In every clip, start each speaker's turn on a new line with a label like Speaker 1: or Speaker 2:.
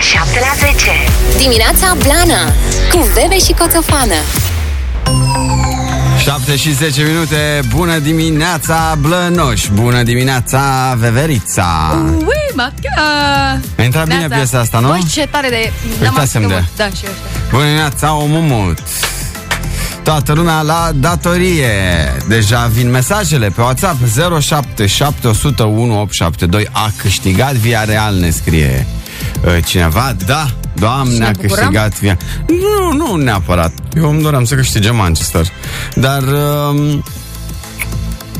Speaker 1: 7 la 10.
Speaker 2: Dimineața Blana Cu Bebe și Coțofană
Speaker 3: 7 și 10 minute, bună dimineața Blănoș, bună dimineața Veverița
Speaker 4: Ui, maca!
Speaker 3: A intrat bine
Speaker 4: Neața.
Speaker 3: piesa asta, nu?
Speaker 4: Băi, Da, ce tare de... N-am
Speaker 3: Uitasem
Speaker 4: auzit-o
Speaker 3: de-
Speaker 4: mult. Da, și eu așa.
Speaker 3: Bună dimineața, omumut Toată lumea la datorie Deja vin mesajele pe WhatsApp 07701872 A câștigat via real, ne scrie uh, cineva Da,
Speaker 4: Și
Speaker 3: doamne,
Speaker 4: ne
Speaker 3: a
Speaker 4: bucurăm?
Speaker 3: câștigat via Nu, nu neapărat Eu îmi doream să câștigem Manchester Dar... Uh,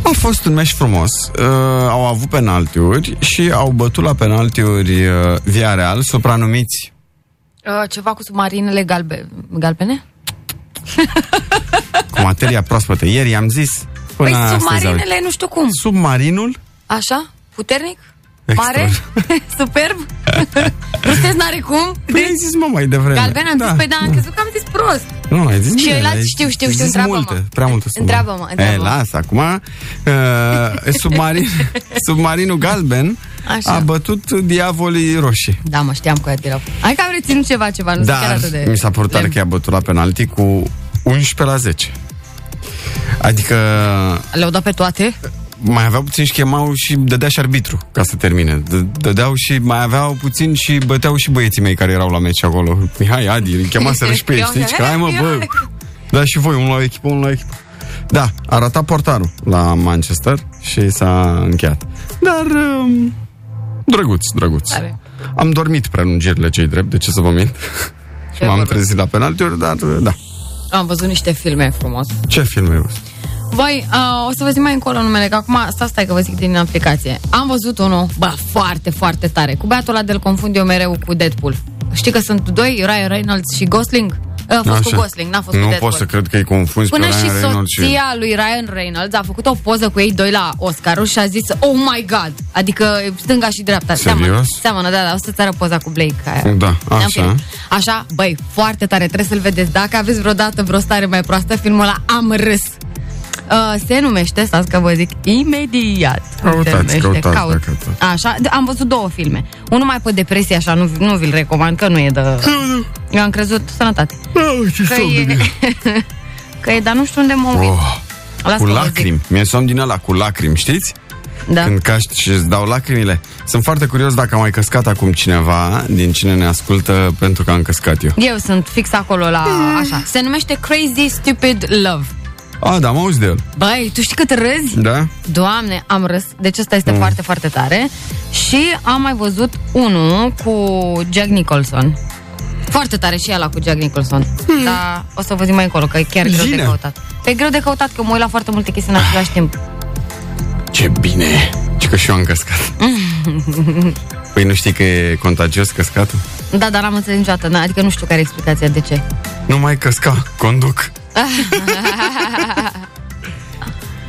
Speaker 3: a fost un meci frumos. Uh, au avut penaltiuri și au bătut la penaltiuri uh, via real, supranumiți
Speaker 4: Uh, ceva cu submarinele galbe... galbene?
Speaker 3: cu materia proaspătă. Ieri i-am zis până
Speaker 4: păi
Speaker 3: astăzi. au-
Speaker 4: submarinele, nu știu cum.
Speaker 3: Submarinul?
Speaker 4: Așa? Puternic?
Speaker 3: Extra.
Speaker 4: Mare? Superb? Rusteț n-are cum?
Speaker 3: Păi ai zis, mă, mai devreme.
Speaker 4: Galben am zis, pe da, am crezut că am zis prost.
Speaker 3: Nu, ai zis
Speaker 4: Și
Speaker 3: bine,
Speaker 4: ăla
Speaker 3: ai
Speaker 4: știu, știu, știu,
Speaker 3: zis
Speaker 4: întreabă-mă.
Speaker 3: multe, prea multe sunt.
Speaker 4: Întreabă-mă, întreabă-mă.
Speaker 3: E, lasă, acum uh, submarin, submarinul galben
Speaker 4: Așa.
Speaker 3: a bătut diavolii roșii.
Speaker 4: Da, mă, știam că erau. Hai că am reținut ceva, ceva, nu sunt chiar
Speaker 3: Dar
Speaker 4: atât de...
Speaker 3: Da, mi s-a părut tare
Speaker 4: lem.
Speaker 3: că i-a bătut la penalti cu 11 la 10. Adică
Speaker 4: Le-au dat pe toate?
Speaker 3: mai aveau puțin și chemau și dădea și arbitru ca să termine. D- Dădeau și mai aveau puțin și băteau și băieții mei care erau la meci acolo. Hai, Adi, îi chemaseră și pe ei,
Speaker 4: Eu
Speaker 3: știi?
Speaker 4: am-
Speaker 3: Că, hai mă, bă, da și voi, unul la echipă, unul la echipă. Da, a ratat portarul la Manchester și s-a încheiat. Dar um, drăguț, drăguț.
Speaker 4: Tare.
Speaker 3: Am dormit prelungirile cei drept, de ce să vă mint? Și m-am
Speaker 4: vorbesc.
Speaker 3: trezit la penaltiuri, dar uh, da.
Speaker 4: Am văzut niște filme frumos.
Speaker 3: Ce film e ăsta?
Speaker 4: Voi, uh, o să vă zic mai încolo numele, că acum asta stai că vă zic din aplicație. Am văzut unul, bă, foarte, foarte tare. Cu băiatul ăla de-l confund eu mereu cu Deadpool. Știi că sunt doi, Ryan Reynolds și Gosling? A fost
Speaker 3: Așa.
Speaker 4: cu Gosling, n-a fost
Speaker 3: Nu
Speaker 4: cu Deadpool.
Speaker 3: pot să cred că îi confunzi
Speaker 4: Până
Speaker 3: pe
Speaker 4: și
Speaker 3: Ryan Reynolds și...
Speaker 4: soția lui Ryan Reynolds a făcut o poză cu ei doi la Oscar și a zis Oh my God! Adică stânga și dreapta.
Speaker 3: Serios?
Speaker 4: Seamănă, seamănă da, da, o să-ți arăt poza cu Blake aia.
Speaker 3: Da,
Speaker 4: În
Speaker 3: așa.
Speaker 4: fine. Așa, băi, foarte tare, trebuie să-l vedeți. Dacă aveți vreodată vreo stare mai proastă, filmul ăla am râs. Uh, se numește, stați că vă zic, imediat.
Speaker 3: Căutați,
Speaker 4: Se numește,
Speaker 3: căutați, dacă tot.
Speaker 4: Așa, d- am văzut două filme. Unul mai pe depresie, așa, nu, nu vi-l recomand, că nu e de... Eu am crezut, sănătate.
Speaker 3: Ah, ce
Speaker 4: Că
Speaker 3: somn de
Speaker 4: e...
Speaker 3: bine.
Speaker 4: că e, dar nu știu unde m-am oh,
Speaker 3: Oh,
Speaker 4: Lasă
Speaker 3: cu
Speaker 4: că vă
Speaker 3: lacrimi. Mi-e somn din ăla cu lacrimi, știți?
Speaker 4: Da.
Speaker 3: Când caști și îți dau lacrimile. Sunt foarte curios dacă a mai căscat acum cineva din cine ne ascultă pentru că am căscat eu.
Speaker 4: Eu sunt fix acolo la așa. Se numește Crazy Stupid Love.
Speaker 3: Ah, da, am auzit de el.
Speaker 4: Băi, tu știi cât râzi?
Speaker 3: Da?
Speaker 4: Doamne, am râs. Deci ăsta
Speaker 3: Mm.
Speaker 4: este foarte, foarte tare. Și am mai văzut unul cu Jack Nicholson. Foarte tare și ăla cu Jack Nicholson. Dar o să vă zic mai încolo, că e chiar greu
Speaker 3: Hmm. Zine.
Speaker 4: de căutat. Pe greu de căutat, că mă uit la foarte multe chestii în același timp.
Speaker 3: Ce bine! Ce că și eu am căscat. păi nu știi că e contagios căscatul?
Speaker 4: Da, dar n-am înțeles niciodată. n- Adică nu știu care e explicația de ce.
Speaker 3: Nu mai căsca, conduc.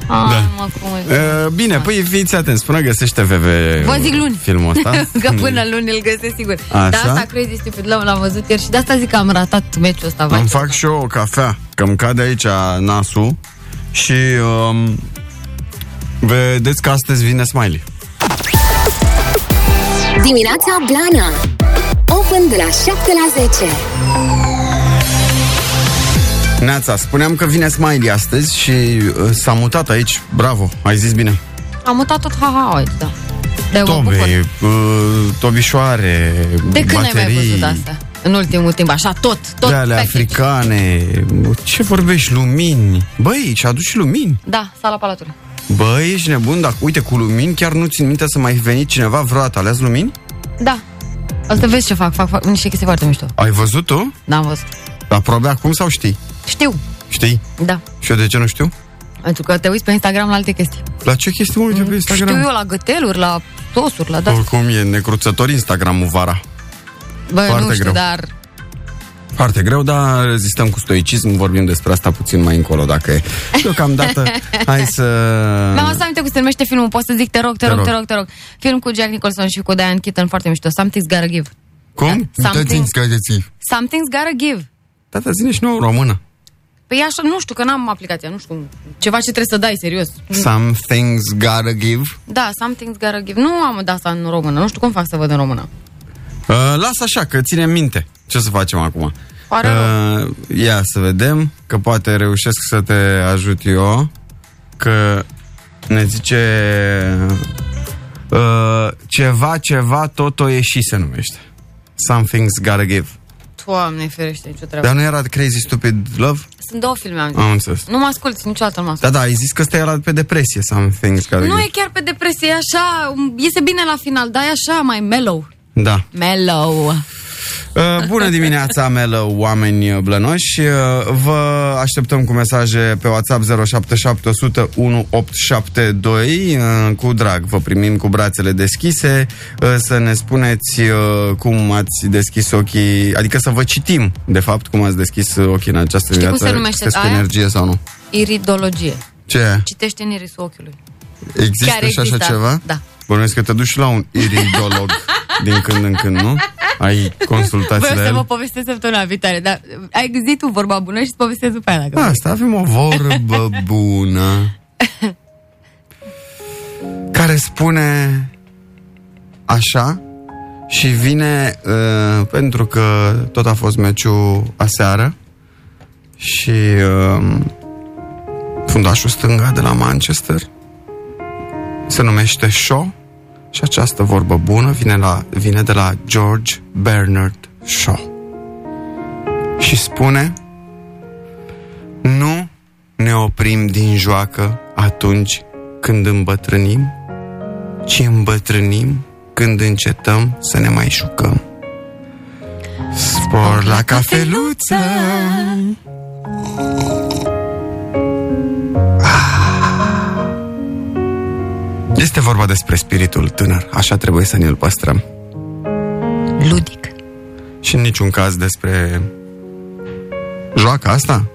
Speaker 4: Ah,
Speaker 3: Da.
Speaker 4: mă, cum e?
Speaker 3: Uh, bine, păi fiți atenți, până găsește VV
Speaker 4: Da. Vă zic luni.
Speaker 3: filmul ăsta.
Speaker 4: Că până luni îl găsesc sigur.
Speaker 3: Așa?
Speaker 4: Dar asta Crazy Stupid Love l-am văzut ieri și de asta zic că am ratat meciul ăsta. vai,
Speaker 3: Îmi
Speaker 4: ce
Speaker 3: fac
Speaker 4: rău.
Speaker 3: și eu o cafea, că îmi cade aici nasul și um, vedeți că astăzi vine Smiley.
Speaker 2: Dimineața Blana Open de la 7 la 10
Speaker 3: Neața, spuneam că vine Smiley astăzi și uh, s-a mutat aici. Bravo, ai zis bine.
Speaker 4: Am mutat tot ha-ha aici, da. De mă bucur.
Speaker 3: Tobe, uh, tobișoare,
Speaker 4: De când ai
Speaker 3: baterii,
Speaker 4: mai văzut asta? În ultimul timp, așa, tot, tot.
Speaker 3: de alea
Speaker 4: package.
Speaker 3: africane, ce vorbești, lumini. Băi, și aduci și lumini.
Speaker 4: Da, sala palatului.
Speaker 3: Băi, ești nebun, dacă uite, cu lumini chiar nu țin minte să mai veni cineva vreodată. Aleați lumini?
Speaker 4: Da. O să vezi ce fac, fac, fac niște chestii foarte mișto.
Speaker 3: Ai văzut tu?
Speaker 4: N-am văzut.
Speaker 3: Dar probabil acum sau știi?
Speaker 4: Știu,
Speaker 3: Știi?
Speaker 4: da.
Speaker 3: Și eu de ce nu știu?
Speaker 4: Pentru că te uiți pe Instagram la alte chestii.
Speaker 3: La ce chestii mă uit eu pe Instagram?
Speaker 4: Mm, Știu eu la găteluri, la sosuri, la da.
Speaker 3: Oricum e necruțător Instagramul vara.
Speaker 4: Bă,
Speaker 3: foarte
Speaker 4: nu știu,
Speaker 3: greu.
Speaker 4: dar
Speaker 3: Foarte greu, dar rezistăm cu stoicism. Vorbim despre asta puțin mai încolo, dacă e. Deocamdată, hai să...
Speaker 4: Mi-am adus aminte cum se numește filmul, poți să zic, te rog, te,
Speaker 3: Mm. Te rog.
Speaker 4: rog, te rog, te rog. Film cu Jack Nicholson și cu Diane Keaton, foarte mișto. Something's gotta give.
Speaker 3: Cum?
Speaker 4: Da, something.
Speaker 3: gădeți.
Speaker 4: Something's gotta give.
Speaker 3: Tata, zine și nouă română.
Speaker 4: Păi așa, nu știu, că n-am aplicația, nu știu. Ceva ce trebuie să dai, serios.
Speaker 3: Something's gotta give.
Speaker 4: Da, something's gotta give. Nu am de asta în română, nu știu cum fac să văd în română.
Speaker 3: Uh, las așa, că ține minte ce să facem acum.
Speaker 4: Pare
Speaker 3: uh, ia să vedem, că poate reușesc să te ajut eu, că ne zice uh, ceva, ceva, tot o ieși se numește. Something's gotta give.
Speaker 4: Doamne, ferește, nicio treabă.
Speaker 3: Dar nu era Crazy Stupid Love?
Speaker 4: Sunt două filme, am zis.
Speaker 3: Am înțeles.
Speaker 4: Nu mă asculti, niciodată nu mă
Speaker 3: Da,
Speaker 4: asculti.
Speaker 3: da, ai zis că ăsta era pe depresie, Something's gotta
Speaker 4: Nu
Speaker 3: give.
Speaker 4: e chiar pe depresie, e așa, iese bine la final, dar e așa, mai mellow.
Speaker 3: Da.
Speaker 4: Mellow.
Speaker 3: Uh, Bună dimineața, melă, oameni uh, blănoși. Uh, Vă așteptăm cu mesaje pe WhatsApp 077 1872. Uh, Cu drag vă primim cu brațele deschise uh, să ne spuneți uh, cum ați deschis ochii, adică să vă citim, de fapt, cum ați deschis uh, ochii în această
Speaker 4: Știi cum
Speaker 3: dimineață.
Speaker 4: se numește
Speaker 3: Sunteți cu
Speaker 4: aia?
Speaker 3: energie sau nu?
Speaker 4: Iridologie.
Speaker 3: Ce?
Speaker 4: Citește în irisul ochiului.
Speaker 3: Da, Există
Speaker 4: Chiar
Speaker 3: și așa
Speaker 4: există.
Speaker 3: ceva?
Speaker 4: Da.
Speaker 3: Bănuiesc că te duci la un iridolog din când în când, nu? Ai consultații
Speaker 4: Voi o
Speaker 3: la
Speaker 4: să
Speaker 3: el?
Speaker 4: vă povestesc săptămâna viitoare, dar ai gândit tu vorba bună și îți povestesc după aia. Dacă...
Speaker 3: Asta, avem o vorbă bună care spune așa și vine uh, pentru că tot a fost meciul aseară și uh, fundașul stânga de la Manchester se numește Shaw și această vorbă bună vine, la, vine de la George Bernard Shaw și spune nu ne oprim din joacă atunci când îmbătrânim, ci îmbătrânim când încetăm să ne mai jucăm. Spor la cafeluță! Ah. Este vorba despre spiritul tânăr, așa trebuie să ne-l păstrăm.
Speaker 4: Ludic.
Speaker 3: Și în niciun caz despre joaca asta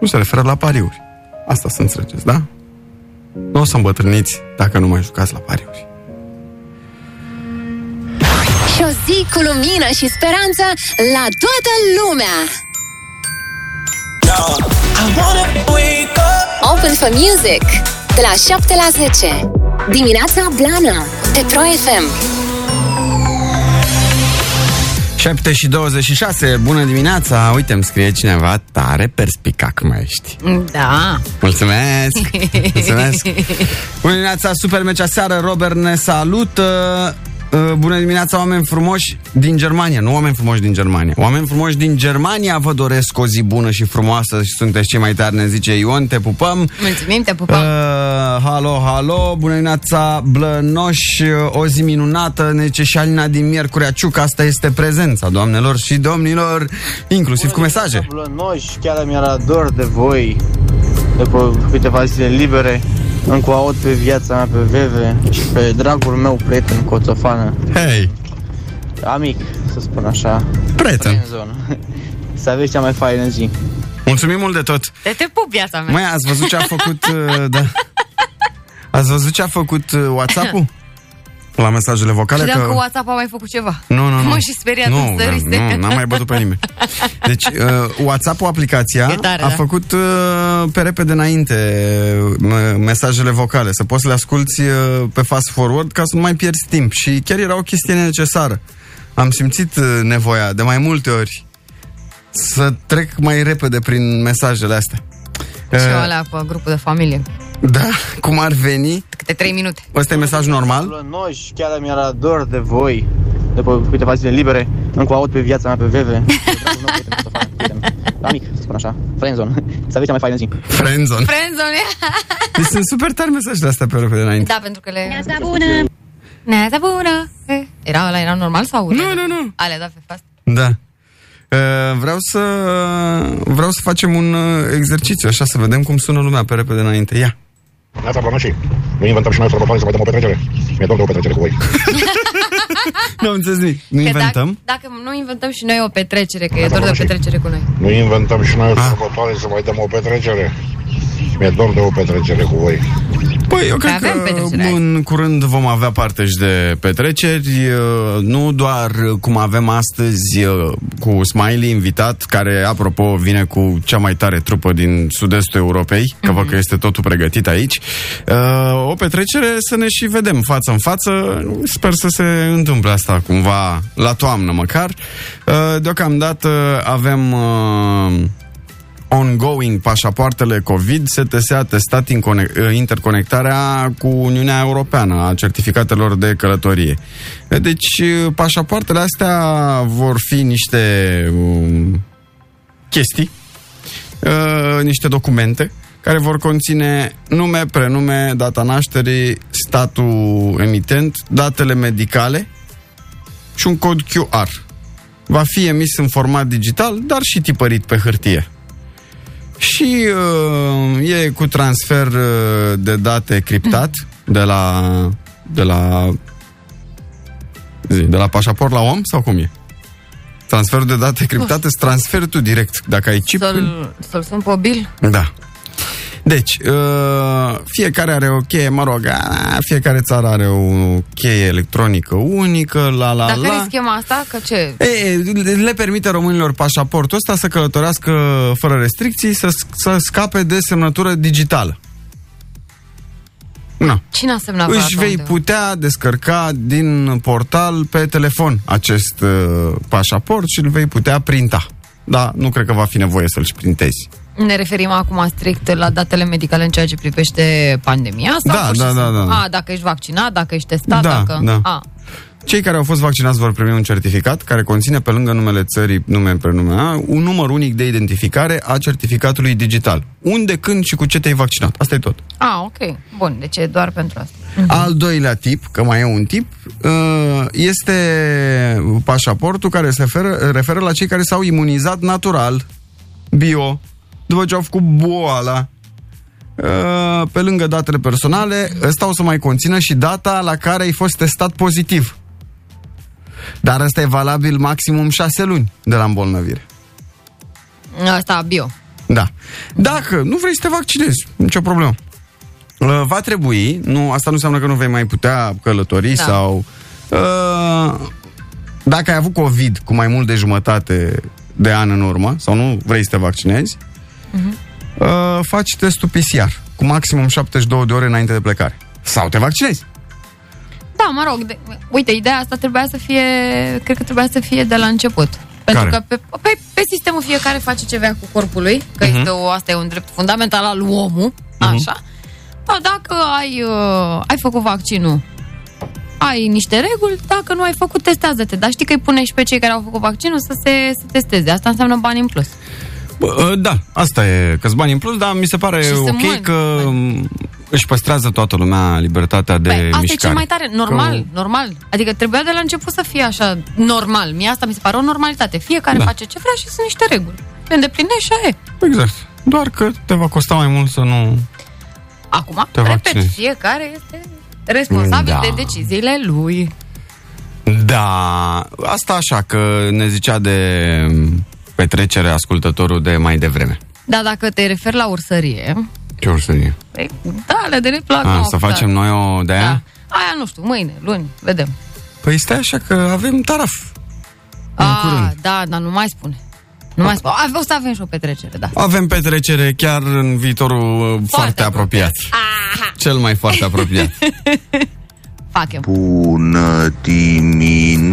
Speaker 3: nu se referă la pariuri. Asta să înțelegeți, da? Nu o să îmbătrâniți dacă nu mai jucați la pariuri.
Speaker 2: Și o zi cu lumină și speranță la toată lumea.
Speaker 1: I wanna wake up.
Speaker 2: Open for Music de la 7 la 10. Dimineața Blana de Pro FM.
Speaker 3: 7 și 26, bună dimineața! Uite, îmi scrie cineva, tare perspicac mai ești.
Speaker 4: Da.
Speaker 3: Mulțumesc! Mulțumesc! Bună dimineața, super meci aseară, Robert ne salută! Uh, Bună dimineața, oameni frumoși din Germania, nu oameni frumoși din Germania. Oameni frumoși din Germania vă doresc o zi bună și frumoasă și sunteți cei mai tari, ne zice Ion, te pupăm!
Speaker 4: Mulțumim, te pupăm. Uh,
Speaker 3: Uh, halo, halo, bună dimineața, Blănoș, o zi minunată, ne zice și Alina din Miercurea Ciuc, asta este prezența, doamnelor și domnilor, inclusiv cu mesaje.
Speaker 5: Blănoși, chiar mi-era dor de voi după câteva zile libere. Încă o aud pe viața mea, pe Veve și pe dragul meu prieten Coțofană.
Speaker 3: Hei,
Speaker 5: Amic, să spun așa, în
Speaker 3: prieten,
Speaker 5: zonă. Să aveți cea mai faină zi.
Speaker 3: mulțumim mult de tot.
Speaker 4: te, te pup, viața mea.
Speaker 3: Mai ați văzut ce a făcut uh, da. Ați văzut ce a făcut uh, WhatsApp-ul? La mesajele vocale
Speaker 4: Credeam
Speaker 3: că...
Speaker 4: că... că WhatsApp a mai făcut ceva.
Speaker 3: Nu, nu, nu.
Speaker 4: Mă și speriat
Speaker 3: nu,
Speaker 4: în sărise.
Speaker 3: Nu, n-am mai bătut pe nimeni. Deci, uh, WhatsApp-ul, aplicația,
Speaker 4: E tare,
Speaker 3: a
Speaker 4: da.
Speaker 3: făcut uh, pe repede înainte uh, mesajele vocale, să poți să le asculti uh, pe fast forward ca să nu mai pierzi timp. Și chiar era o chestie necesară. Am simțit uh, nevoia de mai multe ori să trec mai repede prin mesajele astea.
Speaker 4: Și
Speaker 3: Uh,
Speaker 4: eu alea pe grupul de familie.
Speaker 3: da, cum ar veni?
Speaker 4: Câte trei minute.
Speaker 3: Ăsta e mesaj normal?
Speaker 5: Blănoși, chiar mi-era dor de voi după câteva zile libere. Încă o aud pe viața mea, pe Veve și pe dragul meu prieten Coțofană. prieten. Amic, să spun așa, friend zone. Să aveți cea mai faină zi.
Speaker 3: Friendzone.
Speaker 4: Friendzone.
Speaker 3: Deci sunt super tari mesajele astea pe repede înainte.
Speaker 4: da, pentru că le... Neața bună. Neața bună. Eh, Era ăla, era normal sau?
Speaker 3: Nu, nu, nu.
Speaker 4: Alea, da, pe fast.
Speaker 3: Da. Uh, Vreau să vreau să facem un uh, exercițiu, așa să vedem cum sună lumea pe repede înainte. Ia.
Speaker 6: Neața Blanoșii, nu inventăm și noi să să mai dăm o petrecere. Mi-e dor de o petrecere cu voi.
Speaker 3: Nu am înțeles nimic. Nu
Speaker 4: Că
Speaker 3: inventăm?
Speaker 4: Dacă, dacă nu inventăm și noi o petrecere, că e
Speaker 6: Neața
Speaker 4: dor de
Speaker 6: bună și-
Speaker 4: petrecere cu noi.
Speaker 6: Nu inventăm și noi o
Speaker 3: Ah.
Speaker 6: sărbătoare să mai dăm o petrecere. Mi-e dor de o petrecere cu voi.
Speaker 3: Păi, eu cred
Speaker 4: avem
Speaker 3: că
Speaker 4: petrecere azi.
Speaker 3: în curând vom avea parte și de petreceri, uh, nu doar uh, cum avem astăzi uh, cu Smiley invitat, care, apropo, vine cu cea mai tare trupă din sud-estul Europei, că văd că este totul pregătit aici. Uh, O petrecere să ne și vedem față în față. Sper să se întâmple asta cumva la toamnă măcar. Uh, Deocamdată avem... uh, ongoing pașapoartele COVID, STS a testat incone- eh, interconectarea cu Uniunea Europeană a certificatelor de călătorie. Deci, pașapoartele astea vor fi niște um, chestii, uh, niște documente care vor conține nume, prenume, data nașterii, statul emitent, datele medicale și un cod QR. Va fi emis în format digital, dar și tipărit pe hârtie. Și uh, e cu transfer uh, de date criptat de la de la zi, de la pașaport la om sau cum e? Transferul de date criptate îți transferi tu direct dacă ai chip.
Speaker 4: Să-l, să-l sun pe Bill?
Speaker 3: Da. Deci, uh, fiecare are o cheie, mă rog, a, fiecare țară are o cheie electronică unică, la la
Speaker 4: Dar
Speaker 3: la.
Speaker 4: care-i schema asta? Că ce?
Speaker 3: E, le permite românilor pașaportul ăsta să călătorească fără restricții, să, să scape de semnătură digitală. Na.
Speaker 4: Cine a semnat
Speaker 3: Își
Speaker 4: vreodată
Speaker 3: vei
Speaker 4: undeva?
Speaker 3: putea descărca din portal pe telefon acest uh, pașaport și îl vei putea printa. Dar nu cred că va fi nevoie să-l și printezi.
Speaker 4: Ne referim acum strict la datele medicale în ceea ce privește pandemia? Sau
Speaker 3: Da,
Speaker 4: pur și
Speaker 3: da,
Speaker 4: simplu?
Speaker 3: da, da, da.
Speaker 4: A, dacă ești vaccinat, dacă ești testat,
Speaker 3: Da,
Speaker 4: dacă...
Speaker 3: da.
Speaker 4: A,
Speaker 3: Cei care au fost vaccinați vor primi un certificat care conține pe lângă numele țării, nume, prenume, a, un număr unic de identificare a certificatului digital. Unde, când și cu ce te-ai vaccinat. Asta e tot.
Speaker 4: a, ok. Bun, deci e doar pentru asta.
Speaker 3: Mhm. Al doilea tip, că mai e un tip, uh, este pașaportul care se referă, referă la cei care s-au imunizat natural, bio, după ce au făcut boala. Uh, Pe lângă datele personale, ăsta o să mai conțină și data la care ai fost testat pozitiv. Dar ăsta e valabil maximum 6 luni de la îmbolnăvire.
Speaker 4: Asta, bio.
Speaker 3: Da. Dacă nu vrei să te vaccinezi, nicio problemă. Uh, Va trebui, nu, asta nu înseamnă că nu vei mai putea călători da.
Speaker 4: Da.
Speaker 3: sau... Uh, dacă ai avut COVID cu mai mult de jumătate de an în urmă sau nu vrei să te vaccinezi, uh-huh. uh, faci testul PCR cu maximum 72 de ore înainte de plecare. Sau te vaccinezi.
Speaker 4: Da, mă rog, de, uite, ideea asta trebuia să fie, cred că trebuia să fie de la început. Pentru
Speaker 3: Care?
Speaker 4: că pe, pe, pe sistemul fiecare face ce vrea cu corpul lui, că uh-huh. este o, asta e un drept fundamental al omului, uh-huh. așa. Dar dacă ai, uh, ai făcut vaccinul, ai niște reguli, dacă nu ai făcut, testează-te. Dar știi că îi pune și pe cei care au făcut vaccinul să se să testeze. Asta înseamnă bani în plus.
Speaker 3: Bă, uh, da, asta e, că bani în plus, dar mi se pare
Speaker 4: Și sunt
Speaker 3: ok
Speaker 4: mulți
Speaker 3: că um, își păstrează toată lumea libertatea de
Speaker 4: Păi, asta
Speaker 3: mișcare.
Speaker 4: e cel mai tare, normal,
Speaker 3: Că-
Speaker 4: normal. Adică trebuia de la început să fie așa, normal. Mie asta mi se pare o normalitate. Fiecare
Speaker 3: Da.
Speaker 4: da. face ce vrea și sunt niște reguli. Le îndeplinești și aia e.
Speaker 3: Exact. Doar că te va costa mai mult să nu...
Speaker 4: Acum,
Speaker 3: Te
Speaker 4: repet,
Speaker 3: vaccinezi.
Speaker 4: fiecare este responsabil
Speaker 3: Da.
Speaker 4: da. de deciziile lui.
Speaker 3: Da, asta așa că ne zicea de petrecere ascultătorul de mai devreme.
Speaker 4: Dar Da, dacă te referi la ursărie,
Speaker 3: Ce ursărie?
Speaker 4: păi, da, le de replac.
Speaker 3: A, Ah, să facem noi o de
Speaker 4: da.
Speaker 3: aia?
Speaker 4: aia? Aia nu știu, mâine, luni, vedem.
Speaker 3: Păi stai așa că avem taraf. În curând.
Speaker 4: da, dar nu mai spune. Nu mai spune. A, o să avem și o petrecere, da.
Speaker 3: Avem petrecere chiar în viitorul uh, foarte, foarte apropiat. Cel mai foarte apropiat.
Speaker 4: Facem.
Speaker 7: Bună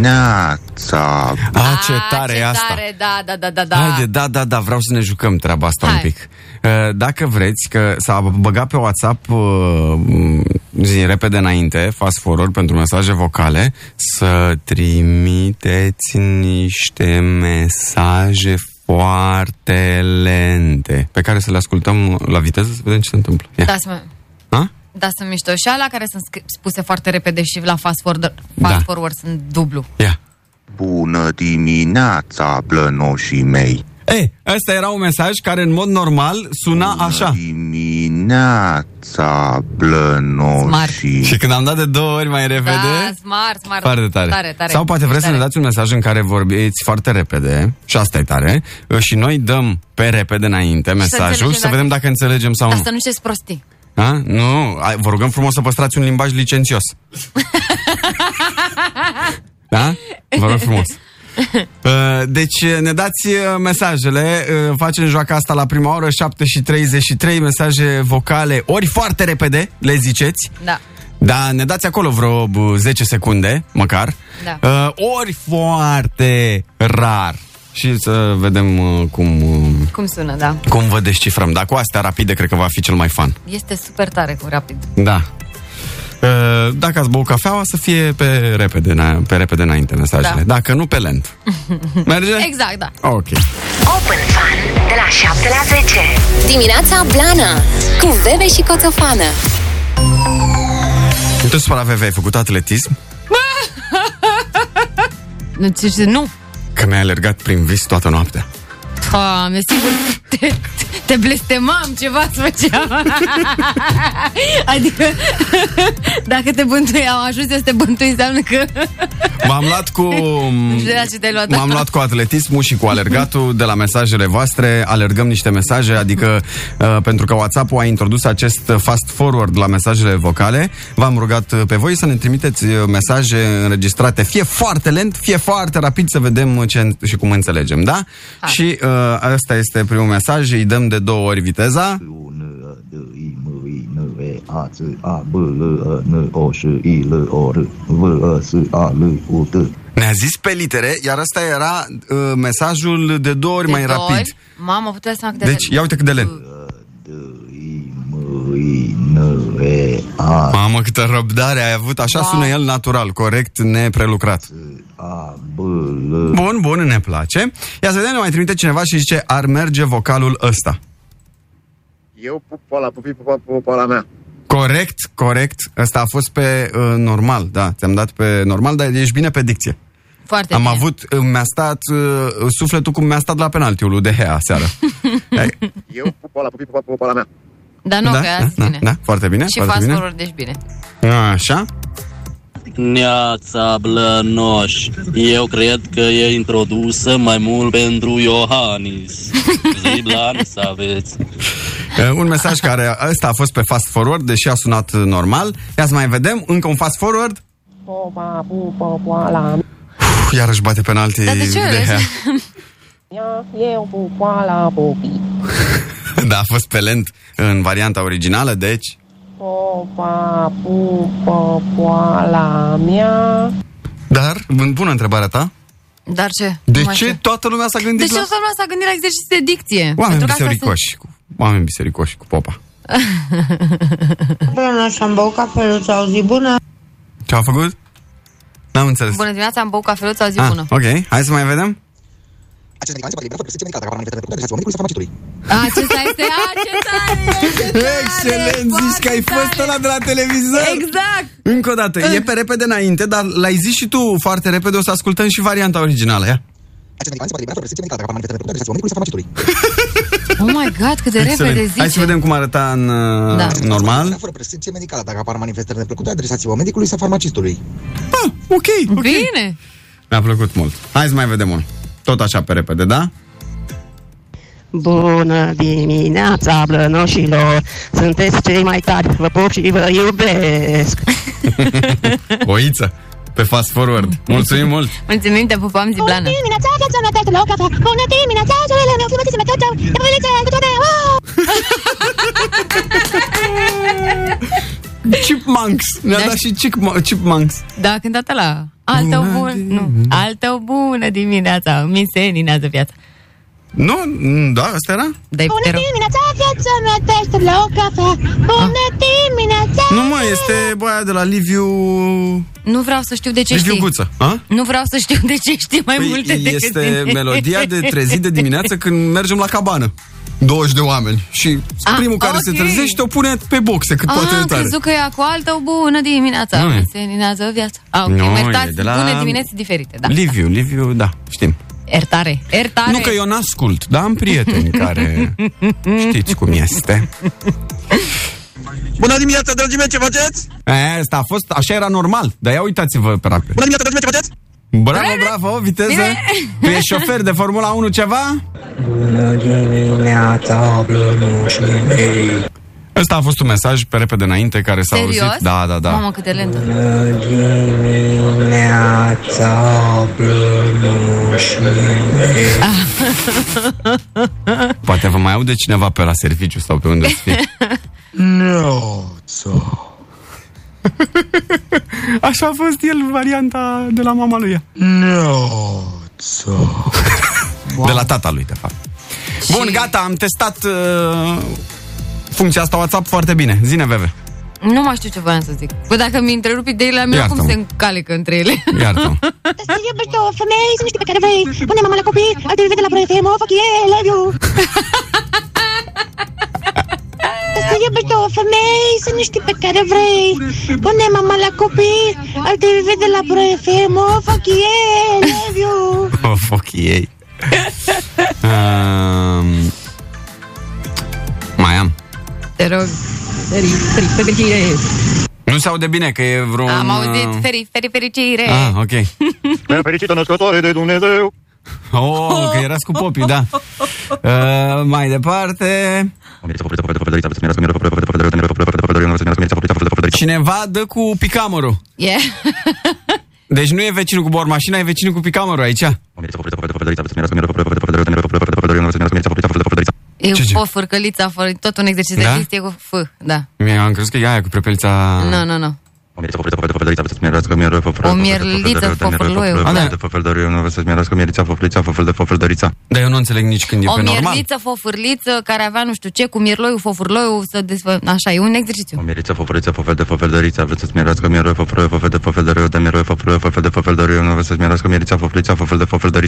Speaker 7: dimineața!
Speaker 3: A, Ah, ce tare
Speaker 4: Ah, ce
Speaker 3: e asta!
Speaker 4: Tare, da, da, da, da, da.
Speaker 3: Haide, da, da, da, vreau să ne jucăm treaba asta
Speaker 4: Hai.
Speaker 3: un pic. Uh, Dacă vreți, că s-a băgat pe WhatsApp uh, zi repede înainte, fast forward pentru mesaje vocale, să trimiteți niște mesaje foarte lente, pe care să le ascultăm la viteză să vedem ce se întâmplă. Ia.
Speaker 4: Da, să mă...
Speaker 3: A?
Speaker 4: Da, sunt mișto. Și alea care sunt sc- spuse foarte repede și la fast forward, fast
Speaker 3: Da.
Speaker 4: forward sunt dublu.
Speaker 3: Ia.
Speaker 7: Bună dimineața, blănoșii mei!
Speaker 3: Ei, ăsta era un mesaj care în mod normal suna așa.
Speaker 7: Dimineața, blănoșii
Speaker 3: Și când am dat de două ori mai repede...
Speaker 4: Da, smart, smart.
Speaker 3: Foarte tare.
Speaker 4: tare, tare.
Speaker 3: Sau poate vreți să
Speaker 4: tare.
Speaker 3: ne dați un mesaj în care vorbiți foarte repede, și asta e tare, și noi dăm pe repede înainte mesajul
Speaker 4: înțelegem
Speaker 3: și să vedem dacă înțelegem sau
Speaker 4: Dar
Speaker 3: nu.
Speaker 4: să nu știți prostii.
Speaker 3: A? Nu, ai- vă rugăm frumos să păstrați un limbaj licențios. da? Vă rog frumos. Uh, Deci ne dați uh, mesajele Uh, Facem joaca asta la prima oră 7 și 33 Mesaje vocale Ori foarte repede le ziceți
Speaker 4: Da.
Speaker 3: Da, ne dați acolo vreo bă, 10 secunde, măcar.
Speaker 4: Da.
Speaker 3: Uh, ori foarte rar. Și să vedem uh, cum, uh,
Speaker 4: Cum sună, da.
Speaker 3: cum vă descifrăm. Dar cu astea rapide cred că va fi cel mai fan.
Speaker 4: Este super tare cu rapid.
Speaker 3: Da. Uh, Dacă ați băut cafeaua, să fie pe repede, na- pe repede înainte mesajele. Da.
Speaker 4: Da.
Speaker 3: Dacă nu, pe lent. Merge?
Speaker 4: Exact, da.
Speaker 3: Ok.
Speaker 2: Open Fun de la 7 la 10. Dimineața Blana cu Bebe și Coțofană.
Speaker 3: Nu te supăra, VV, ai făcut atletism?
Speaker 4: Nu, ce, ce, nu.
Speaker 3: Că mi-ai alergat prin vis toată noaptea.
Speaker 4: Doamne, sigur, te, te blestemam, ceva îți făceam. adică, dacă te bântui, au ajuns să te bântui, înseamnă că...
Speaker 3: M-am luat cu...
Speaker 4: știu de la ce te-ai luat.
Speaker 3: M-am luat cu atletismul și cu alergatul de la mesajele voastre. Alergăm niște mesaje, adică uh, pentru că WhatsApp-ul a introdus acest fast forward la mesajele vocale, v-am rugat uh, pe voi să ne trimiteți uh, mesaje înregistrate fie foarte lent, fie foarte rapid să vedem uh, ce și cum înțelegem, da?
Speaker 4: Hai.
Speaker 3: Și uh, asta este primul mesaj, îi dăm de două ori viteza.
Speaker 7: ă,
Speaker 3: Ne-a zis pe litere, iar asta era uh, mesajul de două ori mai
Speaker 4: De două
Speaker 3: rapid.
Speaker 4: ori. Mamă, puteai să de
Speaker 3: Deci, ia uite cât de lent. Mamă, câtă răbdare ai avut.
Speaker 4: Da.
Speaker 3: Așa sună el natural, corect, neprelucrat. Bun, bun, ne place. Ia să vedem, ne mai trimite cineva și zice, ar merge vocalul ăsta.
Speaker 8: Eu pup pala, pupi pupa, pupa pala mea.
Speaker 3: Corect, corect. Ăsta a fost pe uh, normal, da. Ți-am dat pe normal, dar ești bine pe dicție.
Speaker 4: Foarte
Speaker 3: Am
Speaker 4: bine.
Speaker 3: avut, uh, mi-a stat uh, sufletul cum mi-a stat la penaltiul lui Dehea seară.
Speaker 8: Eu pup pala, pupi pupa, pupa pala mea.
Speaker 4: Dar nu, da, că azi
Speaker 3: da,
Speaker 4: bine.
Speaker 3: da, foarte bine.
Speaker 4: Și
Speaker 3: foarte
Speaker 4: fast
Speaker 3: bine.
Speaker 4: forward, deci bine.
Speaker 3: Așa.
Speaker 9: Neața Blănoș. Eu cred că e introdusă mai mult pentru Iohannis. Zi Blanis aveți.
Speaker 3: Uh, Un mesaj care ăsta a fost pe fast forward, deși a sunat uh, normal. Ia să mai vedem, încă un fast forward.
Speaker 10: Popa, pupă, poala
Speaker 3: Uf, iarăși bate penalti
Speaker 4: Dar de ce
Speaker 3: Dehea.
Speaker 4: râzi?
Speaker 10: mea, eu cu poala popi.
Speaker 3: Da, a fost pe lent în varianta originală, deci...
Speaker 10: Popa, pupă, poala mea.
Speaker 3: Dar, bun- bună întrebarea ta.
Speaker 4: Dar ce?
Speaker 3: De
Speaker 4: Nu mai
Speaker 3: ce
Speaker 4: știu.
Speaker 3: toată lumea s-a
Speaker 4: De
Speaker 3: gândit
Speaker 4: ce
Speaker 3: la...
Speaker 4: toată lumea s-a gândit la exerciții de dicție?
Speaker 3: Oameni
Speaker 4: Deci Pentru că asta
Speaker 3: bisericoși. Cu... Oameni bisericoși cu popa.
Speaker 10: Bună, și-am băut cafeluța, o zi bună.
Speaker 3: Ce a făcut? N-am înțeles.
Speaker 4: sunt- Bună dimineața, am băut cafeluță,
Speaker 3: Ah.
Speaker 4: o zi bună.
Speaker 3: ok, hai să mai vedem. Ah,
Speaker 4: Acesta este, Ah, acesta este!
Speaker 3: Excelent, zici că ai fost ăla de la televizor.
Speaker 4: Exact!
Speaker 3: Încă o dată, e pe repede înainte, dar l-ai zis și tu foarte repede, o să ascultăm și varianta originală. Ia.
Speaker 4: Oh my god, cât de repede
Speaker 3: Excelent.
Speaker 4: zice.
Speaker 3: Hai să vedem cum arăta în uh,
Speaker 4: Da.
Speaker 3: normal.
Speaker 8: Fără prescripție medicală, dacă apar manifestări neplăcute, adresați-vă medicului sau farmacistului.
Speaker 3: Ah, ok, ok.
Speaker 4: Bine!
Speaker 3: Mi-a plăcut mult. Hai să mai vedem unul. Tot așa pe repede, da?
Speaker 10: Bună dimineața, blănoșilor. Sunteți cei mai tari, vă pup și vă iubesc.
Speaker 3: Oiță, pe fast forward. Mulțumim mult.
Speaker 4: Mulțumim, te pupam, Ziblană.
Speaker 10: dimineața, viața mea, tată, la o cafea. Bună dimineața, zilele mele, climatice, tot, tot, de povelițe, de toate, oh! wow!
Speaker 3: Chipmunks. Ne-a
Speaker 4: Da.
Speaker 3: dat și chipmu- chipmunks.
Speaker 4: Da, a cântat la altă
Speaker 3: Bună
Speaker 4: bună, nu,
Speaker 3: dimineața.
Speaker 4: altă bună dimineața, mi se eninează viața.
Speaker 3: Nu? Mm, Da, asta era?
Speaker 4: Dai, te rog.
Speaker 10: dimineața, viața mea, te aștept la o cafea. Bună dimineața!
Speaker 3: Nu, mă, este băia de la Liviu...
Speaker 4: Nu vreau să știu de ce
Speaker 3: Liviu
Speaker 4: știi.
Speaker 3: Guță. A?
Speaker 4: Nu vreau să știu de ce știi mai multe
Speaker 3: Păi
Speaker 4: decât
Speaker 3: este
Speaker 4: tine.
Speaker 3: melodia de trezit de dimineață când mergem la cabană. 20 de oameni și
Speaker 4: Ah,
Speaker 3: primul care se
Speaker 4: ok.
Speaker 3: trezește o pune pe boxe cât poate
Speaker 4: Ah,
Speaker 3: de
Speaker 4: am
Speaker 3: tare.
Speaker 4: crezut că e cu altă bună dimineața.
Speaker 3: Nu e.
Speaker 4: Mi se eninează viața. Ah, ok,
Speaker 3: Nu,
Speaker 4: mă
Speaker 3: e
Speaker 4: iertați,
Speaker 3: de la-
Speaker 4: bune dimineți diferite, da.
Speaker 3: Liviu, Liviu, da, știm.
Speaker 4: Iertare, iertare.
Speaker 3: Nu că eu n-ascult, dar am prieteni care știți cum este.
Speaker 8: Bună dimineața, dragii mei, ce faceți?
Speaker 3: Aia, asta a fost, așa era normal, dar ia uitați-vă pe rapid.
Speaker 8: Bună dimineața, dragii mei, ce faceți?
Speaker 3: Bravo, bravo, viteză.
Speaker 4: Bine.
Speaker 3: Tu ești șofer de Formula 1 ceva? Ăsta a fost un mesaj pe repede înainte care s-a
Speaker 4: Serios?
Speaker 3: auzit. Da, da, da.
Speaker 4: Mamă, cât de lentă.
Speaker 1: Dimineața blănoșii
Speaker 3: Poate vă mai aude cineva pe la serviciu sau pe unde ați fi.
Speaker 1: Neața
Speaker 3: Așa a fost el varianta de la mama lui ea.
Speaker 1: Neața
Speaker 3: De la tata lui, de fapt. Bun, gata, am testat uh, funcția asta WhatsApp foarte bine. Zine, Veve.
Speaker 4: Nu mai știu ce voiam să zic. Bă, dacă mi întrerup ideile mele,
Speaker 3: Iartă-mă.
Speaker 4: cum se încalecă între ele?
Speaker 3: Iartă-mă.
Speaker 11: Să iubești o Păi femeie, să nu știi pe care vrei Pune mama la copii, alte vede la proiecte, mă fac yeah, love you Să iubești o femeie, să nu știi pe care vrei Pune mama la copii, alte vede la proiecte, mă fac yeah, love you
Speaker 3: Of, ok, ei. Um, mai am.
Speaker 4: Te rog. Feri, feri, fericire.
Speaker 3: Nu se aude bine, că e vreun...
Speaker 4: Am
Speaker 3: uh,
Speaker 4: auzit, feri, feri, fericire.
Speaker 3: Ah, ok.
Speaker 6: Fericită născătoare de Dumnezeu!
Speaker 3: Oh, că erați cu popii, da. Uh, mai departe... Cineva dă cu picamărul.
Speaker 4: Yeah.
Speaker 3: Deci nu e vecinul cu bormașina, e vecinul cu picamărul aici.
Speaker 4: E
Speaker 3: Ce, ce?
Speaker 4: o fârcăliță, fără- tot un exercițiu
Speaker 3: Da? Ah.
Speaker 4: de chestie cu F, da.
Speaker 3: Mi-am crezut că e aia cu prepelița...
Speaker 4: Nu, nu, nu. O mierliță, fofurloiu.
Speaker 3: A, da. Dar eu nu înțeleg nici când e
Speaker 4: o
Speaker 3: pe
Speaker 4: mierliță,
Speaker 3: normal.
Speaker 4: fofârliță, care avea nu știu ce, cu mirloiul, fofurloiul, să desfă... Așa, e un exercițiu.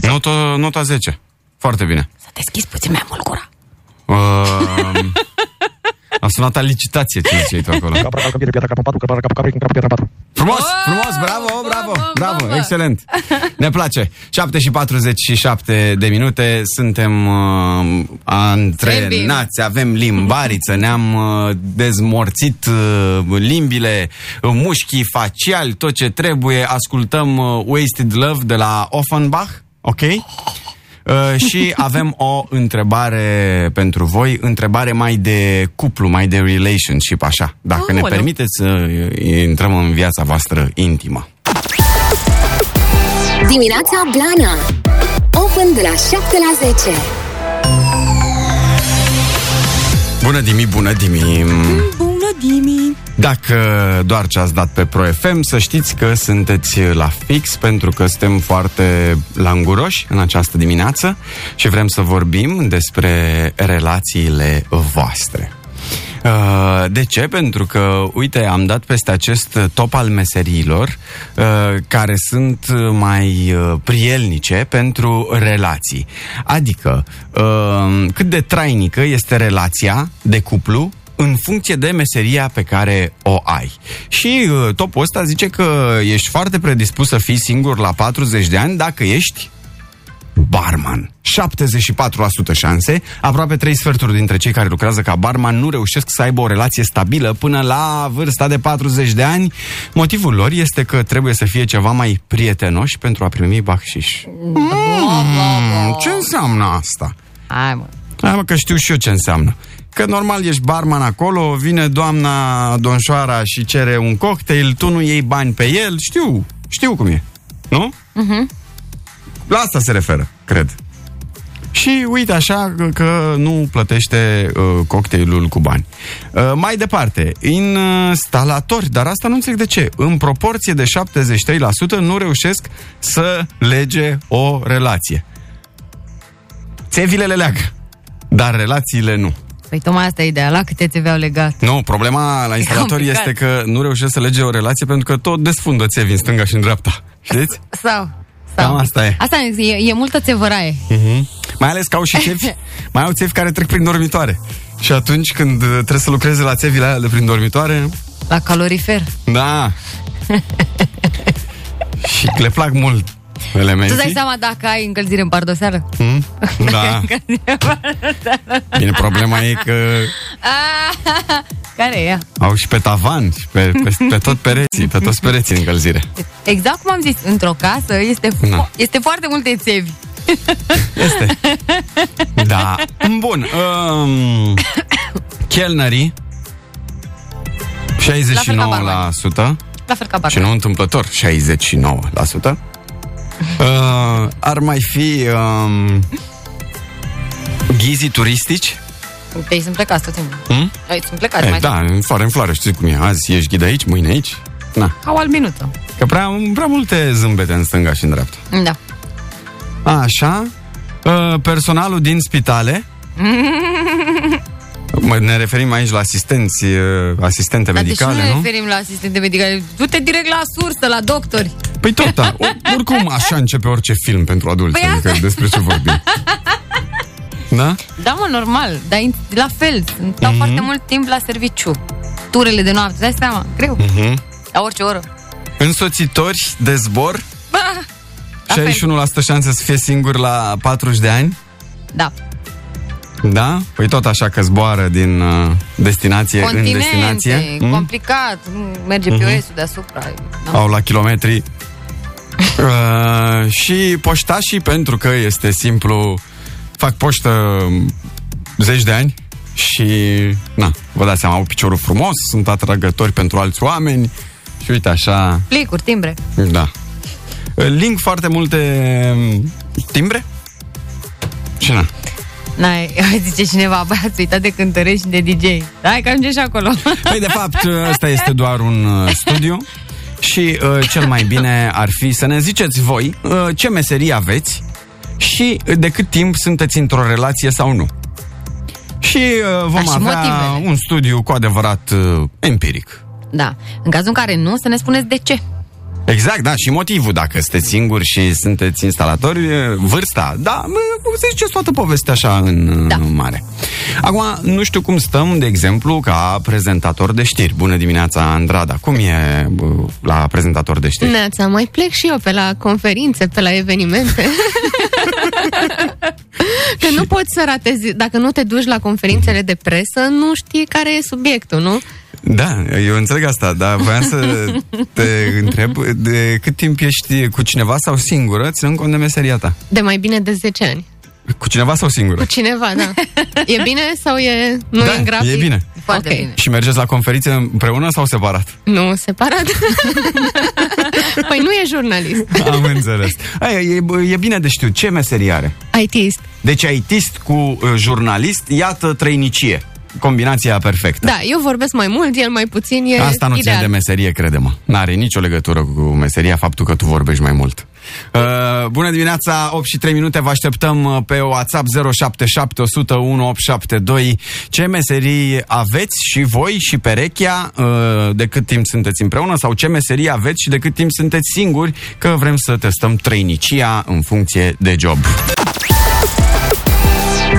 Speaker 3: Nota, nota 10. Foarte bine.
Speaker 4: Să deschizi puțin mai mult gura.
Speaker 3: Uh, a sunat a licitație ce ziceai tu acolo. Frumos, frumos, bravo, bravo, bravo, excelent. Ne place. 7 și 47 de minute, suntem uh, antrenați, avem limbariță, ne-am uh, dezmorțit uh, limbile, uh, mușchii faciali, tot ce trebuie. Ascultăm uh, Wasted Love de la Offenbach, ok? Uh, și avem o întrebare pentru voi, întrebare mai de cuplu, mai de relationship, așa. Dacă ne
Speaker 12: Aoleu.
Speaker 3: permiteți să uh, intrăm în viața voastră intimă.
Speaker 2: Dimineața Blana Open de la 7 la 10
Speaker 3: Bună dimi, bună dimi!
Speaker 11: Bună, Dimi!
Speaker 3: Dacă doar ce ați dat pe ProFM, să știți că sunteți la fix pentru că suntem foarte languroși în această dimineață și vrem să vorbim despre relațiile voastre. Uh, De ce? Pentru că, uite, am dat peste acest top al meseriilor uh, care sunt mai uh, prielnice pentru relații. Adică, uh, cât de trainică este relația de cuplu în funcție de meseria pe care o ai. Și uh, topul ăsta zice că ești foarte predispus să fii singur la 40 de ani dacă ești barman. 74% șanse, aproape 3 sferturi dintre cei care lucrează ca barman nu reușesc să aibă o relație stabilă până la vârsta de 40 de ani. Motivul lor este că trebuie să fie ceva mai prietenoși pentru a primi bacșiș. Mm, ce înseamnă asta?
Speaker 4: Hai, mă.
Speaker 3: Hai mă, că știu și eu ce înseamnă. Că normal ești barman acolo, vine doamna donșoara și cere un cocktail, tu nu iei bani pe el, știu, știu cum e. Nu?
Speaker 1: Mhm.
Speaker 3: La asta se referă, cred. Și uite așa că- că nu plătește uh, cocktailul cu bani. Uh, mai departe, instalatori, dar asta nu înțeleg de ce. În proporție de 73% nu reușesc să lege o relație. Țevile le leagă, dar relațiile nu.
Speaker 4: Păi tocmai asta e ideea, la câte ți-aveau legat.
Speaker 3: Nu, problema la instalatori
Speaker 4: complicat.
Speaker 3: este că nu reușesc să lege o relație pentru că tot desfundă țevi în stânga și în dreapta. Știți?
Speaker 4: Sau,
Speaker 3: Cam asta e.
Speaker 4: asta e, e multă țevăraie.
Speaker 3: Mhm. Mai ales că au și țevi, mai au țevi care trec prin dormitoare. Și atunci când uh, trebuie să lucreze la țevile alea de prin dormitoare,
Speaker 4: La calorifer.
Speaker 3: da. și le plac mult
Speaker 4: Tu dai
Speaker 3: elementii.
Speaker 4: seama dacă ai încălzire în pardoseală?
Speaker 3: Hmm? Da. Bine, problema e că
Speaker 4: Care e ea?
Speaker 3: au și pe tavan, și pe, pe, pe tot pereții, pe toți pereții încălzire.
Speaker 4: Exact cum am zis, într-o casă este, fo-
Speaker 3: Na.
Speaker 4: este foarte multe țevi.
Speaker 3: Da. Bun. Um, chelnerii 69%.
Speaker 4: La fel ca
Speaker 3: Și
Speaker 4: Barna.
Speaker 3: nu întâmplător, 69%. Uh, ar mai fi um, ghizii turistici.
Speaker 4: Păi, Ei sunt plecați tot timpul.
Speaker 3: Hmm?
Speaker 4: Ei sunt plecați
Speaker 3: Eh,
Speaker 4: mai
Speaker 3: da, în floare, în floare, știi cum e. Azi ești ghid aici, mâine aici. Na.
Speaker 4: Ca o albinuță.
Speaker 3: Că prea, prea multe zâmbete în stânga și în dreapta.
Speaker 4: Da.
Speaker 3: Așa. Uh, personalul din spitale. Mă- Ne referim aici la asistenți, uh, asistente
Speaker 4: Dar de ce nu
Speaker 3: medicale,
Speaker 4: ne
Speaker 3: nu?
Speaker 4: referim la asistente medicale? Du-te direct la sursă, la doctori.
Speaker 3: Păi tot, da. O- Oricum, așa începe orice film pentru adulți,
Speaker 4: Păi
Speaker 3: adică
Speaker 4: asta-
Speaker 3: despre ce vorbim. Da?
Speaker 4: Da, mă, normal, dar in- la fel, sunt- stau
Speaker 3: Mhm.
Speaker 4: foarte mult timp la serviciu. Turele de noapte, dai seama, greu,
Speaker 3: Mhm.
Speaker 4: la orice oră.
Speaker 3: Însoțitori de zbor,
Speaker 4: Ba,
Speaker 3: 61% șanse să fie singur la 40 de ani.
Speaker 4: Da.
Speaker 3: Da? Păi tot așa că zboară din uh, destinație în destinație.
Speaker 4: Continente,
Speaker 3: Mm?
Speaker 4: complicat, nu merge
Speaker 3: Mhm.
Speaker 4: POS-ul deasupra.
Speaker 3: Au la kilometri. uh, și poștașii, pentru că este simplu, fac poștă zeci de ani și, na, vă dați seama, au piciorul frumos, sunt atrăgători pentru alți oameni și uite așa,
Speaker 4: Plicuri, timbre.
Speaker 3: da. Uh, Link foarte multe um, timbre? Și na.
Speaker 4: N-ai, zice cineva, băi, ați uitat de cântărești și de DJ. Hai că ajunge și acolo.
Speaker 3: Păi, de fapt, ăsta este doar un uh, studiu și uh, cel mai bine ar fi să ne ziceți voi uh, ce meserie aveți și uh, de cât timp sunteți într-o relație sau nu. Și uh, vom
Speaker 4: și
Speaker 3: avea
Speaker 4: motivele.
Speaker 3: un studiu cu adevărat uh, empiric.
Speaker 4: Da, în cazul în care nu, să ne spuneți de ce.
Speaker 3: Exact, da, și motivul, dacă sunteți singuri și sunteți instalatori, e vârsta, da, mă, cum se zice toată povestea așa în da. mare. Acum, nu știu cum stăm, de exemplu, ca prezentator de știri. Bună dimineața, Andrada, cum e bă, la prezentator de știri?
Speaker 12: Neața, mai plec și eu pe la conferințe, pe la evenimente. Că nu poți să ratezi, dacă nu te duci la conferințele de presă, nu știi care e subiectul, nu?
Speaker 3: Da, eu înțeleg asta, dar voiam să te întreb de cât timp ești cu cineva sau singură, ținând cont de meseria ta.
Speaker 12: De mai bine de 10 ani.
Speaker 3: Cu cineva sau singură?
Speaker 12: Cu cineva, da. E bine sau e... Nu
Speaker 3: da,
Speaker 12: e în grafic?
Speaker 3: e bine.
Speaker 12: Foarte okay. bine.
Speaker 3: Și mergeți la conferințe împreună sau separat?
Speaker 12: Nu, separat. păi nu e jurnalist.
Speaker 3: Am înțeles. Aia, e, e bine de știut. Ce meserie are?
Speaker 12: ITist.
Speaker 3: Deci aitist cu uh, jurnalist, iată trăinicie. Combinația perfectă.
Speaker 12: Da, eu vorbesc mai mult, el mai puțin, e
Speaker 3: Asta nu ține
Speaker 12: ideal.
Speaker 3: de meserie, crede-mă. N-are nicio legătură cu meseria faptul că tu vorbești mai mult. Uh, bună dimineața, 8 și 3 minute, vă așteptăm uh, pe WhatsApp 077 101 872. Ce meserii aveți și voi și perechea uh, de cât timp sunteți împreună sau ce meserii aveți și de cât timp sunteți singuri că vrem să testăm trăinicia în funcție de job.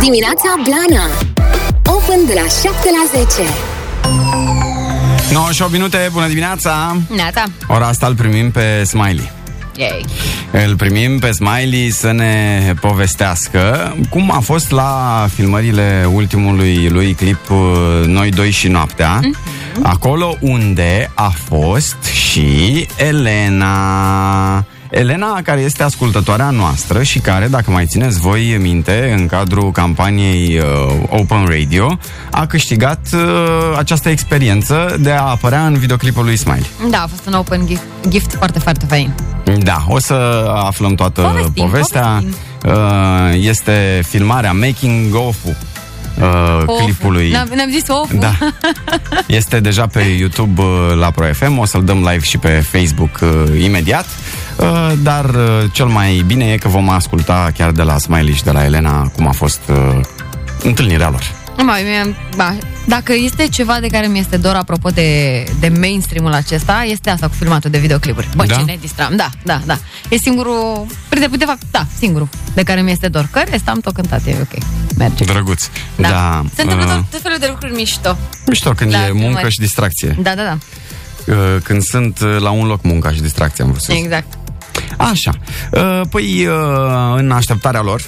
Speaker 2: Dimineața Blana Open de la 7 la 10
Speaker 3: 9 și 8 minute, bună dimineața!
Speaker 4: Neața.
Speaker 3: Ora asta îl primim pe Smiley.
Speaker 4: Yay.
Speaker 3: Îl primim pe Smiley să ne povestească cum a fost la filmările ultimului lui clip uh, Noi doi și noaptea. Acolo unde a fost și Elena. Elena, care este ascultătoarea noastră și care, dacă mai țineți voi minte, în cadrul campaniei uh, Open Radio, a câștigat uh, această experiență de a apărea în videoclipul lui Smiley.
Speaker 4: Da, a fost un open gift, gift foarte, foarte fain.
Speaker 3: Da, o să aflăm toată
Speaker 4: Povestim,
Speaker 3: povestea. Uh, Este filmarea Making of
Speaker 4: Oful.
Speaker 3: clipului.
Speaker 4: Ne-am, ne-am zis oful.
Speaker 3: Da. Este deja pe YouTube uh, la Pro FM, o să-l dăm live și pe Facebook uh, imediat. Uh, Dar uh, cel mai bine e că vom asculta chiar de la Smiley și de la Elena cum a fost uh, întâlnirea lor.
Speaker 4: Mă, mie, ba, dacă este ceva de care mi este dor apropo de, de mainstream-ul acesta, este asta cu filmatul de videoclipuri. Bă,
Speaker 13: Da?
Speaker 4: ce ne distram. Da, da, da. E singurul, de, de fapt, da, singurul de care mi este dor. Că rest am tot cântat, e ok.
Speaker 3: Merge. Drăguț. Da. da
Speaker 4: Se întâmplă
Speaker 3: uh,
Speaker 4: tot, tot felul de lucruri mișto.
Speaker 3: Mișto când
Speaker 4: la
Speaker 3: e muncă
Speaker 4: filmări.
Speaker 3: și distracție.
Speaker 4: Da, da, da.
Speaker 3: Uh, Când sunt uh, la un loc munca și distracție, am vrut să zic.
Speaker 4: Exact.
Speaker 3: Așa. Uh, Păi, uh, în așteptarea lor,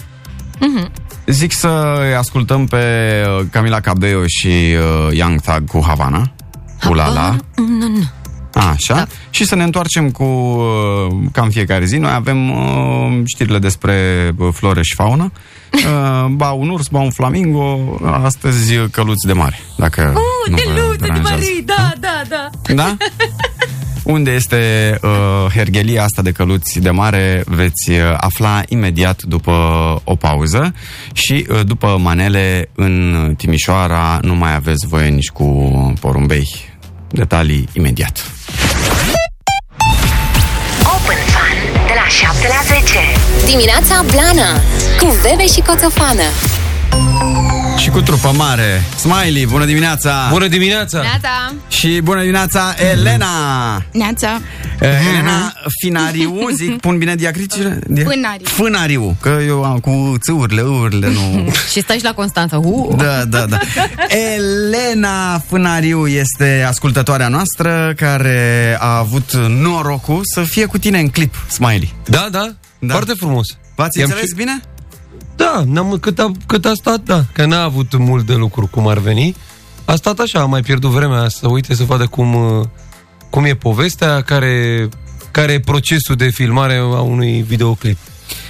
Speaker 4: Mhm.
Speaker 3: zic să îi ascultăm pe uh, Camila Cabello și uh, Young Thug cu Havana. Ulala.
Speaker 4: Nu, nu.
Speaker 3: Așa. Da. Și să ne întoarcem cu, uh, ca în fiecare zi, noi avem uh, știrile despre uh, flore și faună. Uh, ba un urs, ba un flamingo, astăzi uh, căluți de mare. Dacă uh, nu vă
Speaker 4: de luță de
Speaker 3: deranjează.
Speaker 4: mării, da, da, da.
Speaker 3: Da? Unde este uh, herghelia asta de căluți de mare veți uh, afla imediat după o pauză și uh, după manele în Timișoara nu mai aveți voie nici cu porumbei. Detalii imediat.
Speaker 2: Open Fun de la 7 la 10. Dimineața Blana cu Bebe și Coțofană.
Speaker 3: Și cu trupă mare. Smiley, bună dimineața! Bună dimineața!
Speaker 12: Neața!
Speaker 3: Și bună dimineața, Elena!
Speaker 13: Neața.
Speaker 3: Eh, Elena Finariu, zic, pun bine diacriticile? Dia-
Speaker 13: Fânariu.
Speaker 3: Fânariu, că eu am cu țâurile, urile, nu...
Speaker 4: Și stai și la Constanța. Uh.
Speaker 3: Da, da, da. Elena Fânariu este ascultătoarea noastră care a avut norocul să fie cu tine în clip, Smiley.
Speaker 14: Da, da, da. foarte frumos.
Speaker 3: V-ați
Speaker 14: I-am
Speaker 3: înțeles bine?
Speaker 14: Da, n-am, cât, a, cât a stat, da. Că n-a avut mult de lucru cum ar veni. A stat așa, a mai pierdut vremea să uite să vadă cum, uh, cum e povestea, care, care e procesul de filmare a unui videoclip.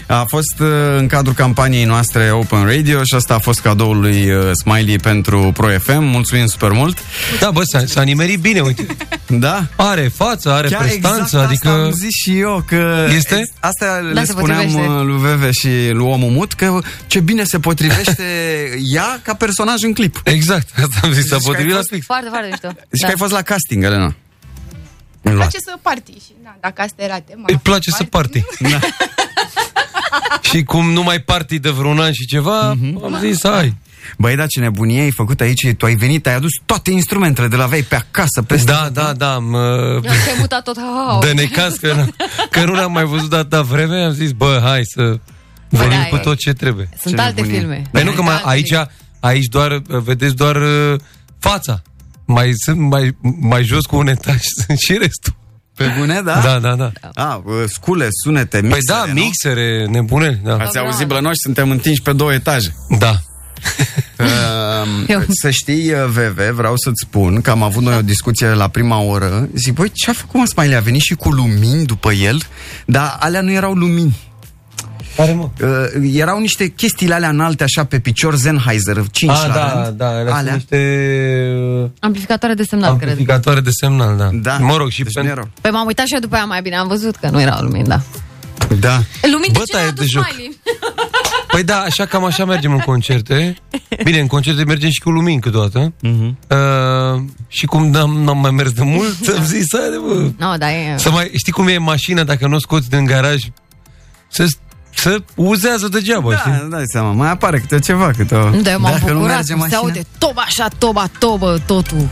Speaker 3: A fost uh, în cadrul campaniei noastre Open Radio și asta a fost cadoul lui uh, Smiley pentru Pro FM. Mulțumim super mult!
Speaker 14: Da, bă, s-a, s-a nimerit bine, uite.
Speaker 3: Da.
Speaker 14: Are față, are
Speaker 3: Chiar
Speaker 14: prestanță,
Speaker 3: exact
Speaker 14: adică...
Speaker 3: asta am zis și eu, că...
Speaker 14: Este?
Speaker 3: Asta
Speaker 14: Da,
Speaker 3: le
Speaker 14: se
Speaker 3: spuneam
Speaker 14: potrivește.
Speaker 3: uh, lui Veve și lui Omul Mut, că ce bine se potrivește ea ca personaj în clip. Deci
Speaker 14: Exact, asta am zis, s-a potrivit la fix.
Speaker 4: Foarte, foarte mișto.
Speaker 3: Zici
Speaker 4: Da.
Speaker 3: deci că ai fost la casting, Elena. Îmi
Speaker 13: place să party și da, dacă asta era tema.
Speaker 14: Îi place să party.
Speaker 3: Da.
Speaker 14: și cum nu mai party de vreun an și ceva,
Speaker 4: Mhm.
Speaker 14: mm-hmm. am zis, hai.
Speaker 3: Băi, da, ce nebunie ai făcut aici, tu ai venit, ai adus toate instrumentele de la vei pe acasă, peste...
Speaker 14: Da, da, da, mă,
Speaker 4: Eu am mutat tot. Ha,
Speaker 14: de necaz că, n- că nu l-am mai văzut atâta vreme, am zis, bă, hai să venim
Speaker 4: da,
Speaker 14: cu
Speaker 4: e-
Speaker 14: tot ce trebuie.
Speaker 4: Sunt Ce alte nebunie. filme. Exact.
Speaker 14: Păi nu, că mai, aici, aici doar, vedeți doar uh, fața. Mai sunt mai, mai jos cu un etaj, sunt și restul.
Speaker 3: Pe bune, da?
Speaker 14: Da, da, da.
Speaker 3: A, uh, scule, sunete, mixere,
Speaker 14: păi da, mixere, nebune, da.
Speaker 3: Ați auzit, bă, noi suntem întinși pe două etaje.
Speaker 14: Da.
Speaker 3: Uh, să știi, uh, VV, vreau să-ți spun că am avut noi o discuție la prima oră. Zic, băi, ce a făcut mă Smiley? A venit și cu lumini după el, dar alea nu erau lumini.
Speaker 14: Care, mă?
Speaker 3: Uh, erau niște chestiile alea înalte, așa, pe picior, Sennheiser, 5
Speaker 14: Ah,
Speaker 3: la
Speaker 14: da,
Speaker 3: rând.
Speaker 14: da, alea sunt
Speaker 3: alea.
Speaker 14: niște...
Speaker 4: Amplificatoare de semnal, Da, cred.
Speaker 14: Amplificatoare de semnal, da. da. Mă rog, și deci pentru...
Speaker 4: Păi m-am uitat și eu după aia mai bine, am văzut că nu erau lumini, da.
Speaker 3: Da.
Speaker 4: Lumini de ce
Speaker 14: Bătaie
Speaker 4: n-a
Speaker 14: de
Speaker 4: adus
Speaker 14: joc.
Speaker 4: Smiley?
Speaker 14: Păi da, așa cam așa mergem în concerte. Bine, în concerte mergem și cu lumini câteodată. Mm-hmm. Uh, și cum n-am, n-am mai mers de mult, am zis, hai de bă.
Speaker 4: No, da, e...
Speaker 14: Să mai, știi cum e mașina dacă nu o scoți din garaj? Să, să uzează degeaba,
Speaker 3: Da,
Speaker 14: știi?
Speaker 3: dai seama, mai apare câte ceva, câte o...
Speaker 4: Nu, dar Da, eu m-am
Speaker 3: Dacă nu
Speaker 4: bucurat,
Speaker 3: merge
Speaker 4: cum se
Speaker 3: mașina.
Speaker 4: aude toba așa, toba, tobă, totul.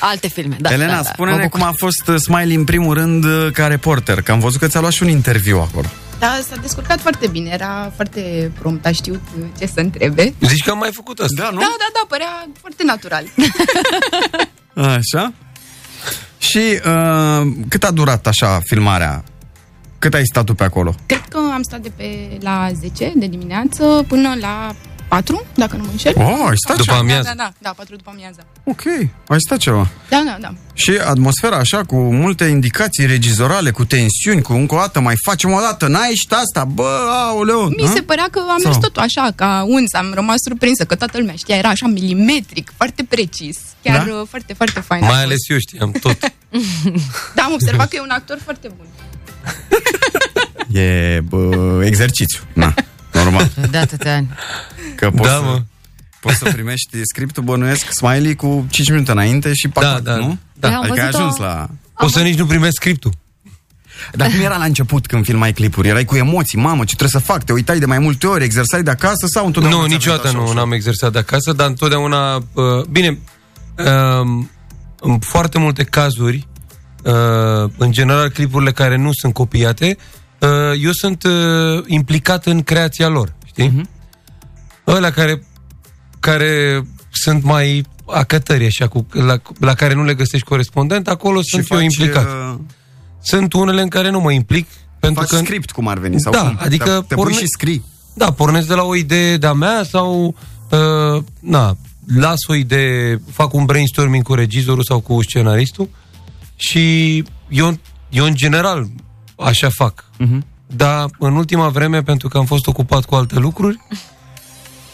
Speaker 4: Alte filme, da.
Speaker 3: Elena,
Speaker 4: da, da, mă
Speaker 3: spune-ne
Speaker 4: bucur.
Speaker 3: cum a fost uh, Smiley în primul rând uh, ca reporter, că am văzut că ți-a luat și un interviu acolo.
Speaker 13: Dar Da, s-a descurcat foarte bine, era foarte prompt, a știut uh, ce să întrebe.
Speaker 14: Zici că am mai făcut asta.
Speaker 13: Da, da, da, părea foarte natural.
Speaker 3: Așa. Și uh, cât a durat așa filmarea? Cât ai stat tu pe acolo?
Speaker 13: Cred că am stat de pe la 10 de dimineață până la 4, dacă nu mă înșel.
Speaker 3: Oh, ai stat După ceva. amiază.
Speaker 13: Da, da, da, da, 4 după amiază.
Speaker 3: Ok. Ai stat ceva.
Speaker 13: Da, da, da.
Speaker 3: Și atmosfera așa, cu multe indicații regizorale, cu tensiuni, cu încă o dată, mai facem o dată, n-ai ieșit asta, bă, aoleu.
Speaker 13: Mi se părea că am
Speaker 3: Sau?
Speaker 13: mers totul așa, ca uns, am rămas surprinsă că toată lumea știa, era așa milimetric, foarte precis, chiar
Speaker 14: Da?
Speaker 13: da? foarte, foarte fain.
Speaker 14: Mai ales eu știam tot.
Speaker 13: Da, am observat că e un actor foarte bun.
Speaker 3: E bă, exercițiu. Na, normal.
Speaker 4: De atâtea ani.
Speaker 3: Că poți,
Speaker 14: Da,
Speaker 3: să,
Speaker 14: mă.
Speaker 3: poți să primești scriptul bănuiesc Smiley cu 5 minute înainte și pac, da, da, nu?
Speaker 14: da. Eu am
Speaker 3: Adică ai
Speaker 14: văzut-o-
Speaker 3: ajuns la...
Speaker 14: O să nici nu primești scriptul.
Speaker 3: Dar cum era la început când filmai clipuri? Erai cu emoții, mamă, ce trebuie să fac? Te uitai de mai multe ori, exersai de acasă sau întotdeauna?
Speaker 14: Nu,
Speaker 3: ți-a venit
Speaker 14: niciodată
Speaker 3: așa
Speaker 14: nu
Speaker 3: ușor?
Speaker 14: n-am exersat de acasă, dar întotdeauna... Uh, bine, uh, în foarte multe cazuri, uh, în general clipurile care nu sunt copiate, uh, eu sunt uh, implicat în creația lor, știi?
Speaker 3: Mhm.
Speaker 14: Uh-huh. Ăla care, care sunt mai acătări așa, cu, la, la care nu le găsești corespondent, acolo
Speaker 3: Și
Speaker 14: sunt eu
Speaker 3: faci,
Speaker 14: implicat.
Speaker 3: uh,
Speaker 14: Sunt unele în care nu mă implic, pentru
Speaker 3: faci
Speaker 14: că...
Speaker 3: script cum ar veni sau
Speaker 14: da,
Speaker 3: cum?
Speaker 14: adică
Speaker 3: Te pui și scrii.
Speaker 14: Da, pornesc de la o idee de-a mea sau uh, na, las o idee, fac un brainstorming cu regizorul sau cu scenaristul și eu, eu în general așa
Speaker 3: Mhm.
Speaker 14: fac. Dar în ultima vreme, pentru că am fost ocupat cu alte lucruri,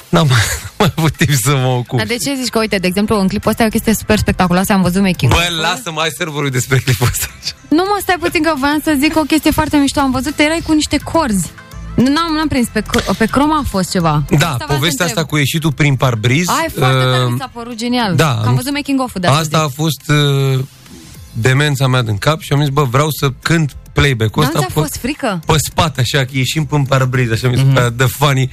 Speaker 14: N-am mai, n-am mai avut timp să mă ocup.
Speaker 4: Dar de ce zici că, uite, de exemplu, în clipul ăsta e o chestie super spectaculoasă, am văzut making
Speaker 14: Bă, lasă-mă, hai să vorbim despre clipul ăsta.
Speaker 4: Nu mă, stai puțin că voiam să zic o chestie foarte mișto. Am văzut, erai cu niște corzi. Nu n-am, n-am prins, pe, cr- pe crom a fost ceva.
Speaker 14: Da, povestea asta cu ieșitul prin parbriz.
Speaker 4: Ai, foarte tare,
Speaker 14: uh,
Speaker 4: mi s-a părut genial.
Speaker 14: da,
Speaker 4: Că am
Speaker 14: am-
Speaker 4: văzut making-of-ul de deci.
Speaker 14: Asta a fost uh, demența mea din cap și am zis, bă, vreau să cânt playback-ul
Speaker 4: Dar nu
Speaker 14: ăsta
Speaker 4: ți-a
Speaker 14: pe,
Speaker 4: fost frică? Mhm.
Speaker 14: pe spate, așa, că ieșim prin parbriz, așa mi se pare de funny.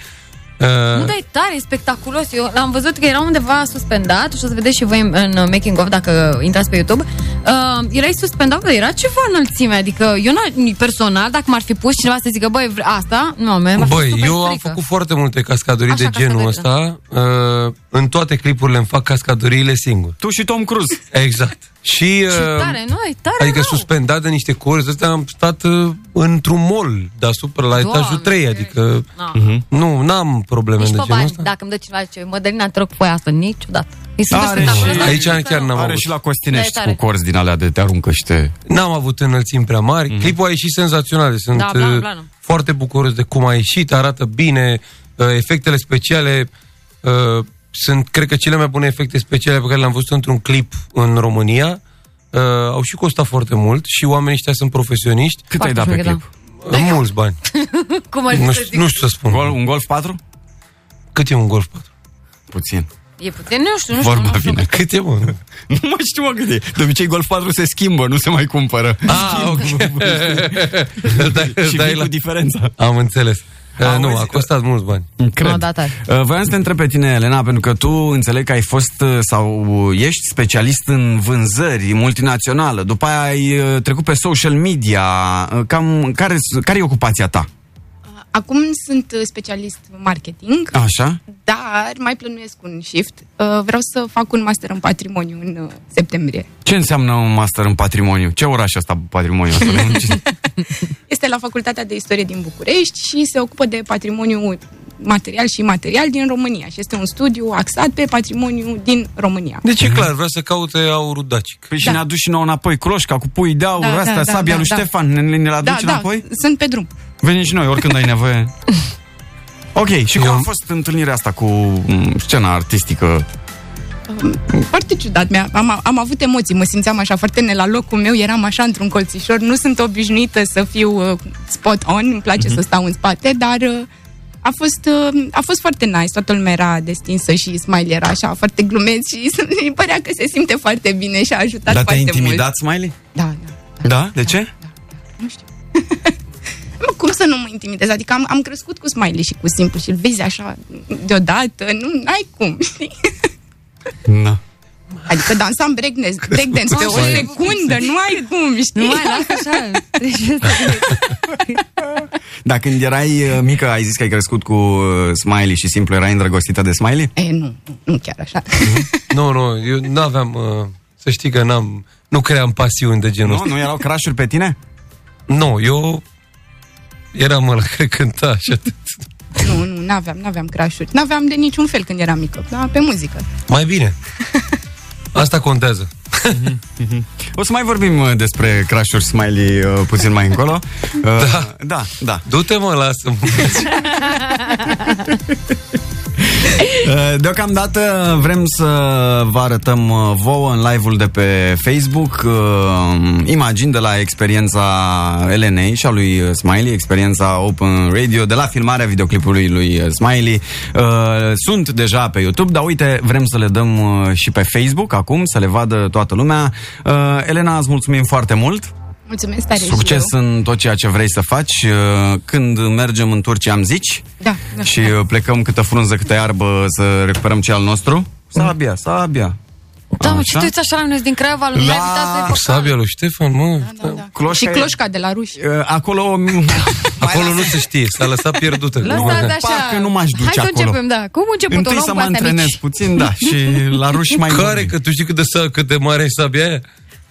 Speaker 14: Uh,
Speaker 4: Nu, dar e tare, e spectaculos. Eu l-am văzut că era undeva suspendat și o să vedeți și voi în, în uh, making of dacă intrați pe YouTube. Uh, erai suspendat, dar era ceva înălțime. Adică eu n personal, dacă m-ar fi pus cineva să zică, băi, vre- asta, nu, mi-ar fi
Speaker 14: Băi,
Speaker 4: super
Speaker 14: eu am
Speaker 4: frică.
Speaker 14: făcut foarte multe cascadorii
Speaker 4: Așa, da.
Speaker 14: de genul ăsta. Uh, în toate clipurile îmi fac cascadoriile singur.
Speaker 3: Tu și Tom Cruise.
Speaker 14: Exact. Și,
Speaker 4: Și
Speaker 14: uh,
Speaker 4: tare, nu, e tare.
Speaker 14: adică suspendat de niște corzi, ăsta am stat uh, într-un mall deasupra, la
Speaker 4: Doamne,
Speaker 14: etajul 3, adică
Speaker 4: Na.
Speaker 14: nu, n-am probleme
Speaker 4: Nici
Speaker 14: de
Speaker 4: Da. pe
Speaker 14: genul
Speaker 4: bani, da,
Speaker 14: ăsta.
Speaker 4: dacă îmi dă cineva ce Mădălina, te rog, pui asta, niciodată. E super spectaculos. dar
Speaker 14: Aici
Speaker 4: nici
Speaker 14: chiar n-am
Speaker 3: Are
Speaker 14: avut.
Speaker 3: și la
Speaker 4: Da,
Speaker 3: Costinești
Speaker 4: e
Speaker 3: cu
Speaker 4: tare.
Speaker 3: corzi din alea de te aruncă și te...
Speaker 14: N-am avut înălțimi prea mari. Mm-hmm. Clipul a ieșit senzațional. Sunt
Speaker 4: Da, blană,
Speaker 14: uh,
Speaker 4: blană.
Speaker 14: foarte bucuros de cum a ieșit, arată bine, uh, efectele speciale uh, sunt, cred că, cele mai bune efecte speciale pe care le-am văzut într-un clip în România. Uh, Au și costat foarte mult și oamenii ăștia sunt profesioniști.
Speaker 3: Cât ai dat
Speaker 4: da.
Speaker 3: pe clip?
Speaker 14: Uh, Mulți bani.
Speaker 4: Cum ar fi
Speaker 14: Nu
Speaker 4: Deci, să zic?
Speaker 14: știu, nu știu să spun.
Speaker 3: Gol, un Golf 4?
Speaker 14: Cât e un Golf 4?
Speaker 3: Puțin.
Speaker 4: E puțin, nu știu, nu știu.
Speaker 3: Vorba
Speaker 4: nu știu.
Speaker 3: vine.
Speaker 14: Cât e, mă?
Speaker 3: Nu mai știu, mă, cât e. De obicei, Golf 4 se schimbă, nu se mai cumpără.
Speaker 14: Ah, ok. Îl dai- îl
Speaker 3: și
Speaker 14: dai
Speaker 3: vii
Speaker 14: la-
Speaker 3: cu diferența.
Speaker 14: Am înțeles. Uh,
Speaker 3: Auzi,
Speaker 14: nu, a costat mulți bani.
Speaker 3: Cred.
Speaker 4: Nu, da, tare.
Speaker 3: Uh, Voiam să te întreb pe tine, Elena, pentru că tu înțeleg că ai fost uh, sau ești specialist în vânzări multinațională, după aia ai uh, trecut pe social media, Uh, cam care, care e ocupația ta?
Speaker 13: Acum sunt uh, specialist marketing,
Speaker 3: Așa?
Speaker 13: dar mai plănuiesc un shift. Uh, Vreau să fac un master în patrimoniu în uh, septembrie.
Speaker 3: Ce înseamnă un master în patrimoniu? Ce oraș e asta patrimoniu?
Speaker 13: Este la Facultatea de Istorie din București și se ocupă de patrimoniu material și imaterial din România și este un studiu axat pe patrimoniu din România.
Speaker 14: Deci e clar, vrea să caute aurul dacic.
Speaker 3: Păi și ne aduci și nouă înapoi cloșca cu pui de aur,
Speaker 13: Da,
Speaker 3: asta,
Speaker 13: da, da,
Speaker 3: sabia
Speaker 13: da,
Speaker 3: lui
Speaker 13: da.
Speaker 3: Ștefan, ne, ne le aduci
Speaker 13: da,
Speaker 3: înapoi?
Speaker 13: da, sunt pe drum.
Speaker 3: Venim și noi, oricând ai nevoie. Ok, și cum a fost întâlnirea asta cu m, scena artistică?
Speaker 13: Foarte ciudat, mi-a, am, am avut emoții, mă simțeam așa foarte ne la locul meu, eram așa într-un colțișor, nu sunt obișnuită să fiu uh, spot on, îmi place
Speaker 15: Mhm.
Speaker 13: să stau în spate, dar uh, a fost, uh, a fost foarte nice, toată lumea era destinsă și Smiley era așa foarte glumeț și îmi părea că se simte foarte bine
Speaker 14: Păi,
Speaker 13: și a ajutat
Speaker 3: Dar te-ai
Speaker 13: foarte
Speaker 3: intimidat, Smiley?
Speaker 13: Da,
Speaker 3: da. Da? De ce?
Speaker 13: mult. Cum să nu mă intimidez? Adică am, am crescut cu Smiley și cu Simplu și îl vezi așa deodată, nu ai cum, știi?
Speaker 3: Da.
Speaker 13: Adică dansam breakdance, breakdance pe o
Speaker 4: Așa e.
Speaker 13: secundă, nu ai cum, știi?
Speaker 4: Nu mai lasă așa. Deci-
Speaker 3: Dar când erai uh, mică, ai zis că ai crescut cu uh, Smiley și simplu erai îndrăgostită de Smiley?
Speaker 13: E, nu, nu chiar așa.
Speaker 14: Nu, nu, eu nu aveam, uh, să știi că n-am, nu cream pasiuni de genul
Speaker 3: Nu?
Speaker 14: ăsta.
Speaker 3: Nu erau crash pe tine?
Speaker 14: Nu, eu eram ăla care cânta și atât.
Speaker 13: Nu, nu, n-aveam, n-aveam crash-uri. N-aveam de niciun fel când eram mică, dar pe muzică.
Speaker 14: Mai bine. Asta contează.
Speaker 3: O să mai vorbim uh, despre crash-uri Smiley uh, puțin mai încolo. Uh, da. Da, da.
Speaker 14: Du-te mă, lasă-mă.
Speaker 13: Da,
Speaker 3: Uh, Deocamdată vrem să vă arătăm uh, vouă în live-ul de pe Facebook uh, imagini de la experiența Elenei și a lui uh, Smiley, experiența Open Radio, de la filmarea videoclipului lui uh, Smiley. Uh, Sunt deja pe YouTube, dar uite, vrem să le dăm uh, și pe Facebook acum, să le vadă toată lumea. Uh, Elena, îți mulțumim foarte mult!
Speaker 13: Mulțumesc tare
Speaker 3: Succes
Speaker 13: și eu.
Speaker 3: în tot ceea ce vrei să faci. Uh, Când mergem în Turcia, am zici?
Speaker 13: Da, da.
Speaker 3: Și uh, plecăm câtă frunză, câtă iarbă să recuperăm ce al nostru? Sabia, sabia.
Speaker 4: Da, mă, ce tu uiți așa la noi din Craiova, lui
Speaker 3: La-
Speaker 4: la...
Speaker 13: da.
Speaker 14: Sabia lui Ștefan, mă.
Speaker 3: Cloșca
Speaker 13: Și
Speaker 3: e-
Speaker 13: cloșca de la ruși.
Speaker 3: Uh, Acolo...
Speaker 14: Acolo nu se știe, s-a lăsat pierdută.
Speaker 13: da.
Speaker 4: Lăsați așa.
Speaker 3: Parcă nu m-aș duce
Speaker 4: Hai să
Speaker 3: acolo.
Speaker 4: începem, da. Cum început? o
Speaker 3: Întâi
Speaker 4: luăm
Speaker 3: să
Speaker 4: cu
Speaker 3: mă
Speaker 4: astea
Speaker 3: antrenez
Speaker 4: mici.
Speaker 3: puțin, da, și la ruși mai
Speaker 14: Care, că tu știi cât de, sa- cât de mare e sabia aia?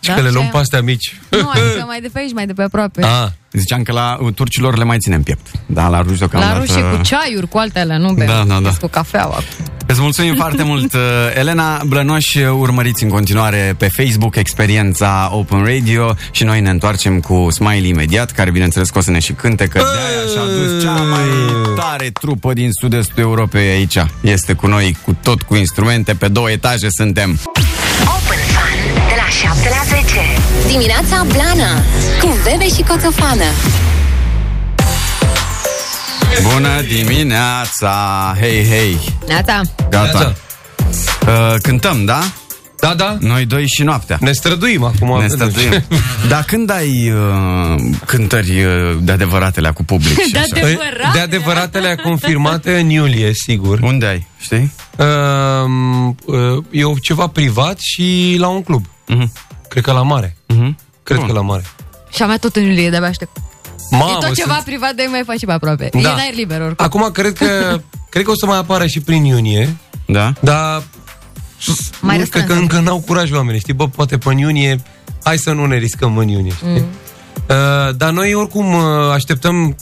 Speaker 14: Și
Speaker 4: Da,
Speaker 14: că le
Speaker 4: și
Speaker 14: luăm
Speaker 4: aia.
Speaker 14: pe astea mici.
Speaker 4: Nu, adică mai de pe aici, mai de pe aproape.
Speaker 3: Da.
Speaker 14: Ah.
Speaker 3: Ziceam că la uh, turcilor le mai ținem piept. Da, la ruși
Speaker 4: La
Speaker 3: deocamdată...
Speaker 4: rușii cu ceaiuri, cu altele, nu bem.
Speaker 3: Da, da, da.
Speaker 4: Cu cafeaua.
Speaker 3: Îți mulțumim foarte mult, uh, Elena Blănoș. Urmăriți în continuare pe Facebook experiența Open Radio și noi ne întoarcem cu Smiley imediat, care bineînțeles că o să ne și cânte, că de-aia și-a dus cea mai tare mare trupă din sud-estul Europei aici. Este cu noi, cu tot cu instrumente, pe două etaje suntem.
Speaker 2: De la 7 la 10 Dimineața Blana Cu Bebe și Coțofană
Speaker 3: Bună dimineața! Hei, hei!
Speaker 4: Neața.
Speaker 3: Gata. Uh, cântăm, da?
Speaker 14: Da, da.
Speaker 3: Noi doi și noaptea.
Speaker 14: Ne străduim acum.
Speaker 3: Ne străduim. Dar când ai uh, cântări uh, de adevăratele cu public? și
Speaker 4: Da,
Speaker 3: așa?
Speaker 14: De adevăratele. Păi, De adevăratele confirmate în iulie, sigur.
Speaker 3: Unde ai, știi?
Speaker 14: Uh, eu ceva privat și la un club. Cred că la mare. Cred că la mare.
Speaker 4: Și avea tot în iulie, de-abia aștept.
Speaker 14: Mamă,
Speaker 4: e tot ceva
Speaker 14: sunt-
Speaker 4: privat, de mai faci și pe aproape. Da. E
Speaker 14: Da.
Speaker 4: în aer liber oricum.
Speaker 14: Acum cred că cred că o să mai apară și prin iunie.
Speaker 3: Da.
Speaker 14: Dar
Speaker 4: Mai
Speaker 14: nu, cred că
Speaker 4: restrâns.
Speaker 14: încă n-au curaj oamenii, știi? Bă, poate pe în iunie, hai să nu ne riscăm în iunie, știi? Mm. Uh, dar noi oricum uh, așteptăm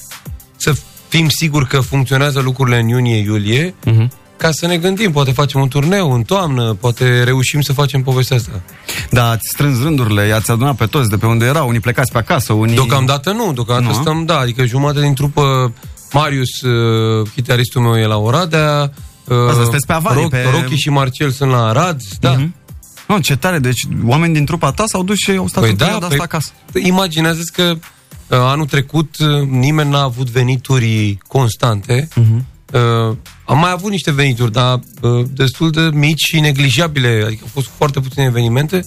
Speaker 14: să fim siguri că funcționează lucrurile în iunie-iulie
Speaker 3: Mhm.
Speaker 14: ca să ne gândim, poate facem un turneu în toamnă, poate reușim să facem povestea asta.
Speaker 3: Da, ați strâns rândurile, i-ați adunat pe toți de pe unde erau, unii plecați pe acasă, unii...
Speaker 14: Deocamdată nu, deocamdată
Speaker 3: Nu?
Speaker 14: nu. stăm, da, adică jumătate din trupă, Marius, uh, chitaristul meu, e la Oradea, uh,
Speaker 3: Asta sunteți pe avarie,
Speaker 14: Roc-
Speaker 3: pe- Mhm.
Speaker 14: Rocky și Marcel sunt la Arad, da.
Speaker 3: Nu, ce tare, deci oameni din trupa ta s-au dus și au stat păi în da, perioada asta acasă.
Speaker 14: păi Imaginează-ți că uh, anul trecut uh, nimeni n-a avut venituri constante.
Speaker 3: Mhm.
Speaker 14: Uh-huh. Uh, am mai avut niște venituri, dar uh, destul de mici și neglijabile, adică au fost foarte puține evenimente.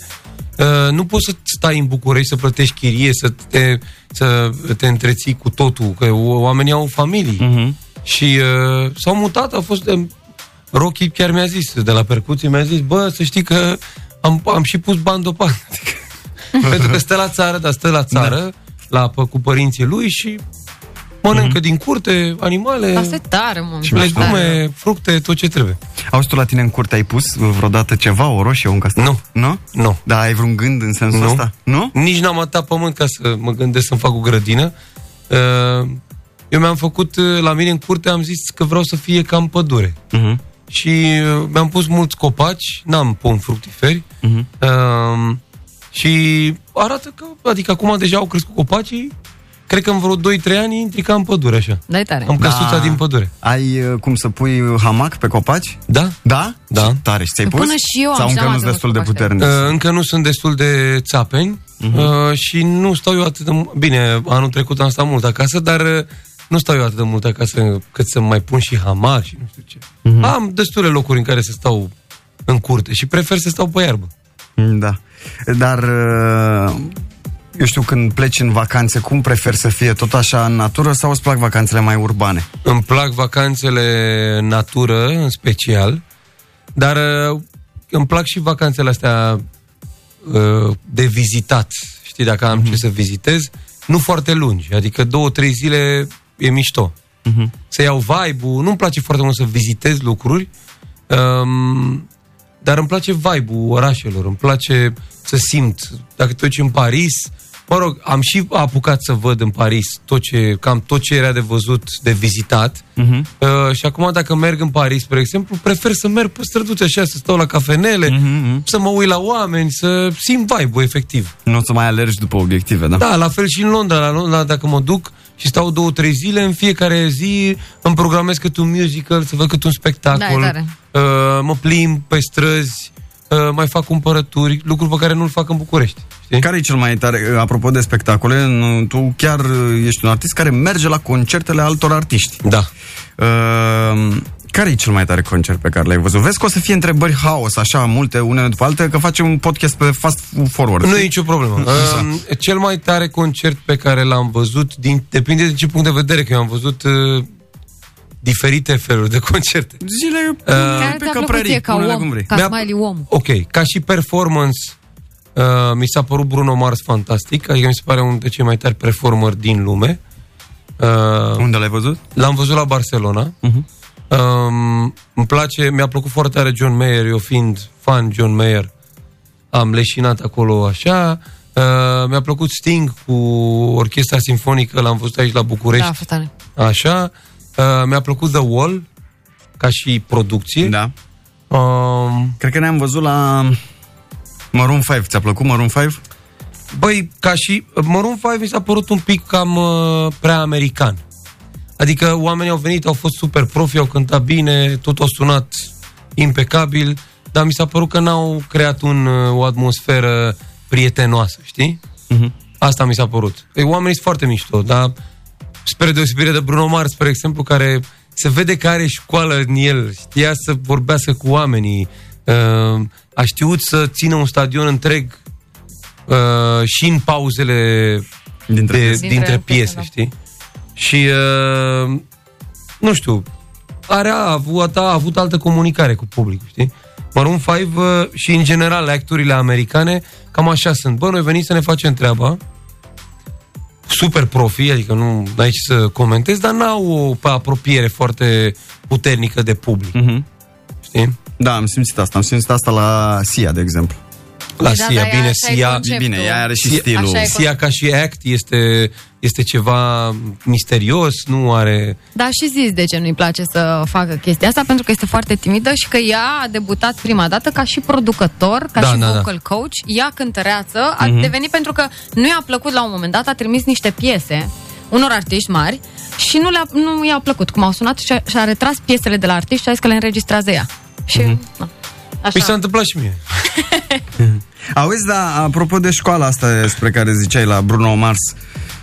Speaker 14: Uh, nu poți să stai în București, să plătești chirie, să te, să te întreții cu totul, că o- oamenii au familii.
Speaker 3: Mhm.
Speaker 14: Uh-huh. Și uh, s-au mutat, a fost... De, Rocky chiar mi-a zis, de la percuții, mi-a zis, bă, să știi că am, am și pus bani deoparte. Adică, Pentru că stă la țară, dar stă la țară, da. la, pă- cu părinții lui și mănâncă mm-hmm. din curte
Speaker 3: Da.
Speaker 14: animale,
Speaker 4: Asta e tare, mă.
Speaker 14: și legume, fructe, tot ce trebuie.
Speaker 3: Auzi, tu la tine în curte ai pus vreodată ceva, o roșie, un castel? Nu. Nu?
Speaker 14: Nu.
Speaker 3: Dar ai vreun gând în sensul
Speaker 14: Nu.
Speaker 3: ăsta? Nu?
Speaker 14: Nici n-am atat pământ ca să mă gândesc să-mi fac o grădină. Uh, Eu mi-am făcut, uh, la mine în curte am zis că vreau să fie cam pădure.
Speaker 3: Uh-huh.
Speaker 14: Și uh, mi-am pus mulți copaci, n-am pom fructiferi. Uh-huh. Uh, și arată că, adică acum deja au crescut copacii, cred că în vreo 2-3 ani intri ca în pădure așa.
Speaker 4: Dai tare. Da,
Speaker 14: Am căsuța din pădure.
Speaker 3: Ai uh, cum să pui hamac pe copaci?
Speaker 14: Da.
Speaker 3: Da?
Speaker 14: Da.
Speaker 3: Ce tare, și ți-ai pus?
Speaker 4: Până și eu am
Speaker 3: Sau
Speaker 4: și
Speaker 3: încă
Speaker 4: am
Speaker 3: nu
Speaker 4: adunat
Speaker 3: destul de
Speaker 4: copaci pe
Speaker 3: puternic?
Speaker 14: Uh, încă nu sunt destul de țapeni uh-huh. uh, și nu stau eu atât de mult. Bine, anul trecut am stat mult acasă, dar uh, nu stau eu atât de mult acasă cât să mai pun și hamar și nu știu ce. Uh-huh. Am destule locuri în care să stau în curte și prefer să stau pe iarbă.
Speaker 3: Da. Dar uh, eu știu, când pleci în vacanțe, cum preferi să fie? Tot așa în natură sau îți plac vacanțele mai urbane?
Speaker 14: Îmi plac vacanțele în natură, în special, dar uh, îmi plac și vacanțele astea uh, de vizitat. Știi, dacă am ce să vizitez, nu foarte lungi, adică două, trei zile e mișto. Să iau vibe-ul, nu-mi place foarte mult să vizitez lucruri, um, dar îmi place vibe-ul orașelor, îmi place să simt. Dacă te duci în Paris, mă rog, am și apucat să văd în Paris tot ce, cam tot ce era de văzut, de vizitat.
Speaker 3: Mhm.
Speaker 14: Uh, și acum dacă merg în Paris, spre exemplu, prefer să merg pe străduțe așa, să stau la cafenele, mm-hmm. să mă uit la oameni, să simt vibe-ul efectiv.
Speaker 3: Nu o să mai alergi după obiective, da?
Speaker 14: Da, la fel și în Londra. La Londra, dacă mă duc și stau două, trei zile, în fiecare zi îmi programez cât un musical, să văd cât un spectacol.
Speaker 4: Da, e tare.
Speaker 14: uh, mă plimb pe străzi, uh, mai fac cumpărături, lucruri pe care nu-l fac în București.
Speaker 3: Care e cel mai tare? uh, Apropo de spectacole, nu- tu chiar uh, ești un artist care merge la concertele altor artiști.
Speaker 14: Da.
Speaker 3: Uh, care e cel mai tare concert pe care l-ai văzut? Vezi că o să fie întrebări haos, așa, multe, unele după altele, că facem un podcast pe fast forward.
Speaker 14: Nu e nicio problemă.
Speaker 3: Așa.
Speaker 4: Exact.
Speaker 14: Um, cel mai tare concert pe care l-am văzut, din, depinde de ce punct de vedere, că eu am văzut uh, diferite feluri de concerte.
Speaker 3: Zile
Speaker 14: Uh,
Speaker 4: Care te-a plăcut ție ca om, ca
Speaker 14: Mi-a-
Speaker 4: smiley om.
Speaker 14: Ok, ca și performance, uh, mi s-a părut Bruno Mars fantastic, adică mi se pare unul dintre cei mai tari performeri din lume. Uh,
Speaker 3: Unde l-ai văzut?
Speaker 14: L-am văzut la Barcelona.
Speaker 3: Uh-huh.
Speaker 14: Um, îmi place, mi-a plăcut foarte tare John Mayer, eu fiind fan John Mayer, am leșinat acolo așa. Uh, mi-a plăcut Sting cu orchestra sinfonică, l-am văzut aici la București.
Speaker 4: Da, a fost tare.
Speaker 14: Așa. Uh, mi-a plăcut The Wall ca și producție.
Speaker 3: Da.
Speaker 14: Um,
Speaker 3: Cred că ne-am văzut la Maroon 5. Ți-a plăcut Maroon 5?
Speaker 14: Băi, ca și Maroon 5 mi s-a părut un pic cam uh, prea american. Adică oamenii au venit, au fost super profi, au cântat bine, tot au sunat impecabil, dar mi s-a părut că n-au creat un, uh, o atmosferă prietenoasă, știi?
Speaker 3: Mhm.
Speaker 14: Asta mi s-a părut. Păi, oamenii sunt foarte mișto, dar spre deosebire de Bruno Mars, spre exemplu, care se vede că are școală în el, știa să vorbească cu oamenii, uh, a știut să țină un stadion întreg uh, și în pauzele dintre, de,
Speaker 15: piese.
Speaker 14: dintre, dintre piese, știi? Și, uh, nu știu, are, a, avut, a avut altă comunicare cu publicul, știi? Maroon 5 uh, și, în general, actorile americane cam așa sunt. Bă, noi venim să ne facem treaba, super profi, adică nu ai ce să comentez, dar n-au o apropiere foarte puternică de public.
Speaker 3: Mm-hmm.
Speaker 14: Știi?
Speaker 3: Da, am simțit asta. Am simțit asta la Sia, de exemplu.
Speaker 4: Păi
Speaker 14: La Da, Sia, dar bine, așa e Sia-
Speaker 3: E
Speaker 14: conceptul.
Speaker 3: bine, ea are și
Speaker 14: Sia-
Speaker 3: stilul.
Speaker 4: Așa e
Speaker 14: Sia ca și act este, este ceva misterios, nu are...
Speaker 4: Dar și zis de ce nu-i place să facă chestia asta, pentru că este foarte timidă și că ea a debutat prima dată ca și producător, ca
Speaker 14: Da,
Speaker 4: și
Speaker 14: da, da.
Speaker 4: vocal coach, ea cântăreață, a
Speaker 14: Mhm.
Speaker 4: devenit pentru că nu i-a plăcut la un moment dat, a trimis niște piese unor artiști mari și nu, le-a, nu i-a plăcut cum au sunat și a, și-a retras piesele de la artiști și a zis că le înregistrează ea. Și
Speaker 14: Mhm.
Speaker 4: mm-hmm. așa.
Speaker 14: Mi Păi s-a întâmplat și mie.
Speaker 3: Auzi, da, apropo de școala asta spre care ziceai la Bruno Mars,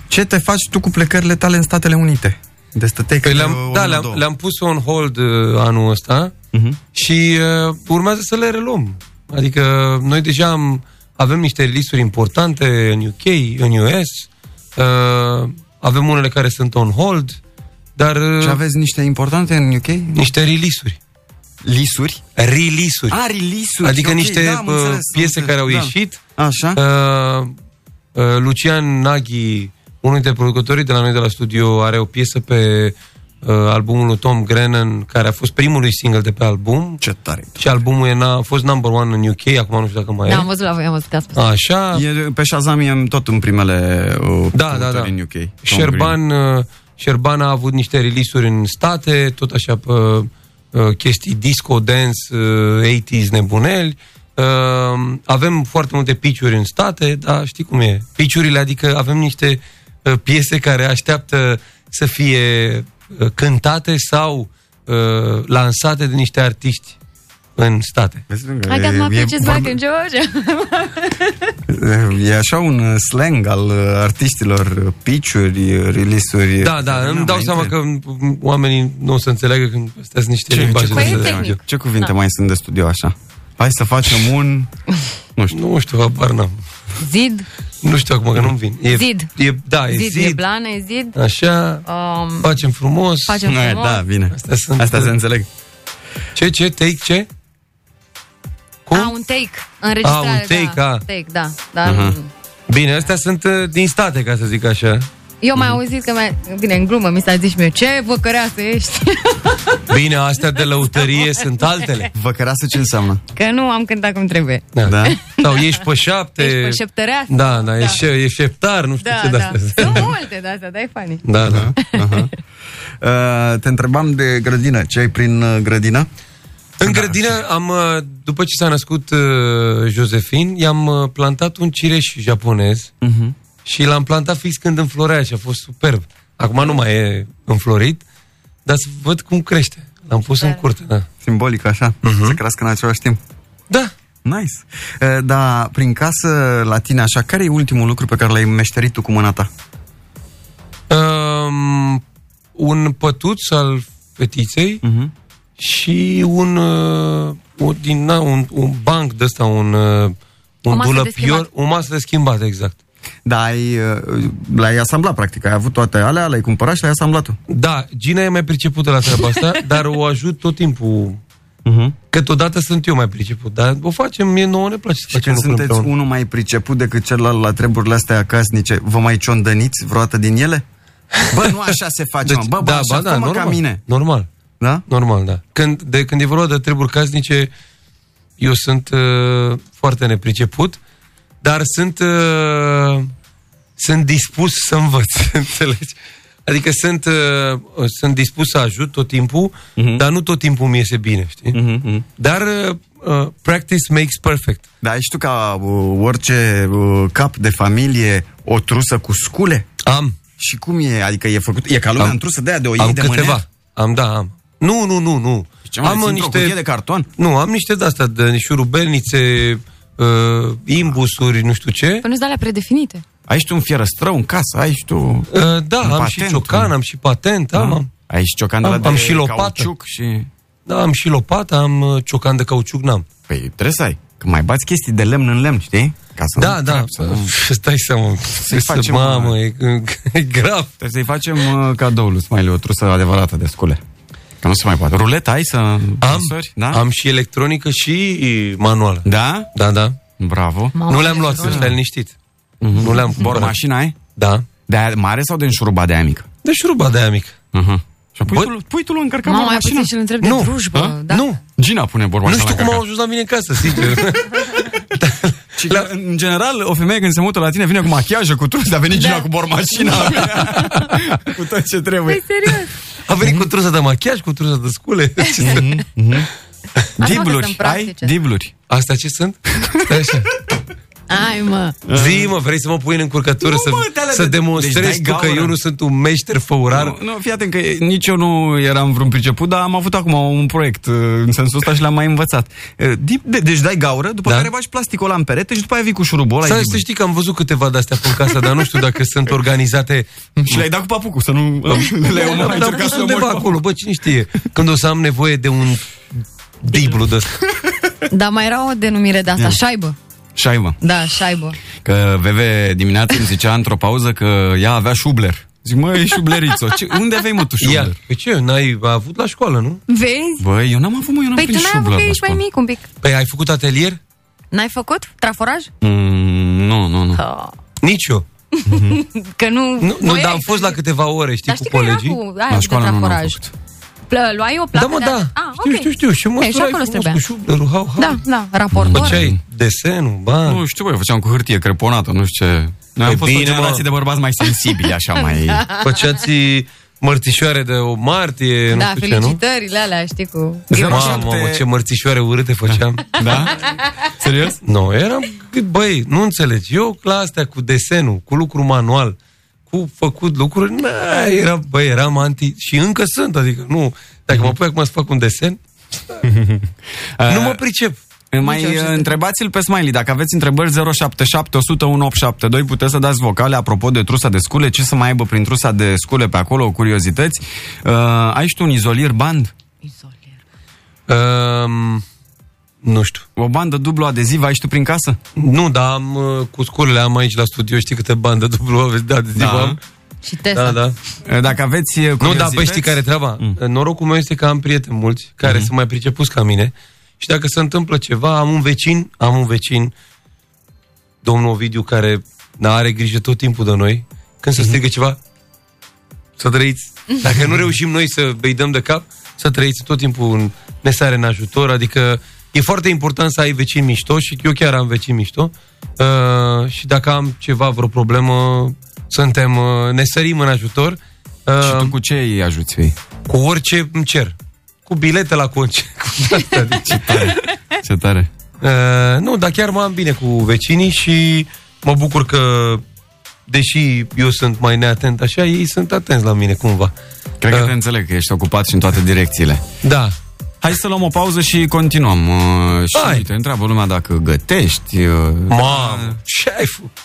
Speaker 3: ce te faci tu cu plecările tale în Statele Unite? De stăteai
Speaker 14: Păi
Speaker 3: că
Speaker 14: le-am, da, le-am, le-am pus on hold uh, anul ăsta
Speaker 3: Mhm.
Speaker 14: și uh, urmează să le reluăm. Adică noi deja am, avem niște release-uri importante în UK, în US, uh, avem unele care sunt on hold, dar... Uh,
Speaker 3: Și aveți niște importante în UK?
Speaker 14: Niște release-uri.
Speaker 3: Lisuri?
Speaker 14: Release-uri.
Speaker 3: Ah, release-uri,
Speaker 14: Adică
Speaker 3: ok,
Speaker 14: niște
Speaker 3: da, am
Speaker 14: uh,
Speaker 3: înțeles, am
Speaker 14: piese
Speaker 3: înțeles,
Speaker 14: care au
Speaker 3: da.
Speaker 14: ieșit.
Speaker 3: Așa.
Speaker 14: Uh, uh, Lucian Naghi, unul dintre producătorii de la noi de la studio, are o piesă pe uh, albumul lui Tom Grennan, care a fost primul lui single de pe album.
Speaker 3: Ce tare!
Speaker 14: Și albumul e na- a fost number one în UK, acum nu știu dacă mai
Speaker 4: Da,
Speaker 14: e.
Speaker 4: am văzut la voi, am văzut că ați
Speaker 14: Ah,
Speaker 4: spus.
Speaker 14: Așa.
Speaker 3: E, pe Shazam e tot în primele uh,
Speaker 14: Da, da, da.
Speaker 3: căutări în UK.
Speaker 14: Șerban, uh, Șerban a avut niște release-uri în state, tot așa pe uh, chestii disco, dance, uh, 80s nebuneli. Uh, Avem foarte multe piciuri în state, dar știi cum e. Piciurile, adică avem niște uh, piese care așteaptă să fie uh, cântate sau uh, lansate de niște artiști în state.
Speaker 4: Hai că mă apreciez mai în George.
Speaker 3: E așa un uh, slang al uh, artiștilor, uh, piciuri, uh, release-uri.
Speaker 14: Da, da, îmi dau seama că m, oamenii nu o să înțeleagă când astea sunt niște
Speaker 3: Ce, ce, Păi
Speaker 14: limbaje. de-
Speaker 3: cuvinte, ce cuvinte mai sunt de studio așa? Hai să facem un... Nu știu.
Speaker 14: Nu știu, habar n-am.
Speaker 4: Zid,
Speaker 14: Nu știu acum că nu-mi vin. E,
Speaker 4: Zid.
Speaker 14: E, da, e
Speaker 4: zid,
Speaker 14: zid.
Speaker 4: zid, e blană, e zid.
Speaker 14: Așa.
Speaker 4: Um,
Speaker 14: Facem frumos.
Speaker 4: Facem Nu, e, frumos. da,
Speaker 3: bine.
Speaker 14: Astea sunt...
Speaker 3: Astea se înțeleg.
Speaker 14: Ce, ce, take, ce?
Speaker 4: A, Ah, un take. Înregistrare,
Speaker 14: A, Ah, un take, Mhm.
Speaker 4: da.
Speaker 14: a.
Speaker 4: Take, da. Dar
Speaker 14: Aha. Bine, astea sunt uh, din state, ca să zic așa.
Speaker 4: Eu mai auzit că mai... Bine, în glumă mi s-a zis și mie, ce văcăreasă ești?
Speaker 14: Bine, astea de lăutărie sunt altele.
Speaker 3: Vă căreasă ce înseamnă?
Speaker 4: că nu am cântat cum trebuie.
Speaker 14: Da. da? Sau ești pe șapte.
Speaker 4: Ești pe șeptăreasă.
Speaker 14: Da, da, ești, ești șeptar, nu știu
Speaker 4: Da,
Speaker 14: ce
Speaker 4: da.
Speaker 14: de-astea. sunt.
Speaker 4: Sunt multe de astea, dai funny.
Speaker 14: Da, da.
Speaker 3: Aha. Uh, te întrebam de grădină. Ce ai prin uh, grădină?
Speaker 14: În grădină am, uh, după ce s-a născut uh, Josephine, i-am uh, plantat un cireș japonez
Speaker 3: Mhm.
Speaker 14: și l-am plantat fix când înflorea și a fost superb. Acum nu mai e înflorit, dar să văd cum crește. L-am pus în curte, da.
Speaker 3: Simbolic, așa,
Speaker 14: Mhm.
Speaker 3: uh-huh. să crească în același timp.
Speaker 14: Da.
Speaker 3: Nice. Uh, Dar prin casă, la tine, așa, care e ultimul lucru pe care l-ai meșterit tu cu mâna ta?
Speaker 14: Um, un pătuț al fetiței
Speaker 3: Mhm.
Speaker 14: uh-huh. și un, uh, o, din, na, un, un banc de ăsta, un, uh,
Speaker 3: O
Speaker 14: un
Speaker 3: masă de schimbat.
Speaker 14: dulăpior, o masă de schimbat, exact.
Speaker 3: Da, ai, uh, l-ai asamblat, practic. Ai avut toate alea, le-ai cumpărat și le-ai asamblat tu.
Speaker 14: Da, Gina e mai pricepută la treaba asta, dar o ajut tot timpul. Uh-huh. Câteodată sunt eu mai priceput, dar o facem, mie nouă ne place să
Speaker 3: Și
Speaker 14: facem
Speaker 3: când
Speaker 14: lucruri
Speaker 3: sunteți
Speaker 14: împreună.
Speaker 3: unul mai priceput decât celălalt la treburile astea casnice, vă mai ciondăniți vreodată din ele? Bă, nu așa se face, deci, bă, bă,
Speaker 14: da,
Speaker 3: așa,
Speaker 14: ba, da,
Speaker 3: fă-mă
Speaker 14: normal,
Speaker 3: ca mine.
Speaker 14: Normal.
Speaker 3: Da?
Speaker 14: Normal, da. Când, de, când e vorba de treburi casnice, eu sunt uh, foarte nepriceput, dar sunt, uh, sunt dispus să învăț, înțelegi? Adică sunt, uh, sunt dispus să ajut tot timpul,
Speaker 3: Mhm.
Speaker 14: dar nu tot timpul mi iese bine, știi? Dar uh, uh, practice makes perfect.
Speaker 3: Da, ai știu ca uh, orice uh, cap de familie o trusă cu scule?
Speaker 14: Am.
Speaker 3: Și cum e? Adică e făcut, e ca lumea
Speaker 14: Am-
Speaker 3: într-o să dea de o
Speaker 14: am
Speaker 3: iei de
Speaker 14: câteva.
Speaker 3: mâner?
Speaker 14: Am, da, am. Nu, nu, nu, nu.
Speaker 3: Păi Ce, mă, țin într-o cutie de carton?
Speaker 14: Nu, am niște de-astea, de șurubelnițe, uh, imbusuri, nu știu ce.
Speaker 4: Păi nu-ți de alea predefinite.
Speaker 3: Ai și tu un fierăstrău în casă? Ai și tu... Uh,
Speaker 14: da, am și ciocan, am și patent, am, am.
Speaker 3: Ai și ciocan de
Speaker 14: Da, Am-
Speaker 3: la de
Speaker 14: am și lopată.
Speaker 3: cauciuc și...
Speaker 14: Da, am și lopata, am uh, ciocan de cauciuc, n-am.
Speaker 3: Păi trebuie să ai. Că mai bați chestii de lemn în lemn, știi? Ca să
Speaker 14: Da, da, stai seama.
Speaker 3: Să-i
Speaker 14: Să-
Speaker 3: facem,
Speaker 14: mamă, e, e grav.
Speaker 3: Trebuie să-i facem uh, cadoul lui Smiley, o trusă adevărată de scule. Că nu se mai poate. Ruleta ai să...
Speaker 14: Am,
Speaker 3: măsori? da?
Speaker 14: am și electronică și manuală.
Speaker 3: Da?
Speaker 14: Da, da.
Speaker 3: Bravo.
Speaker 14: Mamă, nu le-am luat, să stai liniștit. Mhm. Nu le-am
Speaker 3: Bor
Speaker 14: cumpărat.
Speaker 3: mașina ai?
Speaker 14: Da.
Speaker 3: De aia mare sau din șuruba de aia mică?
Speaker 14: De șuruba de aia mică.
Speaker 3: Uh-huh. Și pui
Speaker 14: Mhm. Bă-
Speaker 3: tu, pui tu l-a încărcat
Speaker 4: Mama,
Speaker 3: bor
Speaker 4: mai
Speaker 3: mașina?
Speaker 4: puțin și îl întreb de
Speaker 3: Nu.
Speaker 4: drujbă.
Speaker 3: Ha?
Speaker 4: Da?
Speaker 14: Nu.
Speaker 3: Gina pune bor
Speaker 14: Nu
Speaker 3: mașina
Speaker 14: știu
Speaker 3: la
Speaker 14: cum
Speaker 3: căcat.
Speaker 14: au ajuns la mine în casă, sincer.
Speaker 3: Și că, în general, o femeie când se mută la tine vine cu machiajă, cu trus, a
Speaker 4: Da.
Speaker 3: venit Gina cu bormașina. cu tot ce
Speaker 4: Păi
Speaker 3: trebuie.
Speaker 4: serios.
Speaker 14: A venit cu trusă de machiaj, cu trusă de scule. Ce să-
Speaker 3: Dibluri, ai? Dibluri.
Speaker 14: Astea ce sunt? Stai așa.
Speaker 4: Ai, mă.
Speaker 14: Zi, mă, vrei să mă pui în încurcătură să,
Speaker 3: mă, te-alea
Speaker 14: să
Speaker 3: de-
Speaker 14: demonstrezi
Speaker 3: Deci dai
Speaker 14: tu că
Speaker 3: gaură.
Speaker 14: eu nu sunt un meșter făurar?
Speaker 3: Nu, nu, fii atent că nici eu nu eram vreun priceput, dar am avut acum un proiect uh, în sensul ăsta și l-am mai învățat. Uh, dip- de- Deci dai gaură, după
Speaker 14: Da.
Speaker 3: care bagi plasticul ăla în perete și după aia vii cu șurubul ăla.
Speaker 14: Să,
Speaker 3: ai
Speaker 14: să
Speaker 3: diblu.
Speaker 14: știi că am văzut câteva de-astea pe în casă, dar nu știu dacă sunt organizate.
Speaker 3: Și le-ai dat cu papucul, să nu le-ai omorât,
Speaker 14: Am-
Speaker 3: ai
Speaker 14: Am
Speaker 3: încercat
Speaker 14: pus
Speaker 3: să le
Speaker 14: undeva
Speaker 3: omori.
Speaker 14: acolo, bă, cine știe. Când o să am nevoie de un diblu de ăsta.
Speaker 4: Dar mai era o denumire de asta,
Speaker 3: Ia.
Speaker 4: șaibă.
Speaker 3: Șaibă.
Speaker 4: Da, șaibă.
Speaker 3: Că Veve dimineața îmi zicea într-o pauză că ea avea șubler. Zic, mă, e șublerițo. Ce, unde aveai mă tu șubler?
Speaker 14: Ia, pe ce, n-ai avut la școală, nu?
Speaker 4: Vezi?
Speaker 3: Băi, eu n-am avut, mă, eu n-am
Speaker 4: Păi tu
Speaker 3: prins
Speaker 4: n-ai avut
Speaker 3: șubler
Speaker 4: că
Speaker 3: la
Speaker 4: ești mai
Speaker 3: școală.
Speaker 4: mic un pic.
Speaker 14: Păi ai făcut atelier?
Speaker 4: N-ai făcut traforaj?
Speaker 3: Mm, nu, nu, nu.
Speaker 4: Oh.
Speaker 14: Nici eu.
Speaker 4: Că nu...
Speaker 14: Nu, nu
Speaker 4: Băi,
Speaker 14: dar am fost la câteva ore, știi,
Speaker 4: Dar
Speaker 14: cu
Speaker 4: știi că era
Speaker 14: colegii.
Speaker 4: cu aia de traforaj. Plă, luai o
Speaker 14: Da,
Speaker 4: plată
Speaker 14: mă,
Speaker 4: de
Speaker 14: da.
Speaker 4: Ah,
Speaker 14: știu,
Speaker 4: ok.
Speaker 14: știu, știu. Și
Speaker 4: Ei, și
Speaker 14: măsurai
Speaker 4: acolo
Speaker 14: frumos
Speaker 4: trebuia.
Speaker 14: cu șublerul, hau, hau.
Speaker 4: Da, da, raportor.
Speaker 14: Făceai desenul, ba.
Speaker 3: Nu știu, băi, făceam cu hârtie creponată, nu știu ce. Noi am fost o
Speaker 14: Ah. bine, mă. Da.
Speaker 3: generație de bărbați mai sensibili, așa, mai...
Speaker 14: Făceați mărțișoare de o martie, nu
Speaker 4: Da,
Speaker 14: știu ce, nu?
Speaker 4: felicitările alea, știi, cu...
Speaker 14: Mamă, mă, ce mărțișoare urâte făceam.
Speaker 3: Da? Serios?
Speaker 14: Nu, eram, băi, nu înțelegi. Eu la astea cu desenul, cu lucru manual, cu făcut lucruri, na, era, băi, eram anti... Și încă sunt, adică nu... Dacă
Speaker 3: Mhm.
Speaker 14: mă pui acum să fac un desen, nu mă pricep.
Speaker 3: Uh, Mai
Speaker 14: Nici eu
Speaker 3: uh,
Speaker 14: așa.
Speaker 3: întrebați-l pe Smiley, dacă aveți întrebări 077 100 1872, puteți să dați vocale apropo de trusa de scule, ce să mai aibă prin trusa de scule pe acolo, curiozități. Uh, ai și tu un izolier band?
Speaker 14: Um, nu știu.
Speaker 3: O bandă dublu adezivă ai și tu prin casă?
Speaker 14: Nu, dar am uh, cu scurile, am aici la studio, știi câte bandă dublu aveți, da, de
Speaker 3: Da.
Speaker 14: da. am.
Speaker 4: Și
Speaker 14: Da,
Speaker 4: testa.
Speaker 14: da.
Speaker 3: Dacă aveți uh,
Speaker 14: Nu, dar
Speaker 3: curiozități-
Speaker 14: băi, știi care e treaba? Mm. Norocul meu este că am prieteni mulți care mm. sunt mai pricepuți ca mine și dacă se întâmplă ceva, am un vecin, am un vecin, domnul Ovidiu, care na, are grijă tot timpul de noi, când se strigă ceva, să trăiți. Dacă nu reușim noi să îi dăm de cap, să trăiți tot timpul în, ne sare în ajutor, adică e foarte important să ai vecini mișto și eu chiar am vecini mișto uh, și dacă am ceva, vreo problemă, suntem, uh, ne sărim în ajutor. Uh,
Speaker 3: Și tu cu ce îi ajuți pe ei?
Speaker 14: cu orice îmi cer. Cu bilete la concert. Cu asta, deci.
Speaker 3: Ce tare.
Speaker 14: uh, nu, dar chiar mă am bine cu vecinii și mă bucur că, deși eu sunt mai neatent așa, ei sunt atenți la mine cumva.
Speaker 3: Cred că
Speaker 14: Uh.
Speaker 3: te înțeleg că ești ocupat și în toate direcțiile.
Speaker 14: Da.
Speaker 3: Hai să luăm o pauză și continuăm. Uh, și
Speaker 14: Hai.
Speaker 3: te întreabă lumea dacă gătești. Uh,
Speaker 14: Mamă, ce ai făcut?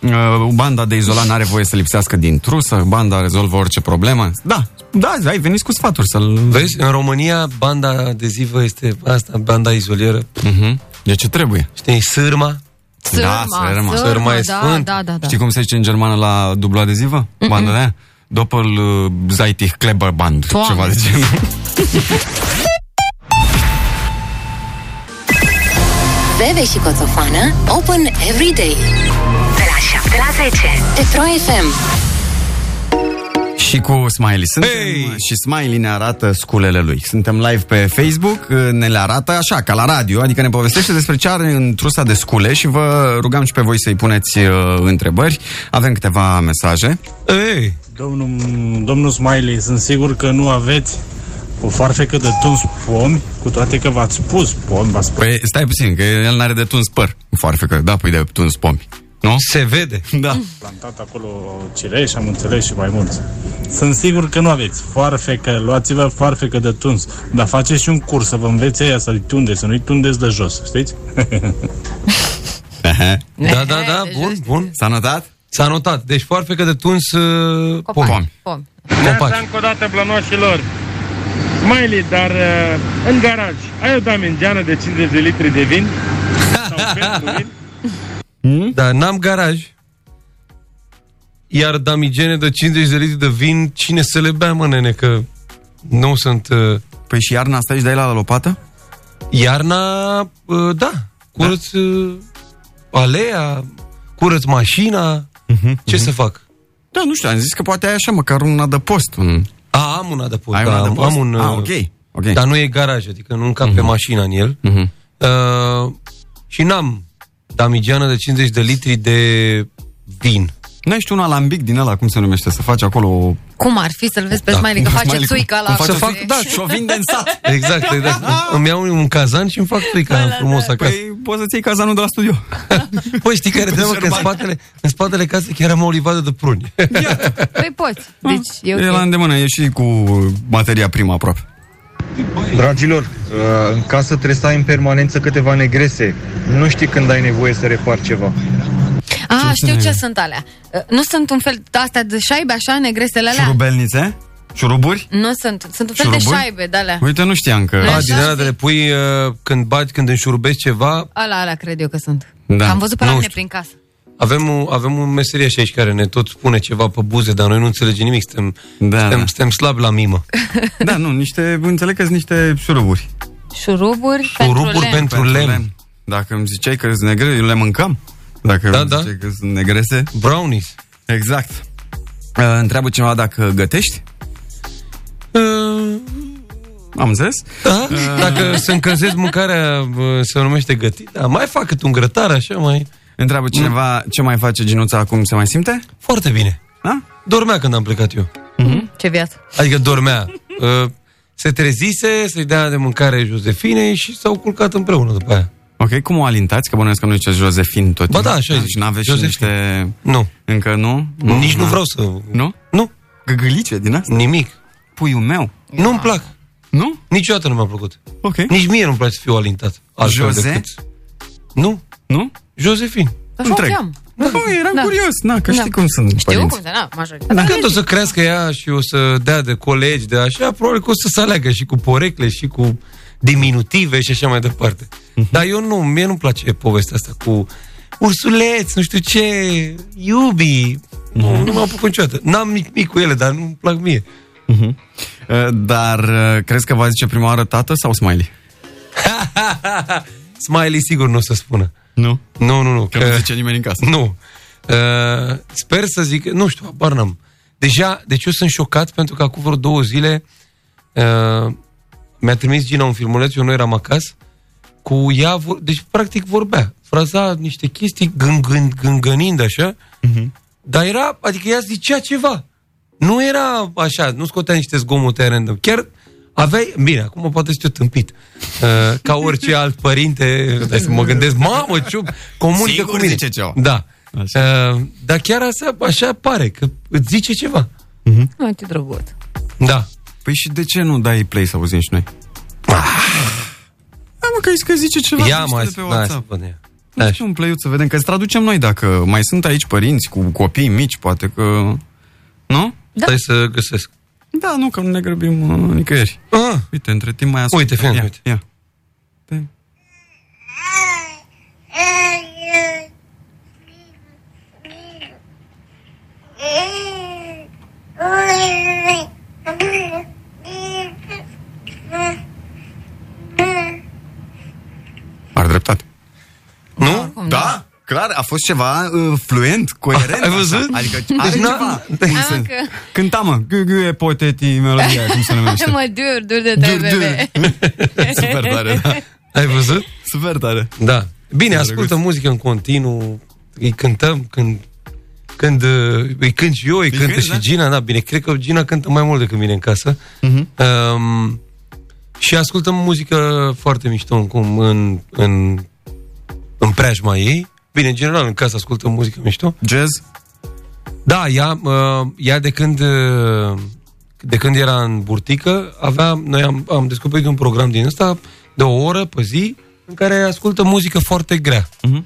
Speaker 3: uh, banda de izolat n-are voie să lipsească din trusă, banda rezolvă orice problemă. Da, da, ai venit cu sfaturi să-l...
Speaker 14: Vezi, în România banda adezivă este asta, banda izolieră.
Speaker 3: Uh-huh. De ce trebuie?
Speaker 14: Știi, sârma.
Speaker 3: Da, sârma.
Speaker 14: Sârma e
Speaker 4: da,
Speaker 14: sfânt.
Speaker 4: da, da, da.
Speaker 3: Știi cum se zice în germană la dublu adezivă? Banda de aia? Doppel uh, Zeitig Kleberband,
Speaker 4: Doamne.
Speaker 3: ceva de genul.
Speaker 2: Bebe și Coțofană Open every day De la 7 la 10 Pe Pro FM
Speaker 3: Și cu Smiley suntem hey! Și Smiley ne arată sculele lui Suntem live pe Facebook Ne le arată așa, ca la radio Adică ne povestește despre ce are în trusa de scule Și vă rugam și pe voi să-i puneți uh, întrebări Avem câteva mesaje
Speaker 14: Ei,
Speaker 15: Domnul, domnul Smiley, sunt sigur că nu aveți o farfecă de tuns pomi, cu toate că v-ați pus pomi, v-ați pus
Speaker 3: Păi stai puțin, că el n-are de tuns păr Farfecă, da, păi de tuns pomi Nu?
Speaker 14: Se vede.
Speaker 3: Da.
Speaker 15: Plantat acolo cirei și am înțeles și mai mulți. Sunt sigur că nu aveți farfecă, luați-vă farfecă de tuns, dar faceți și un curs să vă înveți aia să-i tundeți, să nu-i tundeți de jos, știți?
Speaker 14: Da, da, da, bun, bun.
Speaker 3: S-a notat?
Speaker 14: S-a notat. Deci foarfecă de tuns uh,
Speaker 4: Copaci.
Speaker 14: pom.
Speaker 4: Pom.
Speaker 14: Copaci.
Speaker 16: Neața încă o dată blănoșilor. Maili, dar uh, în garaj, ai o damengeană de 50 de litri de vin?
Speaker 14: Da, n-am garaj. Iar damigene de 50 de litri de vin, cine să le bea, mă, nene, că nu sunt... Uh...
Speaker 3: Păi și iarna asta își dai la lopată?
Speaker 14: Iarna, uh, da, curăț da. Uh, alea, curăț mașina, uh-huh,
Speaker 3: Mhm,
Speaker 14: ce uh-huh. să fac?
Speaker 3: Da, nu știu, am zis că poate ai așa măcar un adăpost. Un...
Speaker 14: A, am un adăpost,
Speaker 3: Ai
Speaker 14: da,
Speaker 3: un
Speaker 14: am-
Speaker 3: adăpost?
Speaker 14: am un...
Speaker 3: Ah,
Speaker 14: uh,
Speaker 3: ok, ok. Mhm.
Speaker 14: Dar nu e garaj, adică nu încap uh-huh. pe mașina în el.
Speaker 3: Uh-huh.
Speaker 14: Uh, și n-am damigeană de 50 de litri de vin.
Speaker 3: Nu ești un alambic din ăla, cum se numește, să faci acolo o...
Speaker 4: Cum ar fi să-l vezi pe
Speaker 3: Da,
Speaker 4: Smiley că
Speaker 3: cum
Speaker 4: Adică face
Speaker 3: Smiley, cum-
Speaker 4: țuica la
Speaker 3: cum face-
Speaker 4: cozi?
Speaker 3: Să fac, da, și o vinde în sat.
Speaker 14: Exact, exact. Îmi iau un cazan și îmi fac frica frumos
Speaker 4: da.
Speaker 14: acasă.
Speaker 3: Păi poți să-ți iei cazanul de la studio.
Speaker 14: Păi știi care trebuie că în
Speaker 3: Șerban.
Speaker 14: spatele, în spatele casei chiar am o livadă de pruni.
Speaker 4: Păi poți. Deci
Speaker 3: Da. E
Speaker 4: eu
Speaker 3: la îndemână, e și cu materia primă aproape.
Speaker 17: Dragilor, uh, în casă trebuie să ai în permanență câteva negrese. Nu știi când ai nevoie să repar ceva.
Speaker 4: A, Ah, știu ce sunt alea. Uh, Nu sunt un fel de astea de șaibe așa, negresele alea?
Speaker 3: Șurubelnițe? Șuruburi?
Speaker 4: Nu sunt. Sunt un fel de
Speaker 14: Șuruburi?
Speaker 4: șaibe de alea.
Speaker 3: Uite, nu știam că...
Speaker 14: A, din alea de le pui uh, când bagi, când înșurubești ceva.
Speaker 4: Ala, ala cred eu că sunt.
Speaker 14: Da.
Speaker 4: Că Am văzut pe
Speaker 14: Nu
Speaker 4: la mine
Speaker 14: știu.
Speaker 4: prin casă.
Speaker 14: Avem, un- avem un meseriaș aici care ne tot spune ceva pe buze, dar noi nu înțelegem nimic, suntem, da, suntem,
Speaker 3: da.
Speaker 14: suntem slabi la mimă.
Speaker 3: Da, nu, niște, înțeleg că sunt niște șuruburi.
Speaker 4: Șuruburi, pentru lemn.
Speaker 3: Dacă îmi ziceai că sunt negre, eu le mâncam. Dacă
Speaker 14: Da,
Speaker 3: da, îmi
Speaker 14: da.
Speaker 3: ziceai că sunt negrese.
Speaker 14: Brownies.
Speaker 3: Exact. Uh, întreabă cineva dacă gătești?
Speaker 4: Uh,
Speaker 3: Am înțeles?
Speaker 14: Da? Dacă se încălzesc mâncarea, uh, se numește gătită, mai fac cât un grătar, așa mai...
Speaker 3: Întreabă cineva ce mai face ginuța acum, se mai simte?
Speaker 14: Foarte bine.
Speaker 3: Da?
Speaker 14: Dormea când am plecat eu.
Speaker 4: Ce viață.
Speaker 14: Adică dormea. Uh, Se trezise, să-i dea de mâncare Josefinei și s-au culcat împreună după aia.
Speaker 3: Ok, cum o alintați? Că bănuiesc că nu ziceți Josefin tot
Speaker 14: Ba
Speaker 3: timpul.
Speaker 14: da, așa zic.
Speaker 3: Și n-aveți și
Speaker 14: Josefin.
Speaker 3: niște...
Speaker 14: Nu.
Speaker 3: Încă nu?
Speaker 14: Nici nu
Speaker 3: da.
Speaker 14: vreau să...
Speaker 3: Nu?
Speaker 14: Nu.
Speaker 3: Găgălice din asta?
Speaker 14: Nimic.
Speaker 3: Puiul meu.
Speaker 14: Nu-mi plac.
Speaker 3: Nu?
Speaker 14: Niciodată nu mi-a plăcut.
Speaker 3: Ok.
Speaker 14: Nici mie nu-mi place să fiu alintat. altfel
Speaker 3: Jose?
Speaker 14: decât- Nu.
Speaker 3: Nu?
Speaker 14: Josefin.
Speaker 4: Așa o cheam.
Speaker 3: Da, bă, eram
Speaker 4: Da.
Speaker 3: curios, na, că
Speaker 4: Da.
Speaker 3: știi cum sunt
Speaker 4: Știu
Speaker 3: părinți.
Speaker 4: cum se, na, majoritatea.
Speaker 14: Da. Când o să crească ea și o să dea de colegi, de așa, probabil că o să se aleagă și cu porecle și cu diminutive și așa mai departe.
Speaker 3: Mhm.
Speaker 14: Dar eu nu, mie nu-mi place povestea asta cu ursuleț, nu știu ce, iubi. Nu, nu m-am apucat niciodată. N-am nimic cu ele, dar nu-mi plac mie.
Speaker 3: Mhm. Uh, Dar uh, crezi că va zice prima oară tată sau smiley?
Speaker 14: Smiley sigur nu o să spună.
Speaker 3: Nu?
Speaker 14: Nu, Uh. nu, nu.
Speaker 3: Că nu zice nimeni în casă.
Speaker 14: Nu. Uh, sper să zic, nu știu, abar n-am. Deja, deci eu sunt șocat pentru că acum vreo două zile uh, mi-a trimis Gina un filmuleț, eu nu eram acasă, cu ea, vor, deci practic vorbea, fraza niște chestii gângând, gângănind așa,
Speaker 3: Mhm.
Speaker 14: dar era, adică ea zicea ceva. Nu era așa, nu scotea niște zgomote random. Chiar aveai, bine, acum poate ești eu tâmpit. Uh, ca orice alt părinte, dai să mă gândesc, mamă, ce comunică
Speaker 3: Sigur
Speaker 14: cu mine.
Speaker 3: zice ceva.
Speaker 14: Da. Uh, dar chiar așa, așa pare, că îți zice ceva.
Speaker 4: Mai ce drăguț.
Speaker 14: Da.
Speaker 3: Păi și de ce nu dai play să auzim și noi? Da, mă, că ai zis că zice ceva
Speaker 14: Ah. Ia,
Speaker 3: mișto
Speaker 14: mă,
Speaker 3: de
Speaker 14: hai
Speaker 3: pe
Speaker 14: să- hai să
Speaker 3: WhatsApp.
Speaker 14: spune.
Speaker 3: Nu știu, un play să vedem, că îți traducem noi dacă mai sunt aici părinți cu copii mici, poate că... Nu?
Speaker 14: Stai să găsesc.
Speaker 3: Da, nu, că nu ne grăbim uh, nicăieri.
Speaker 14: Ah.
Speaker 3: Uite, între timp mai ascultă.
Speaker 14: Uite, fii
Speaker 3: ia,
Speaker 14: uite.
Speaker 3: Ia. Are dreptate.
Speaker 14: Nu?
Speaker 3: Da, clar, a fost ceva uh, fluent, coerent.
Speaker 14: Ai
Speaker 3: așa.
Speaker 14: văzut?
Speaker 3: Adică are
Speaker 14: Deci n-a-
Speaker 3: ceva.
Speaker 14: Hai,
Speaker 3: Cum
Speaker 4: mă,
Speaker 3: se-
Speaker 4: că-
Speaker 3: Cânta, mă, gâgâie poteti melodia, cum se numește.
Speaker 4: da. mă, dur, dur de te, bebe.
Speaker 3: Super tare, da.
Speaker 14: Ai văzut?
Speaker 3: Super tare.
Speaker 14: Da. Bine, ascultă muzică în continuu, îi cântăm când, când uh, îi cânt și eu, îi cântă
Speaker 3: cânti,
Speaker 14: și
Speaker 3: da?
Speaker 14: Gina, da, bine, cred că Gina cântă mai mult decât mine în casă. Um, și ascultăm muzică foarte mișto în, cum, în, în, în preajma ei Bine, în general, în casă ascultăm muzică mișto.
Speaker 3: Jazz?
Speaker 14: Da, ea, uh, ea de când uh, de când era în burtică, aveam, noi am, am descoperit un program din ăsta de o oră pe zi în care ascultă muzică foarte grea. Uh-huh.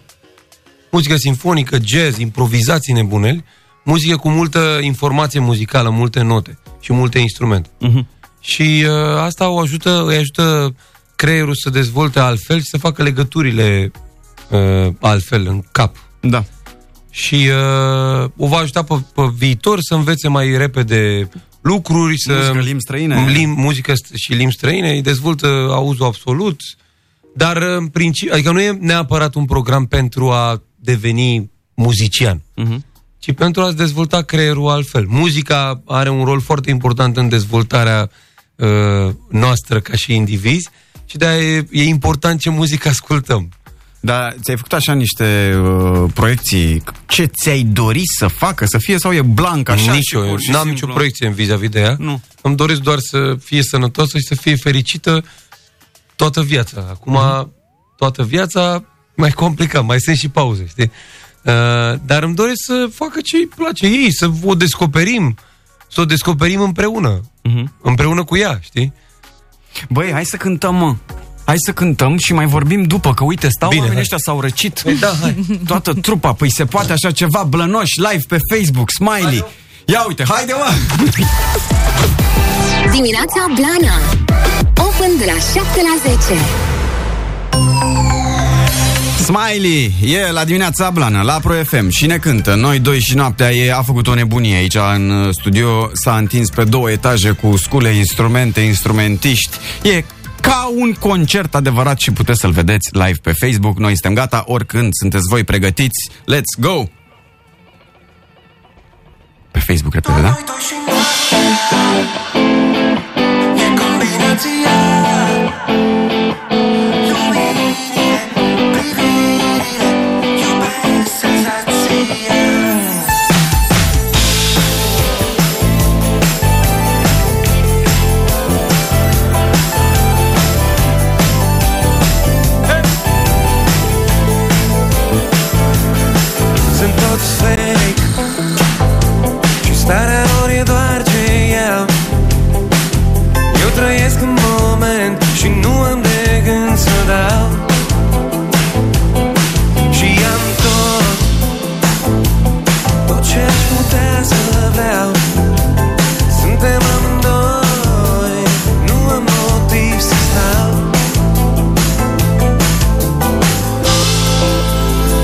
Speaker 14: Muzică sinfonică, jazz, improvizații nebuneli, muzică cu multă informație muzicală, multe note și multe instrumente.
Speaker 3: Mhm.
Speaker 14: Și uh, asta o ajută, îi ajută creierul să dezvolte altfel și să facă legăturile uh, altfel în cap.
Speaker 3: Da.
Speaker 14: Și uh, o va ajuta pe, pe viitor să învețe mai repede lucruri, să...
Speaker 3: Muzică, limbi străine.
Speaker 14: Lim, muzică st- și limbi străine, îi dezvoltă auzul absolut, dar uh, în principiu, adică nu e neapărat un program pentru a deveni muzician,
Speaker 3: uh-huh.
Speaker 14: ci pentru a-ți dezvolta creierul altfel. Muzica are un rol foarte important în dezvoltarea uh, noastră ca și indivizi și de-aia e, e important ce muzică ascultăm.
Speaker 3: Dar ți-ai făcut așa niște uh, proiecții? Ce ți-ai dori să facă, să fie sau e blanc așa?
Speaker 14: Nici
Speaker 3: și
Speaker 14: eu,
Speaker 3: pur și
Speaker 14: n-am
Speaker 3: simplu?
Speaker 14: nicio proiecție în vis-a-vis de ea.
Speaker 3: Nu.
Speaker 14: Îmi doresc doar să fie sănătoasă și să fie fericită toată viața. Acum,
Speaker 3: Mhm.
Speaker 14: toată viața, mai complicat, mai sunt și pauze, știi? Uh, dar îmi doresc să facă ce îi place ei, să o descoperim, să o descoperim împreună,
Speaker 3: Mhm.
Speaker 14: împreună cu ea, știi?
Speaker 18: Băi, hai să cântăm, mă. Hai să cântăm și mai vorbim după, că uite, stau
Speaker 14: Bine,
Speaker 18: Bine, oamenii
Speaker 14: hai.
Speaker 18: ăștia s-au răcit.
Speaker 14: Păi da, hai.
Speaker 18: Toată trupa, păi se poate așa ceva, blănoși, live pe Facebook, smiley. Ia uite, haide mă!
Speaker 2: Dimineața Blana Open de la 7 la 10
Speaker 3: Smiley e la dimineața blană, la Pro FM și ne cântă. Noi doi și noaptea e, a făcut o nebunie aici în uh, studio, s-a întins pe două etaje cu scule, instrumente, instrumentiști. E ca un concert adevărat și puteți să-l vedeți live pe Facebook. Noi suntem gata, oricând sunteți voi pregătiți. Let's go! Pe Facebook repede, da?
Speaker 19: Sunt tot fake Și starea lor e doar ce am Eu trăiesc în moment Și nu am de gând să dau Și am tot Tot ce aș putea să vreau Suntem amândoi Nu am motiv să stau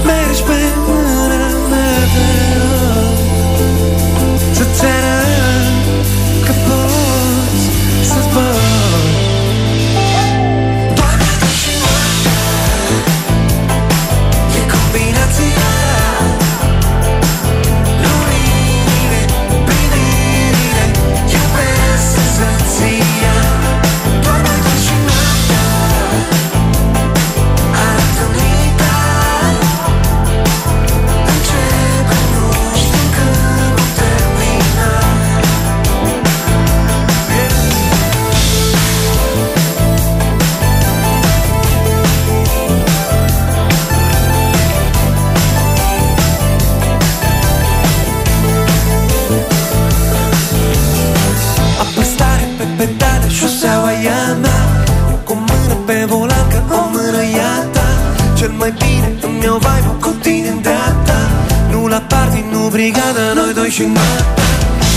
Speaker 19: Mergi pe mâna mea, te rog Să-ți arăt că poți să zbor Doamne, tu și noaptea E combinația Luminile, privirile Iubesc senzația Doamne, tu și noaptea Arată-mi lita Apoi stare pe pedală, șoseaua e a mea Cu o mână pe volan, că o mână e a ta Cel mai bine îmi iau vibe cu tine îndreapta Nu la party, nu brigada, noi doi și noaptea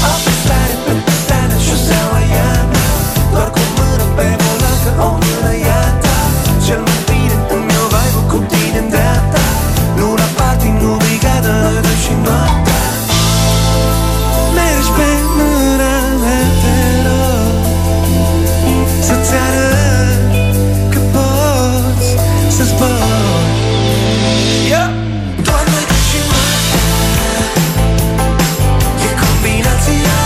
Speaker 19: Apoi stare pe pedală, șoseaua e a mea Doar cu o mână pe volan, că o mână e a ta Cel mai bine îmi iau vibe cu tine îndreapta Nu la party, nu brigada, noi doi și noaptea Mergi pe mâna mea, te rog Să-ți arăt că poți să zbor Yeah! Doar noi doi și noaptea E combinația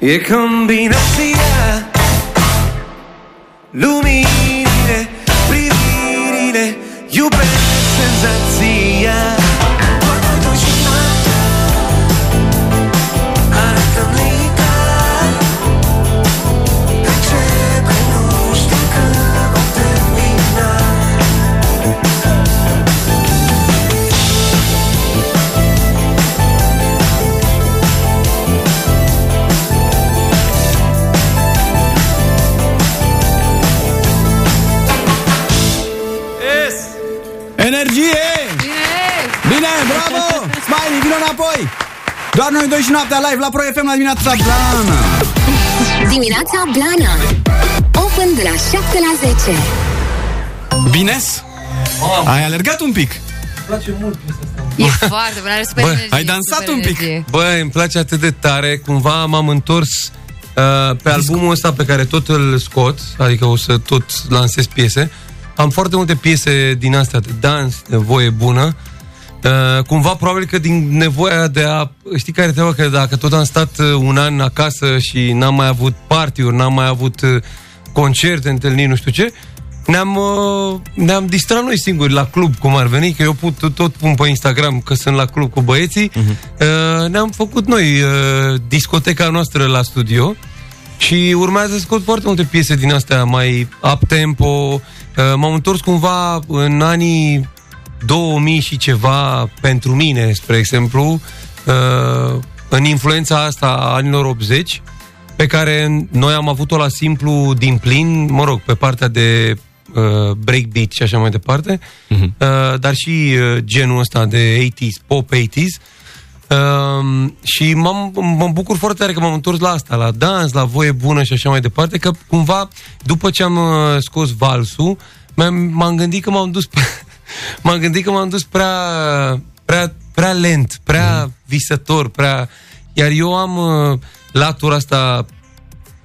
Speaker 19: E combinația Luminile, privirile Iubesc senzația Toată dulcinatea Arată-mi legal Începe, nu știu când o termina
Speaker 18: Yes! Energie! Bine! Bine, bravo! Smiley, vino înapoi! Doar noi doi și noaptea live la Pro FM la dimineața Blana!
Speaker 2: Dimineața Blana Open de la 7 la 10
Speaker 18: Bines? Ai alergat un pic?
Speaker 14: place mult
Speaker 4: E foarte bun, are super
Speaker 14: Bă,
Speaker 4: energie,
Speaker 14: ai dansat
Speaker 4: super
Speaker 14: un pic.
Speaker 4: energie.
Speaker 14: Băi, îmi place atât de tare. Cumva m-am întors uh, pe albumul ăsta pe care tot îl scot, adică o să tot lansez piese. Am foarte multe piese din astea de dans, de voie bună. Uh, cumva probabil că din nevoia de a... Știi care treaba? Că dacă tot am stat uh, un an acasă și n-am mai avut party-uri, n-am mai avut uh, concerte, întâlniri, nu știu ce, ne-am, uh, ne-am distrat noi singuri la club, cum ar veni, că eu put, tot pun pe Instagram că sunt la club cu băieții. Uh-huh. Uh, ne-am făcut noi uh, discoteca noastră la studio și urmează să scot foarte multe piese din astea mai up-tempo. Uh, m-am întors cumva în anii 2000 și ceva pentru mine, spre exemplu, uh, în influența asta a anilor 80, pe care noi am avut-o la simplu din plin, mă rog, pe partea de uh, breakbeat și așa mai departe, uh, dar și uh, genul ăsta de 80s, pop 80s. Um, și m-am, mă bucur foarte tare că m-am întors la asta, la dans, la voie bună și așa mai departe, că cumva, după ce am uh, scos valsul, m-am, m-am gândit că m-am dus pe, m-am gândit că m-am dus prea, prea, prea lent, prea mm. visător, prea... Iar eu am uh, latura asta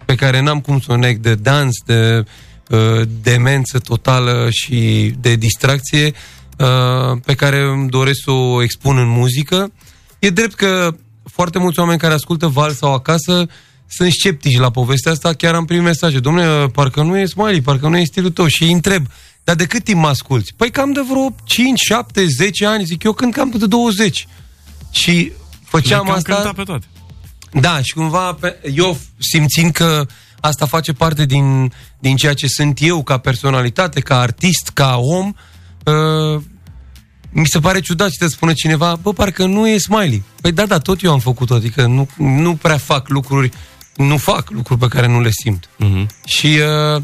Speaker 14: pe care n-am cum să o neg de dans, de uh, demență totală și de distracție uh, pe care îmi doresc să o expun în muzică. E drept că foarte mulți oameni care ascultă val sau acasă sunt sceptici la povestea asta, chiar am primit mesaje. Domnule, parcă nu e smiley, parcă nu e stilul tău. Și îi întreb, dar de cât timp mă asculti? Păi cam de vreo 5, 7, 10 ani, zic eu, când cam de 20. Și făceam
Speaker 18: Le-ai cam
Speaker 14: asta...
Speaker 18: cântat pe toate.
Speaker 14: Da, și cumva pe, eu simțind că asta face parte din, din ceea ce sunt eu ca personalitate, ca artist, ca om, uh, mi se pare ciudat și te spune cineva, bă, parcă nu e smiley. Păi da, da, tot eu am făcut adică nu, nu prea fac lucruri, nu fac lucruri pe care nu le simt.
Speaker 18: Mhm.
Speaker 14: Și uh,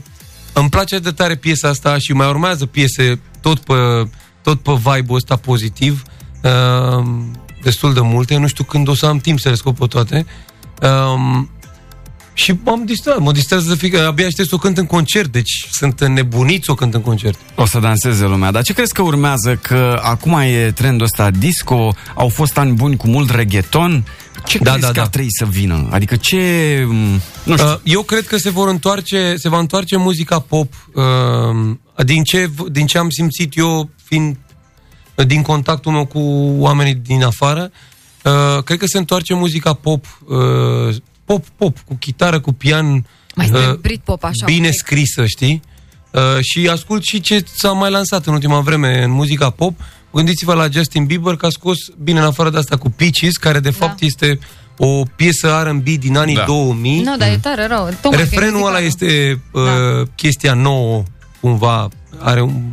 Speaker 14: îmi place de tare piesa asta și mai urmează piese tot pe, tot pe vibe-ul ăsta pozitiv. Uh, destul de multe, nu știu când o să am timp să le scot pe toate. Um, și m-am distrat, mă distrează să fiu, abia aștept să o cânt în concert, deci sunt înnebunit să o cânt în concert.
Speaker 18: O să danseze lumea, dar ce crezi că urmează? Că acum e trendul ăsta disco, au fost ani buni cu mult reggaeton, ce da, crezi da, că da. ar trebui să vină? Adică ce... m, Nu știu.
Speaker 14: Uh, Eu cred că se vor întoarce, se va întoarce muzica pop. uh, Din ce, din ce am simțit eu, fiind uh, din contactul meu cu oamenii din afară, uh, cred că se întoarce muzica pop, uh, pop, pop, cu chitară, cu pian,
Speaker 4: Mai
Speaker 14: uh,
Speaker 4: este Britpop așa un
Speaker 14: bine
Speaker 4: pic.
Speaker 14: scrisă, știi? Uh, și ascult și ce s-a mai lansat în ultima vreme în muzica pop. Gândiți-vă la Justin Bieber, că a scos, bine, în afară de asta, cu Peaches, care de fapt este o piesă R&B din anii
Speaker 4: Da.
Speaker 14: 2000.
Speaker 4: Nu, dar e tare rău Tocmai că e
Speaker 14: Refrenul
Speaker 4: muzica
Speaker 14: ăla
Speaker 4: nouă.
Speaker 14: este uh,
Speaker 4: Da.
Speaker 14: chestia nouă, cumva, are un,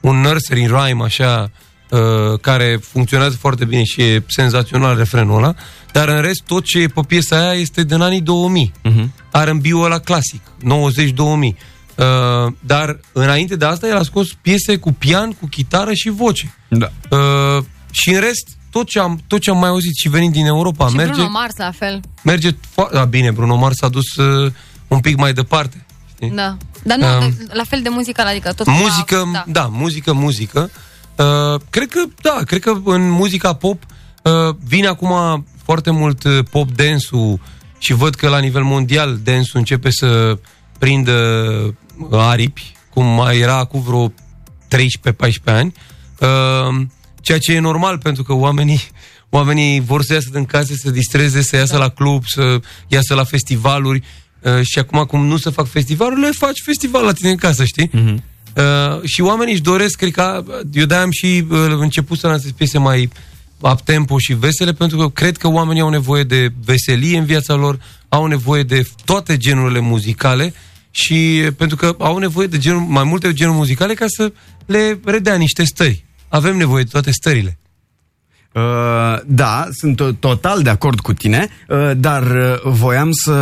Speaker 14: un nursery rhyme așa, uh, care funcționează foarte bine și e senzațional refrenul ăla, dar în rest tot ce e pe piesa aia este din anii 2000.
Speaker 18: Mhm.
Speaker 14: R&B-ul ăla clasic, 90-2000. Uh, dar înainte de asta el a scos piese cu pian, cu chitară și voce.
Speaker 18: Da.
Speaker 14: Uh, și în rest, tot ce, am, tot ce am mai auzit și venit din Europa
Speaker 4: Și
Speaker 14: merge
Speaker 4: Bruno Mars la fel
Speaker 14: merge fo- da, bine, Bruno Mars s-a dus uh, un pic mai departe.
Speaker 4: Da. Dar nu,
Speaker 14: Um,
Speaker 4: de- la fel de muzical, adică tot
Speaker 14: muzică, da. da, muzică, muzică. Uh, cred că, da, cred că în muzica pop uh, vine acum foarte mult uh, pop dance-ul și văd că la nivel mondial dance-ul începe să prindă uh, aripi, cum mai era acum vreo Ehm, 13-14 ani. Uh, ceea ce e normal pentru că oamenii oamenii vor să iasă din case, să distreze, să iasă la club, să iasă la festivaluri uh, și acum cum nu se fac festivalurile, faci festival la tine în casă, știi? Mm-hmm. Uh, și oamenii își doresc, cred că eu de am și uh, început să lansez piese mai uptempo și vesele, pentru că cred că oamenii au nevoie de veselie în viața lor, au nevoie de toate genurile muzicale și uh, pentru că au nevoie de genul, mai multe genuri muzicale ca să le redea niște stări. Avem nevoie de toate stările.
Speaker 3: Uh, da, sunt to- total de acord cu tine, uh, dar uh, voiam să...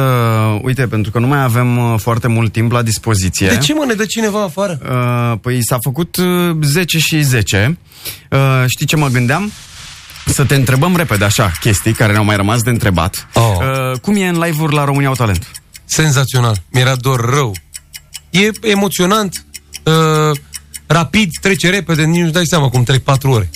Speaker 3: Uite, pentru că nu mai avem uh, foarte mult timp la dispoziție.
Speaker 14: De ce mă ne dă cineva afară?
Speaker 3: Uh, păi s-a făcut uh, 10 și 10. Uh, știi ce mă gândeam? Să te întrebăm repede așa chestii care ne-au mai rămas de întrebat. Oh. Uh, cum e în live-uri la România au talent?
Speaker 14: Senzațional. Mi-era dor rău. E emoționant, uh, rapid, trece repede, nici nu dai seama cum trec 4 ore.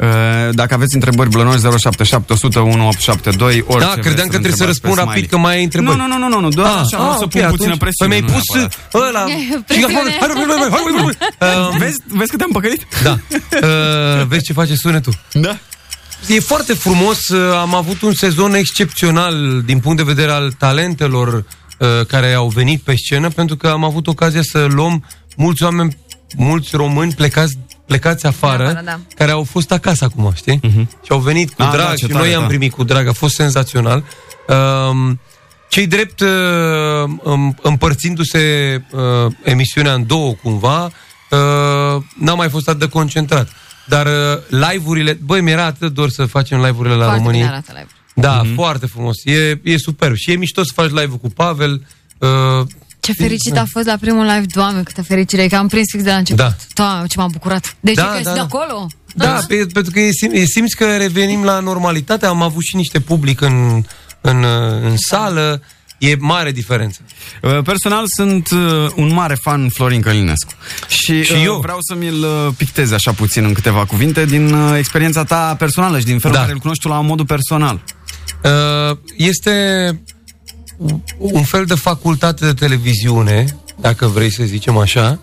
Speaker 3: Uh, Dacă aveți întrebări, blănoși 077 100 1872 orice
Speaker 14: da, credeam că trebuie să răspund rapid, că mai ai întrebări. Ah,
Speaker 3: Nu, nu, nu, nu, nu doar așa, vreau să
Speaker 14: ok,
Speaker 3: pun puțină
Speaker 14: atunci.
Speaker 3: presiune,
Speaker 14: Păi mi-ai
Speaker 3: nu
Speaker 14: pus
Speaker 3: neapărat.
Speaker 14: ăla. Și acum, hai, hai, hai, hai, hai, hai, hai. Um,
Speaker 3: Vezi, vezi că te-am păcălit?
Speaker 14: Da. Uh, vezi ce face sunetul.
Speaker 3: Da.
Speaker 14: E foarte frumos, uh, am avut un sezon excepțional din punct de vedere al talentelor uh, care au venit pe scenă, pentru că am avut ocazia să luăm mulți oameni, mulți români plecați, plecați afară,
Speaker 4: Da, da.
Speaker 14: care au fost acasă acum, știi? Și au venit cu
Speaker 18: Ah,
Speaker 14: drag
Speaker 18: da, ce
Speaker 14: și
Speaker 18: tare,
Speaker 14: noi i-am
Speaker 18: da.
Speaker 14: primit cu drag, a fost senzațional. Um, cei drept uh, îm- împărțindu-se uh, emisiunea în două cumva, uh, n-am mai fost atât de concentrat. Dar uh, live-urile, băi, mi-era atât de dor să facem live-urile la
Speaker 4: Foarte
Speaker 14: România.
Speaker 4: bine arată live.
Speaker 14: Da, mm-hmm. foarte frumos. E, e superb. Și e mișto să faci live-ul cu Pavel. Uh,
Speaker 4: Ce fericit a fost la primul live, doamne, câtă fericire, că am prins fix de la început.
Speaker 14: Da.
Speaker 4: Doamne, ce m-am bucurat. Deci
Speaker 14: Da,
Speaker 4: da, că
Speaker 14: da,
Speaker 4: da, de
Speaker 14: da.
Speaker 4: acolo?
Speaker 14: Da, pe, pentru că e sim, e simți că revenim la normalitate. Am avut și niște public în, în, uh, în sală. E mare diferență.
Speaker 3: Uh, Personal sunt uh, un mare fan Florin Călinescu. Și,
Speaker 14: Și
Speaker 3: uh,
Speaker 14: eu.
Speaker 3: vreau să mi-l uh, pictez așa puțin în câteva cuvinte din uh, experiența ta personală și din felul da. care îl cunoști tu la modul personal.
Speaker 14: Uh, este un- un fel de facultate de televiziune, dacă vrei să zicem așa.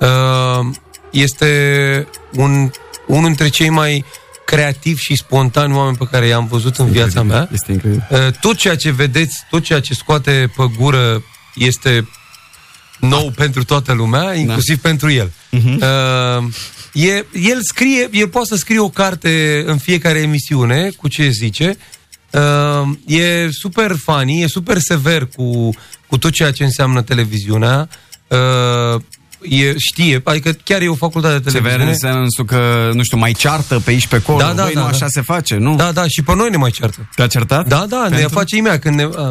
Speaker 14: Uh, este un, unul dintre cei mai creativi și spontani oameni pe care i-am văzut în viața mea.
Speaker 3: Este incredibil.
Speaker 14: Uh, tot ceea ce vedeți, tot ceea ce scoate pe gură este nou
Speaker 3: Ah.
Speaker 14: pentru toată
Speaker 3: Da.
Speaker 14: lumea, inclusiv pentru el.
Speaker 3: Mhm.
Speaker 14: Uh, e, el scrie, el poate să scrie o carte în fiecare emisiune cu ce zice. Uh, e super funny, e super sever cu, cu tot ceea ce înseamnă televiziunea. Uh, e, știe, adică chiar e o facultate de
Speaker 3: Sever
Speaker 14: televiziune.
Speaker 3: în sensul că, nu știu, mai ceartă pe aici, pe acolo.
Speaker 14: Da, da,
Speaker 3: Băi,
Speaker 14: da,
Speaker 3: nu
Speaker 14: da.
Speaker 3: așa se face, nu?
Speaker 14: Da, da, și pe noi ne mai ceartă.
Speaker 3: Te-a certat?
Speaker 14: Da, da, ne
Speaker 3: Pentru?
Speaker 14: face imea când ne... A,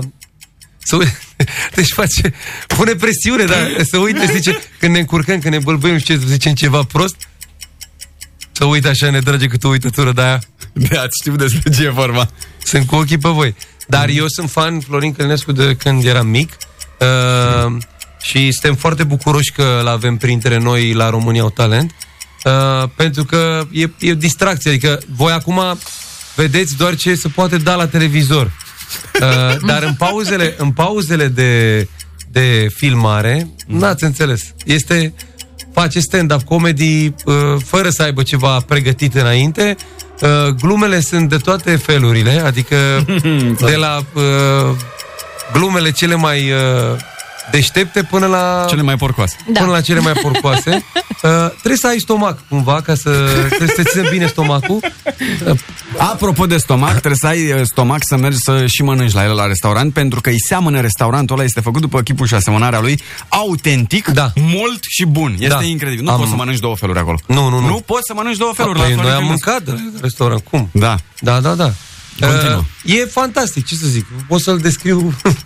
Speaker 14: să, ui- deci face, pune presiune, dar să uite, zice, când ne încurcăm, când ne bălbâim și ce, zicem ceva prost, să uite așa, ne trage câte o uitătură de aia.
Speaker 3: Da, știu despre ce e vorba.
Speaker 14: Sunt cu ochii pe voi. Dar eu sunt fan Florin Călinescu de când eram mic uh, și suntem foarte bucuroși că l avem printre noi la România au talent. Uh, pentru că e, e o distracție, adică voi acum vedeți doar ce se poate da la televizor. Uh, dar în pauzele, în pauzele de, de filmare, n-ați înțeles. Este face stand-up comedy uh, fără să aibă ceva pregătit înainte. Uh, glumele sunt de toate felurile, adică
Speaker 3: Da.
Speaker 14: de la uh, glumele cele mai uh, deștepte până la... Cele
Speaker 3: mai porcoase.
Speaker 14: Da. Până la cele mai porcoase. Uh, trebuie să ai stomac cumva, ca să... Trebuie să te țină bine stomacul.
Speaker 3: Apropo de stomac, trebuie să ai uh, stomac să mergi să și mănânci la el la restaurant, pentru că îi seamănă restaurantul ăla, este făcut după chipul și asemănarea lui, autentic, da. mult și bun. Este
Speaker 14: Da.
Speaker 3: incredibil. Nu
Speaker 14: Am-
Speaker 3: poți să mănânci două feluri acolo.
Speaker 14: Nu, nu, nu.
Speaker 3: Nu poți să mănânci două feluri
Speaker 14: Păi
Speaker 3: la
Speaker 14: noi
Speaker 3: Florin
Speaker 14: am
Speaker 3: Călinescu.
Speaker 14: mâncat de restaurant, cum?
Speaker 3: Da.
Speaker 14: Da, da, da.
Speaker 3: Continuă.
Speaker 14: Uh, e fantastic, ce să zic. Pot să-l descriu
Speaker 3: Poți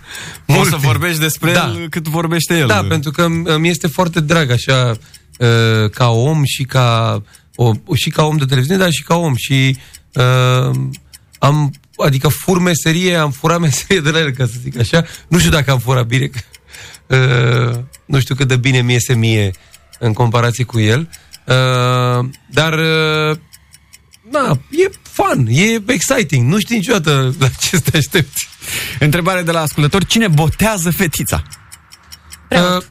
Speaker 14: mult.
Speaker 3: să vorbești despre da. el cât vorbește el.
Speaker 14: Da, pentru că îmi- îmi este foarte drag așa uh, ca om și ca, o, și ca om de televiziune, dar și ca om. Și uh, am, adică fur meserie, am furat meserie de la el, ca să zic așa. Nu știu dacă am furat bine, că, uh, nu știu cât de bine mi iese mie în comparație cu el. Uh, dar uh, da, e fun, e exciting, nu știi niciodată la ce să te aștepți.
Speaker 3: Întrebare de la ascultător, cine botează fetița?
Speaker 14: Uh,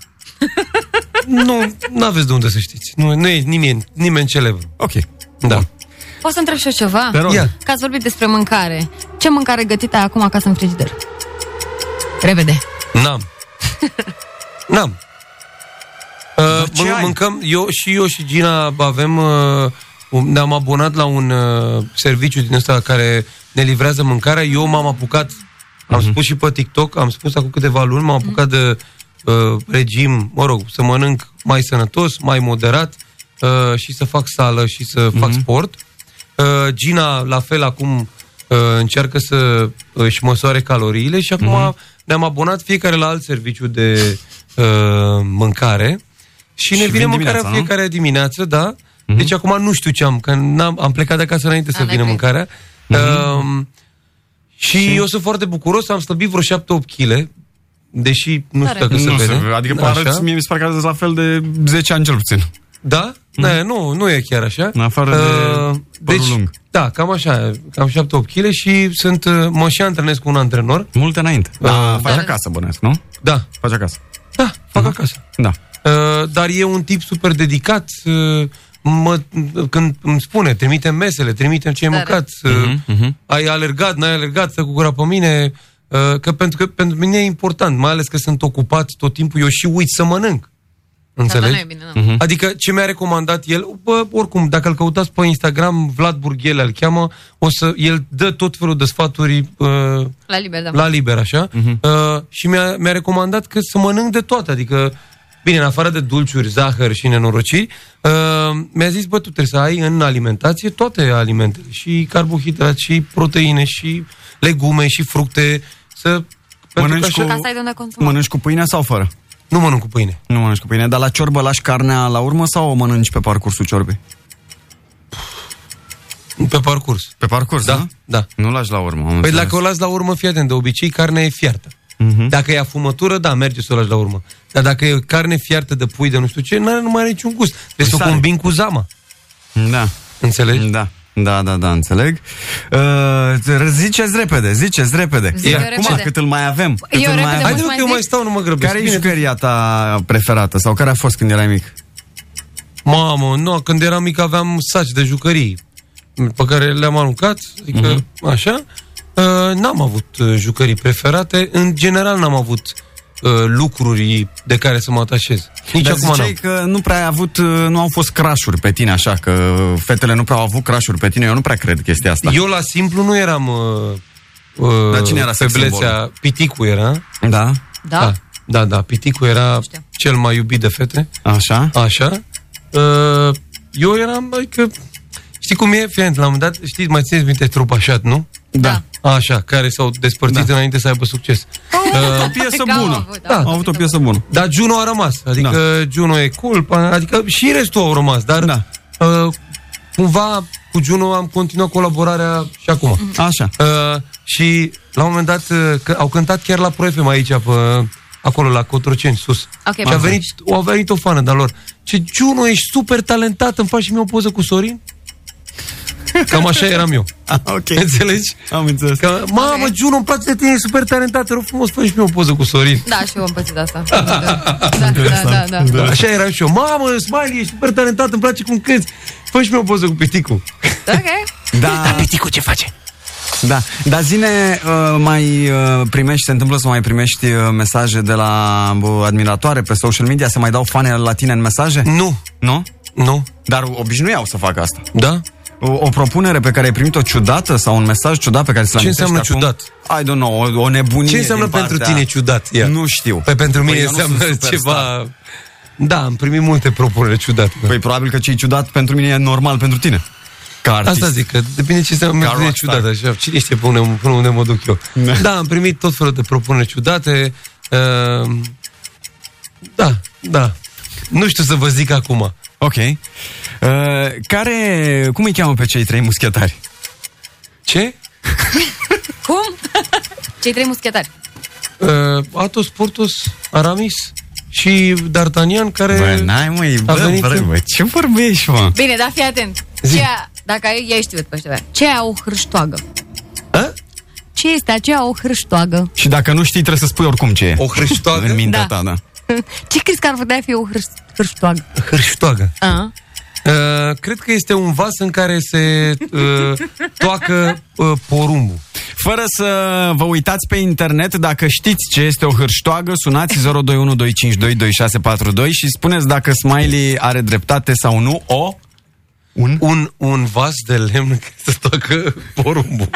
Speaker 14: nu, nu aveți de unde să știți. Nu, nu e nimeni, nimeni celebru.
Speaker 3: Ok.
Speaker 14: Da.
Speaker 4: Poți să întreb și eu ceva?
Speaker 14: Te rog. Ia.
Speaker 4: Că ați vorbit despre mâncare. Ce mâncare gătită ai acum acasă în frigider? Repede.
Speaker 14: N-am. N-am. Uh, mân- mâncăm, eu și eu și Gina avem, uh, un- ne-am abonat la un uh, serviciu din ăsta care ne livrează mâncarea. Eu m-am apucat, am spus și pe TikTok, am spus acum câteva luni, m-am apucat de uh, regim, mă rog, să mănânc mai sănătos, mai moderat uh, și să fac sală și să fac sport. Uh, Gina, la fel, acum uh, încearcă să își măsoare caloriile și acum ne-am abonat fiecare la alt serviciu de uh, mâncare și ne
Speaker 3: Și
Speaker 14: vine
Speaker 3: vin
Speaker 14: mâncarea
Speaker 3: dimineața, nu? Mhm.
Speaker 14: fiecare dimineață, da. Deci acum nu știu ce am, că n-am, am plecat de acasă înainte să vină mâncarea.
Speaker 3: Mhm.
Speaker 14: Uh, și, eu sunt foarte bucuros, am slăbit vreo 7-8 kg, deși nu
Speaker 3: Tare.
Speaker 14: știu dacă se
Speaker 3: Nu se
Speaker 14: vede.
Speaker 3: vede, adică arăți- mie
Speaker 14: mi se pare că arăți la fel de 10 ani cel puțin. Da? Da, nu, nu e chiar așa. În
Speaker 3: Mhm. afară de părul
Speaker 14: deci,
Speaker 3: lung.
Speaker 14: Da, cam așa, cam 7-8 kg și sunt, uh, mă și antrenez cu un antrenor. Multe înainte.
Speaker 3: Da, faci acasă, bănesc, nu?
Speaker 14: Da.
Speaker 3: Faci acasă.
Speaker 14: Da, fac acasă.
Speaker 3: Da.
Speaker 14: Uh, dar e un tip super dedicat. uh, Mă, când îmi spune, trimite mesele, trimite ce ai
Speaker 3: Tare.
Speaker 14: mâncat, uh, ai alergat, n-ai alergat, să cu gura pe mine, uh, că pentru, că pentru mine e important, mai ales că sunt ocupat tot timpul, eu și uit să mănânc. Înțelegi?
Speaker 4: nu e bine, nu. Mhm.
Speaker 14: Adică ce mi-a recomandat el, bă, oricum, dacă îl căutați pe Instagram, Vlad Burghele îl cheamă, o să, el dă tot felul de sfaturi uh,
Speaker 4: La liber, da.
Speaker 14: la liber, așa,
Speaker 3: Mhm.
Speaker 14: uh, și mi-a, mi-a recomandat că să mănânc de toate, adică, bine, în afară de dulciuri, zahăr și nenorociri, uh, mi-a zis, bă, tu trebuie să ai în alimentație toate alimentele, și carbohidrați, și proteine, și legume, și fructe, să... pentru că
Speaker 3: Mănânci
Speaker 14: așa-
Speaker 3: cu,
Speaker 4: Ca să ai de unde consuma.
Speaker 3: mănânci cu pâinea sau fără?
Speaker 14: Nu mănânc cu pâine.
Speaker 3: Nu mănânci cu pâine, dar la ciorbă lași carnea la urmă sau o mănânci pe parcursul ciorbei?
Speaker 14: Pe parcurs.
Speaker 3: Pe parcurs, da? Da. Nu lași la urmă. am
Speaker 14: Păi
Speaker 3: înțeles. Mhm.
Speaker 14: dacă o las la urmă, fii atent, de obicei carnea e fiartă. Dacă e afumătură, da, merge să o lași la urmă. Dar dacă e carne fiartă de pui, de nu știu ce, n-are, nu mai are niciun gust. Trebuie să o
Speaker 3: sare.
Speaker 14: combin cu zama.
Speaker 3: Da.
Speaker 14: Înțelegi?
Speaker 3: Da. Da, da, da, înțeleg. Uh, ziceți repede, ziceți repede.
Speaker 14: Zic eu
Speaker 3: Acum,
Speaker 14: repede. Păi
Speaker 3: cât îl mai avem. Cât
Speaker 14: Eu
Speaker 3: îl
Speaker 14: repede,
Speaker 3: mai avem.
Speaker 14: Hai de mă, că eu mai stau, nu mă grăbesc.
Speaker 3: Care e
Speaker 14: Bine.
Speaker 3: jucăria ta preferată sau care a fost când erai mic?
Speaker 14: Mamă, nu, când eram mic aveam saci de jucării pe care le-am aruncat, adică
Speaker 3: Mhm.
Speaker 14: așa. Uh, n-am avut uh, jucării preferate. În general n-am avut uh, lucruri de care să mă atașez. Nici
Speaker 3: Dar
Speaker 14: acum
Speaker 3: ziceai
Speaker 14: n-am.
Speaker 3: că nu prea ai avut, uh, nu au fost crașuri pe tine așa, că fetele nu prea au avut crașuri pe tine, eu nu prea cred chestia asta.
Speaker 14: Eu la simplu nu eram... Uh, uh,
Speaker 3: Dar cine era sex
Speaker 14: feblețea?
Speaker 3: symbolul?
Speaker 14: Piticu era.
Speaker 3: Da?
Speaker 4: Da?
Speaker 14: Da, da, da. Piticu era cel mai iubit de fete.
Speaker 3: Așa?
Speaker 14: Așa. Uh, eu eram, adică, știi cum e, fiind, la un moment dat, știi, mai țineți minte trupașat, nu?
Speaker 3: Da.
Speaker 14: Așa, care s-au despărțit da. înainte să aibă succes. Ă,
Speaker 3: avut o piesă Cam bună. au avut, da. Au avut o piesă bună.
Speaker 14: Dar Juno a rămas. Adică da. Juno e cool, pa- adică și restul au rămas, dar da. uh, cumva cu Juno am continuat colaborarea și acum.
Speaker 3: Așa.
Speaker 14: Uh, și la un moment dat uh, că au cântat chiar la Pro FM aici, pe, acolo la Cotroceni, sus.
Speaker 4: Ok,
Speaker 14: și a
Speaker 4: bun.
Speaker 14: venit, o, a venit o fană de-a lor. Ce Juno, ești super talentat, îmi faci și mie o poză cu Sorin? Cam așa eram eu.
Speaker 3: ok.
Speaker 14: Înțelegi?
Speaker 3: Am înțeles.
Speaker 14: Că, mamă, okay. Juno, îmi place de tine, ești super talentat, te rog frumos, fă și mie o poză cu Sorin.
Speaker 4: Da, și eu am pățit asta. Da, da, da, da, da.
Speaker 14: Așa eram și eu. Mamă, Smiley, ești super talentat, îmi place cum cânti. Fă și mie o poză cu Piticu.
Speaker 4: Ok.
Speaker 3: Da. Dar
Speaker 14: Piticu Păi, ce face?
Speaker 3: Da, dar zine, uh, mai uh, primești, se întâmplă să mai primești uh, mesaje de la bă, admiratoare pe social media, să mai dau fane la tine în mesaje?
Speaker 14: Nu.
Speaker 3: Nu?
Speaker 14: Nu.
Speaker 3: Dar obișnuiau să facă asta.
Speaker 14: Da?
Speaker 3: O, o propunere pe care ai primit-o ciudată sau un mesaj ciudat pe care ți l-am
Speaker 14: Ce înseamnă
Speaker 3: ciudat? I don't know, o, o nebunie
Speaker 14: Ce înseamnă
Speaker 3: din
Speaker 14: pentru
Speaker 3: partea-
Speaker 14: tine ciudat? Ia.
Speaker 3: Nu știu.
Speaker 14: Păi pentru mine
Speaker 3: Păi eu nu sunt
Speaker 14: înseamnă
Speaker 3: superstar.
Speaker 14: ceva... Da, am primit multe propuneri ciudate.
Speaker 3: Păi probabil că ce e ciudat pentru mine e normal pentru tine. Ca artist.
Speaker 14: Asta zic, că depinde ce înseamnă
Speaker 3: Ca
Speaker 14: pentru mine
Speaker 3: rockstar.
Speaker 14: ciudat, așa. Cine știe până, până unde mă duc eu. Da, da am primit tot felul de propuneri ciudate. Uh, da, da. Nu știu să vă zic acum.
Speaker 3: Ok. Uh, care, cum îi cheamă pe cei trei muschetari?
Speaker 14: Ce?
Speaker 4: Cum? Cei trei muschetari.
Speaker 14: Uh, Atos, Portos, Aramis și D'Artagnan care...
Speaker 3: Bă, n-ai măi, bă,
Speaker 14: a venit
Speaker 3: bă,
Speaker 14: în-
Speaker 3: bă, ce vorbești, mă?
Speaker 4: Bine, da, fii atent. Ce a, dacă ai, ai știut pe ăștia. Ce au hârștoagă?
Speaker 14: A?
Speaker 4: Ce este aceea o hârștoagă?
Speaker 3: Și dacă nu știi, trebuie să spui oricum ce e.
Speaker 14: O hârștoagă?
Speaker 3: În mintea
Speaker 4: Da.
Speaker 3: ta, da.
Speaker 4: Ce crezi că ar putea fi o hârș- hârștoagă?
Speaker 14: Hârștoagă.
Speaker 4: A?
Speaker 14: Uh, cred că este un vas în care se uh, toacă uh, porumbul.
Speaker 3: Fără să vă uitați pe internet, dacă știți ce este o hârștoagă, sunați 021252262 și spuneți dacă Smiley are dreptate sau nu o...
Speaker 14: Un? Un, un vas de lemn în care se toacă porumbul.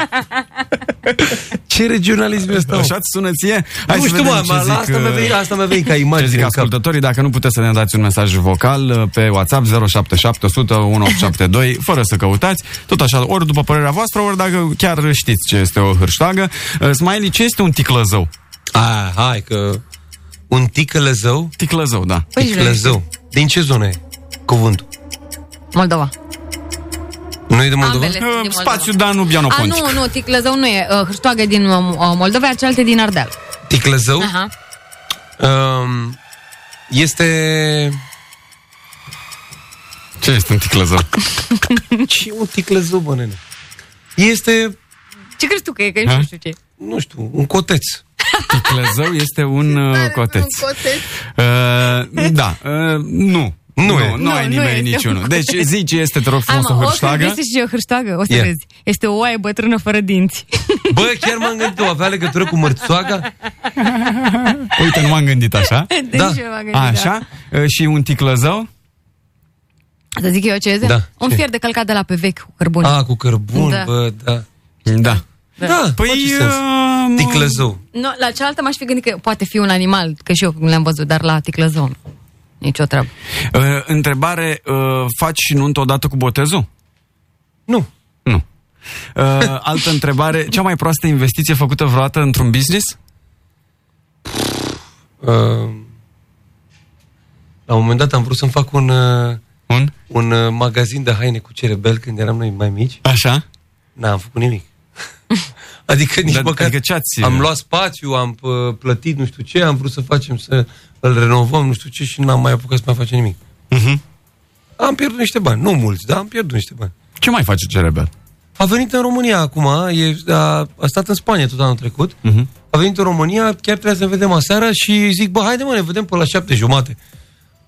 Speaker 14: Ce regionalism e ăsta? mă?
Speaker 3: Așa ți sună ție? Hai
Speaker 14: Nu
Speaker 3: să
Speaker 14: știu,
Speaker 3: vedem
Speaker 14: mă,
Speaker 3: ce
Speaker 14: mă, la
Speaker 3: zic,
Speaker 14: asta mi-a
Speaker 3: uh,
Speaker 14: venit- asta mi-a venit ca imagine
Speaker 3: Ce zic
Speaker 14: în cap.
Speaker 3: ascultătorii, dacă nu puteți să ne dați un mesaj vocal uh, pe WhatsApp 077100 1872, fără să căutați, tot așa, ori după părerea voastră, ori dacă chiar știți ce este o hârștoagă. Uh, Smiley, ce este un ticlăzău?
Speaker 14: Ah, hai că... Un ticălăzău?
Speaker 3: Ticlăzău, da.
Speaker 4: Păi,
Speaker 14: Ticălăzău. Din ce zonă e cuvântul?
Speaker 4: Moldova.
Speaker 14: Nu e de Moldova?
Speaker 4: Ambele sunt din Moldova.
Speaker 3: Uh, Spațiu Danubiano
Speaker 4: A,
Speaker 3: Pontic.
Speaker 4: nu, nu, Ticlăzău nu e. Uh, Hârtoagă din uh, Moldova, iar cealaltă din Ardeal.
Speaker 3: Uh.
Speaker 14: Ticlăzău?
Speaker 4: Aha.
Speaker 14: Um, este...
Speaker 3: Ce este un ticlăzău?
Speaker 14: Ce e un ticlăzău, bă, nene? Este,
Speaker 4: Ce crezi tu că e? Că nici
Speaker 3: Ha?
Speaker 4: nu știu ce e.
Speaker 14: nu știu, un coteț.
Speaker 3: Ticlăzău este un uh, coteț. Uh, da, uh, nu. Nu, nu,
Speaker 14: e.
Speaker 3: nu, nu ai
Speaker 4: Nu, nu
Speaker 3: nimeni
Speaker 4: este
Speaker 3: niciunul.
Speaker 4: un
Speaker 3: Deci
Speaker 4: coteț.
Speaker 3: zi ce este, te rog
Speaker 4: Hai,
Speaker 3: frumos, o
Speaker 4: mă, o să
Speaker 3: hârștoagă.
Speaker 4: găsești și o hârștoagă, o să
Speaker 3: Ia.
Speaker 4: vezi. Este o oaie bătrână fără dinți.
Speaker 14: Bă, chiar m-am gândit, o avea legătură cu mărțoaga?
Speaker 3: Uite, nu m-am gândit așa.
Speaker 4: Deci Da. eu m-am gândit,
Speaker 3: Așa? Uh, și un ticlăzău?
Speaker 4: Să zic eu ce este?
Speaker 3: Da,
Speaker 4: Un
Speaker 3: ce?
Speaker 4: fier de călcat de la pe vechi cu cărbune.
Speaker 14: A, cu cărbun,
Speaker 4: Da.
Speaker 14: da. bă, da.
Speaker 3: Da.
Speaker 4: Da.
Speaker 3: păi...
Speaker 14: Uh, Ticlăzău.
Speaker 4: Nu, la cealaltă m-aș fi gândit că poate fi un animal, că și eu le-am văzut, dar la ticlăzău nu. Nici o treabă.
Speaker 3: Uh, întrebare, uh, faci nuntă odată cu botezul?
Speaker 14: Nu.
Speaker 3: Nu. Uh, altă întrebare, cea mai proastă investiție făcută vreodată într-un business?
Speaker 14: Uh, la un moment dat am vrut să-mi fac un... Uh,
Speaker 3: un?
Speaker 14: Un uh, magazin de haine cu cerebel când eram noi mai mici.
Speaker 3: Așa?
Speaker 14: N-am făcut nimic. adică nici
Speaker 3: Dar-
Speaker 14: măcar...
Speaker 3: adică ce ați-
Speaker 14: Am luat spațiu, am pă, plătit nu știu ce, am vrut să facem, să îl renovăm, nu știu ce și n-am mai apucat să mai facem nimic.
Speaker 3: Uh-huh.
Speaker 14: Am pierdut niște bani, nu mulți, dar am pierdut niște bani.
Speaker 3: Ce mai face Cerebel?
Speaker 14: A venit în România acum, e, a, a stat în Spania tot anul trecut,
Speaker 3: Mhm.
Speaker 14: uh-huh. a venit în România, chiar trebuia să ne vedem aseară și zic, bă, haide mă, ne vedem până la șapte jumate.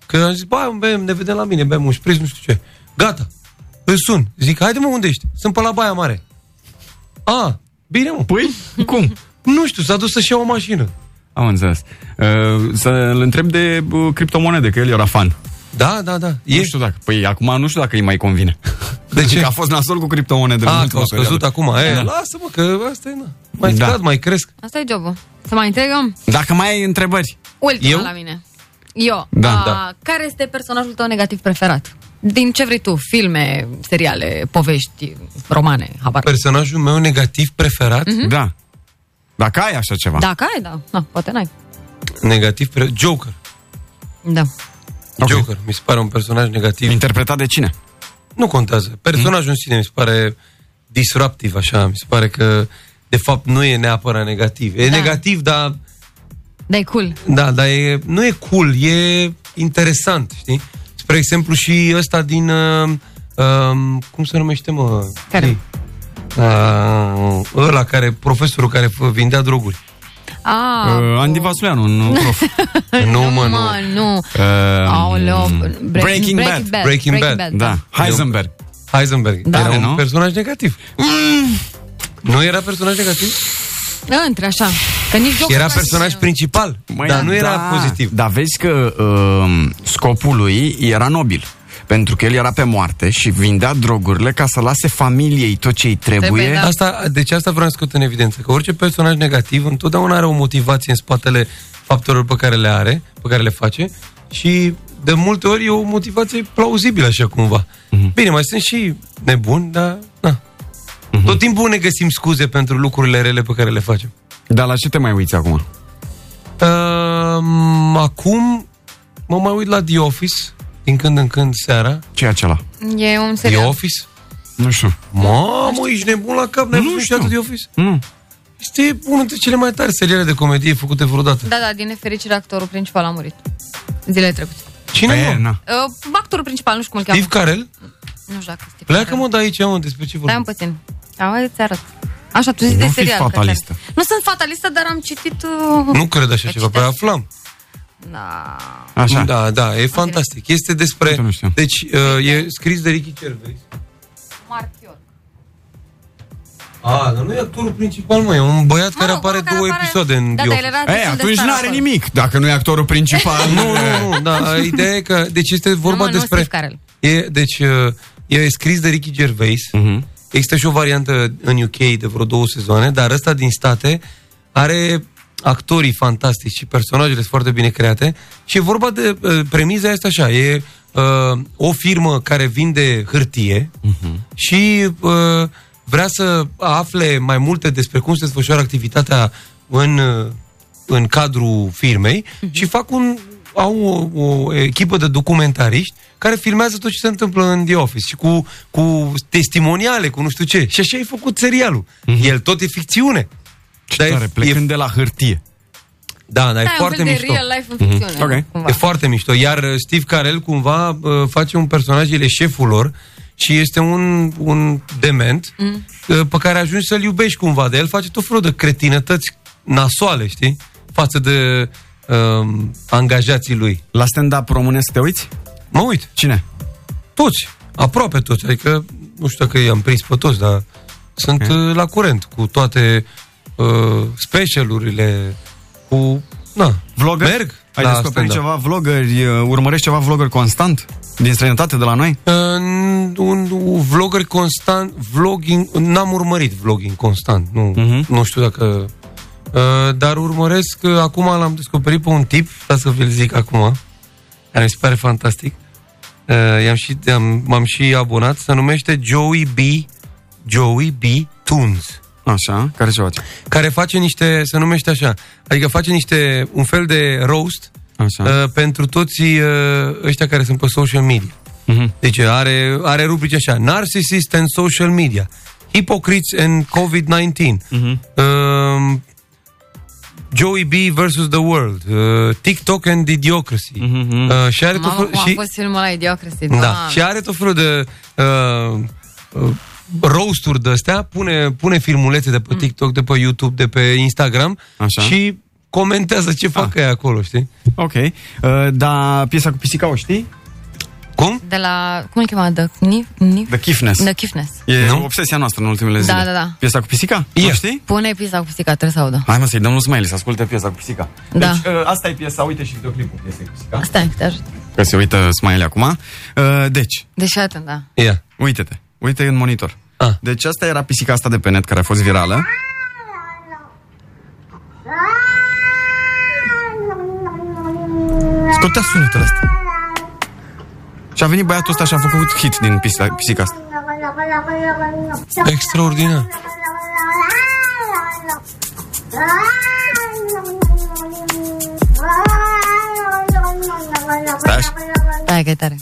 Speaker 14: Că am zis, bă, bem, ne vedem la mine, bem un șpriz, nu știu ce. Gata, îl sun, zic, haide mă, unde ești? Sunt pe la Baia Mare. A, bine mă.
Speaker 3: Păi, cum?
Speaker 14: Nu știu, s-a dus să-și ia o mașină.
Speaker 3: Am înțeles. Uh, să-l întreb de uh, criptomonede, că el era fan.
Speaker 14: Da, da, da.
Speaker 3: E? Nu știu dacă. Păi acum nu știu dacă îi mai convine. De ce? Că a fost nasol cu criptomonede.
Speaker 14: A, că Ah, au scăzut acum. E, lasă-mă, că asta e, na. Mai
Speaker 3: Da.
Speaker 14: scad, mai cresc.
Speaker 4: Asta e jobul. Să mai întregăm?
Speaker 3: Dacă mai ai întrebări.
Speaker 4: Ultima
Speaker 3: Eu?
Speaker 4: la mine. Eu.
Speaker 3: Da,
Speaker 4: A,
Speaker 3: da.
Speaker 4: Care este personajul tău negativ preferat? Din ce vrei tu? Filme, seriale, povești, romane, habar.
Speaker 14: Personajul meu negativ preferat?
Speaker 4: Mhm.
Speaker 3: Da. Dacă ai așa ceva.
Speaker 4: Dacă ai, da. Na, poate n-ai.
Speaker 14: Negativ preferat? Joker.
Speaker 4: Da.
Speaker 14: Okay. Joker, mi se pare un personaj negativ.
Speaker 3: Interpretat de cine?
Speaker 14: Nu contează. Personajul în sine mi se pare disruptiv, așa. Mi se pare că, de fapt, nu e neapărat negativ. E da. negativ, dar,
Speaker 4: Da, e cool.
Speaker 14: da, dar e, nu e cool, e interesant, știi? Spre exemplu și ăsta din... Uh, um, cum se numește, mă?
Speaker 4: Care?
Speaker 14: Uh, ăla care, profesorul care fă- vindea droguri.
Speaker 4: A,
Speaker 3: Uh, Andy Vasuleanu, un prof.
Speaker 14: Uh,
Speaker 3: Um,
Speaker 14: nu, mă, nu.
Speaker 4: mă, nu.
Speaker 3: Uh,
Speaker 4: Aoleo, Breaking,
Speaker 3: Breaking Bad.
Speaker 14: Breaking Bad.
Speaker 3: Da. Heisenberg.
Speaker 14: Heisenberg.
Speaker 3: Da,
Speaker 14: era
Speaker 3: nu? Mm.
Speaker 14: un personaj negativ. Nu era personaj negativ?
Speaker 4: Da. Între așa. Că nici Joker
Speaker 14: Era
Speaker 4: nu-i-
Speaker 14: personaj principal, Măi, dar
Speaker 3: da.
Speaker 14: nu era pozitiv.
Speaker 3: Dar vezi că uh, scopul lui era nobil. Pentru că el era pe moarte și vindea drogurile ca să lase familiei tot ce îi trebuie.
Speaker 14: Trebuie, da. asta, deci asta vreau să scot în evidență, că orice personaj negativ întotdeauna are o motivație în spatele faptelor pe care le are, pe care le face și de multe ori e o motivație plauzibilă așa cumva. Mm-hmm. Bine, mai sunt și nebuni, dar na. Mm-hmm. Tot timpul ne găsim scuze pentru lucrurile rele pe care le facem.
Speaker 3: Dar la ce te mai uiți acum?
Speaker 14: Um, acum mă mai uit la The Office din când în când seara.
Speaker 3: Ce e acela?
Speaker 4: E un
Speaker 14: The
Speaker 4: serial.
Speaker 14: Office?
Speaker 3: Nu știu.
Speaker 14: Mamă, ești nebun la cap, n-ai văzut niciodată The Office?
Speaker 3: Nu.
Speaker 14: Este unul dintre cele mai tari seriale de comedie făcute vreodată.
Speaker 4: Da, da, din nefericire actorul principal a murit. Zilele trecute.
Speaker 14: Cine Păi e,
Speaker 3: mă?
Speaker 4: Uh, actorul principal, nu știu cum îl cheamă.
Speaker 14: Steve Carell?
Speaker 4: Nu știu dacă Steve
Speaker 14: Pleacă mă de aici, mă, despre ce
Speaker 4: Stai un
Speaker 14: vorbim?
Speaker 4: puțin. Am îți arăt. Așa, tu zici de serial. că te-ar- Nu sunt fatalistă, dar am citit... Uh...
Speaker 14: Nu cred așa ceva, pe aflam.
Speaker 4: Da.
Speaker 14: Așa. Da, da, e fantastic. Este despre... Deci, uh, e scris de Ricky Gervais.
Speaker 4: Marchior.
Speaker 14: A, dar nu e actorul principal, mă, e un băiat care
Speaker 4: rog,
Speaker 14: apare
Speaker 4: Ah, care
Speaker 14: două
Speaker 4: apare-
Speaker 14: episoade în
Speaker 4: Da,
Speaker 14: The
Speaker 4: dar
Speaker 14: Office.
Speaker 4: el era destul de
Speaker 3: atunci
Speaker 4: star
Speaker 3: n-are
Speaker 4: acolo.
Speaker 3: nimic, dacă nu e actorul principal.
Speaker 14: nu, nu, nu, da, ideea e că... Deci este vorba
Speaker 4: nu, nu
Speaker 14: despre...
Speaker 4: Steve Carell.
Speaker 14: E, deci, uh, e scris de Ricky Gervais. Există și o variantă în UK de vreo două sezoane, dar ăsta din state are actorii fantastici și personajele sunt foarte bine create. Și e vorba de... uh, Premiza este așa, e uh, o firmă care vinde hârtie și uh, vrea să afle mai multe despre cum se desfășoară activitatea în, uh, în cadrul firmei
Speaker 4: Mhm.
Speaker 14: și fac un au o, o echipă de documentariști care filmează tot ce se întâmplă în The Office și cu, cu testimoniale, cu nu știu ce. Și așa ai făcut serialul. El tot e ficțiune. Mhm. Ce dar tare, e, plecând
Speaker 3: de la hârtie.
Speaker 14: Da, dar
Speaker 4: Da,
Speaker 14: e
Speaker 4: e un
Speaker 14: foarte
Speaker 4: fel de
Speaker 14: mișto.
Speaker 4: real life în ficțiune, Mhm. Ok. cumva.
Speaker 14: E foarte mișto. Iar uh, Steve Carell cumva uh, face un personaj, el e șeful lor și este un, un dement
Speaker 4: Mm.
Speaker 14: uh, pe care ajungi să-l iubești cumva. De el face tot felul de cretinătăți nasoale, știi? Față de um, angajații lui.
Speaker 3: La stand-up românesc te uiți?
Speaker 14: Mă uit.
Speaker 3: Cine?
Speaker 14: Toți. Aproape toți. Adică, nu știu dacă i-am prins pe toți, dar sunt uh, la curent cu toate uh, specialurile, cu... Na,
Speaker 3: Vlogger? Da,
Speaker 14: Merg
Speaker 3: Ai
Speaker 14: la
Speaker 3: descoperit
Speaker 14: stand-up.
Speaker 3: ceva vlogări, uh, urmărești ceva vlogări constant din străinătate de la noi?
Speaker 14: un, un vlogger constant, vlogging, n-am urmărit vlogging constant, nu, nu știu dacă... Uh, dar urmăresc, uh, acum l-am descoperit pe un tip, stați să vi-l zic acum, care mi se pare fantastic. Uh, i-am și, am, m-am și abonat, se numește Joey B. Joey B. Tunes.
Speaker 3: Așa, care ce face?
Speaker 14: Care face niște, se numește așa, adică face niște, un fel de roast
Speaker 3: Așa.
Speaker 14: uh, pentru toți uh, ăștia care sunt pe social media.
Speaker 3: Mhm.
Speaker 14: Deci are, are rubrici așa, Narcissist and Social Media, Hypocrites and COVID-19,
Speaker 3: Mhm.
Speaker 14: um, Joey B versus the World, uh, TikTok and Idiocracy.
Speaker 3: Mhm,
Speaker 14: Uh, și are tot
Speaker 4: Mamă,
Speaker 14: fel,
Speaker 4: cum a
Speaker 14: și,
Speaker 4: fost filmul la Idiocracy.
Speaker 14: da,
Speaker 4: doamne.
Speaker 14: și are tot felul de uh, uh, roast-uri de-astea, pune, pune filmulețe de
Speaker 4: Mm.
Speaker 14: pe TikTok, de pe YouTube, de pe Instagram
Speaker 3: Așa. Ah.
Speaker 14: și comentează ce fac ei acolo, știi?
Speaker 3: Ok. Uh, dar piesa cu pisica o știi?
Speaker 14: Cum?
Speaker 4: De la, cum îl chema? The Knif? Knif?
Speaker 3: The Kiffness.
Speaker 4: The Kiffness.
Speaker 3: E nu? obsesia noastră în ultimele
Speaker 4: Da,
Speaker 3: zile.
Speaker 4: da, da.
Speaker 3: Piesa cu pisica? E. Nu știi?
Speaker 4: Pune pizza cu pisica, trebuie să audă.
Speaker 3: Hai mă să-i dăm lui Smiley să asculte piesa cu pisica.
Speaker 4: Da.
Speaker 3: Deci, uh, asta e piesa, uite și videoclipul piesei cu pisica.
Speaker 4: Stai, te ajut.
Speaker 3: Că se uită Smiley acum. Uh, deci,
Speaker 4: Deci, atent, da.
Speaker 14: yeah.
Speaker 3: uite-te. Uite în monitor. Ah. Deci asta era pisica asta de pe net care a fost virală. Ascultă sunetul ăsta. Și a venit băiatul ăsta și a făcut hit din pisica, pisica asta.
Speaker 14: Extraordinar.
Speaker 4: Stai așa. Stai că e tare.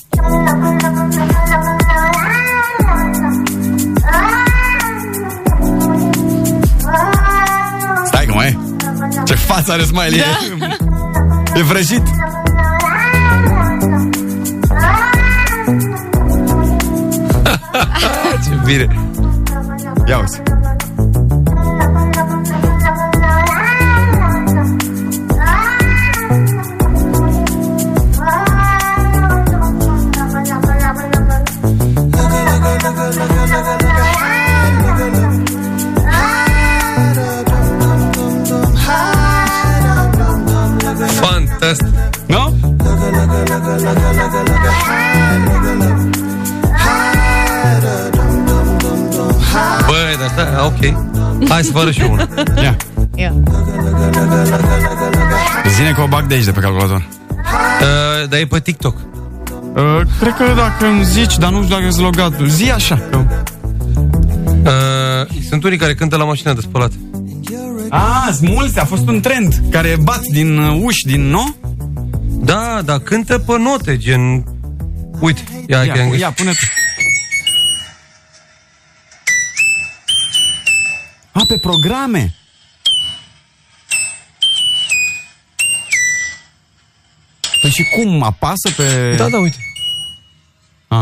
Speaker 3: Stai că mai Ce față are Smiley da. E vrăjit
Speaker 14: Ce bine
Speaker 3: Ia uite
Speaker 14: Fantastic.
Speaker 3: Nu?
Speaker 14: Băi, dar stai, ok. Hai să vă arăt și eu una.
Speaker 3: Ia.
Speaker 4: Ia.
Speaker 3: Zine că o bag de aici de pe calculator
Speaker 14: Uh, dar e pe TikTok.
Speaker 3: uh, Cred că dacă îmi zici, dar nu știu dacă ești logat Zi așa că...
Speaker 14: Uh, sunt unii care cântă la mașina de spălat.
Speaker 3: A, sunt mulți, Ah, a fost un trend Care bat din uh, uși, din nou
Speaker 14: Da, da, cântă pe note, gen... Uite, ia,
Speaker 3: Ia,
Speaker 14: ia,
Speaker 3: ia,
Speaker 14: ia.
Speaker 3: pune A, pe programe Păi și cum apasă pe...
Speaker 14: Da, da, uite.
Speaker 3: A.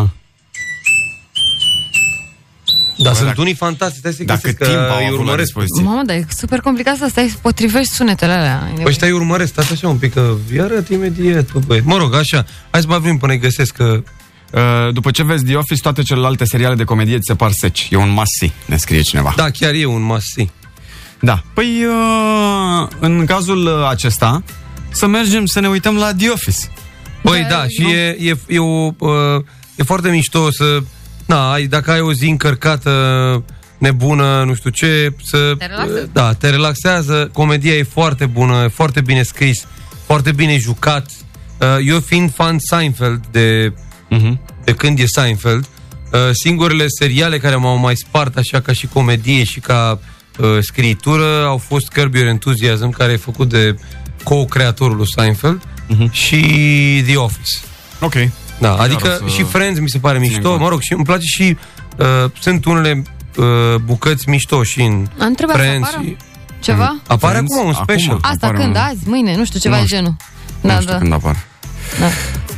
Speaker 14: Da, Dar sunt unii fantastici, stai să
Speaker 3: Dacă
Speaker 14: că
Speaker 3: timp au
Speaker 14: îi
Speaker 3: avut la
Speaker 14: urmăresc.
Speaker 3: dispoziție.
Speaker 4: Mamă, dar e super complicat să stai să potrivești sunetele alea.
Speaker 14: Păi stai, urmăresc, stați așa un pic, că iară imediat, bă, băi. Mă rog, așa, hai să mai vorbim până îi găsesc, că
Speaker 3: Uh, După ce vezi The Office, toate celelalte seriale de comedie ți se par seci. E un must-see, ne scrie cineva.
Speaker 14: Da, chiar e un must-see.
Speaker 3: Da. Păi, uh, în cazul uh, acesta, să mergem să ne uităm la The Office.
Speaker 14: Băi, da, și e, e, e, o, uh, e foarte mișto să... Na, ai, dacă ai o zi încărcată, nebună, nu știu ce, să...
Speaker 20: Te relaxează.
Speaker 14: uh, Da, te relaxează. Comedia e foarte bună, e foarte bine scris, foarte bine jucat. Uh, Eu fiind fan Seinfeld de, de când e Seinfeld, uh, singurele seriale care m-au mai spart așa ca și comedie și ca uh, scriitură au fost Curb Your Enthusiasm, care e făcut de co-creatorul lui Seinfeld și The Office.
Speaker 3: Ok.
Speaker 14: Da,
Speaker 3: Chiar
Speaker 14: adică
Speaker 3: o să-
Speaker 14: și Friends mi se pare mișto,
Speaker 3: cont.
Speaker 14: mă rog, și îmi place și uh, sunt unele uh, bucăți mișto și în
Speaker 4: Am întrebat să
Speaker 14: Friends.
Speaker 4: apară
Speaker 14: și-
Speaker 4: ceva?
Speaker 14: Apare
Speaker 3: Friends?
Speaker 14: acum un
Speaker 3: Acum?
Speaker 14: special.
Speaker 4: Asta
Speaker 3: Apare
Speaker 4: când?
Speaker 3: un-
Speaker 4: Azi? Mâine? Nu știu, ceva
Speaker 3: Nu
Speaker 4: de
Speaker 3: știu.
Speaker 4: genul. Da, da.
Speaker 3: Când apar.
Speaker 4: Da.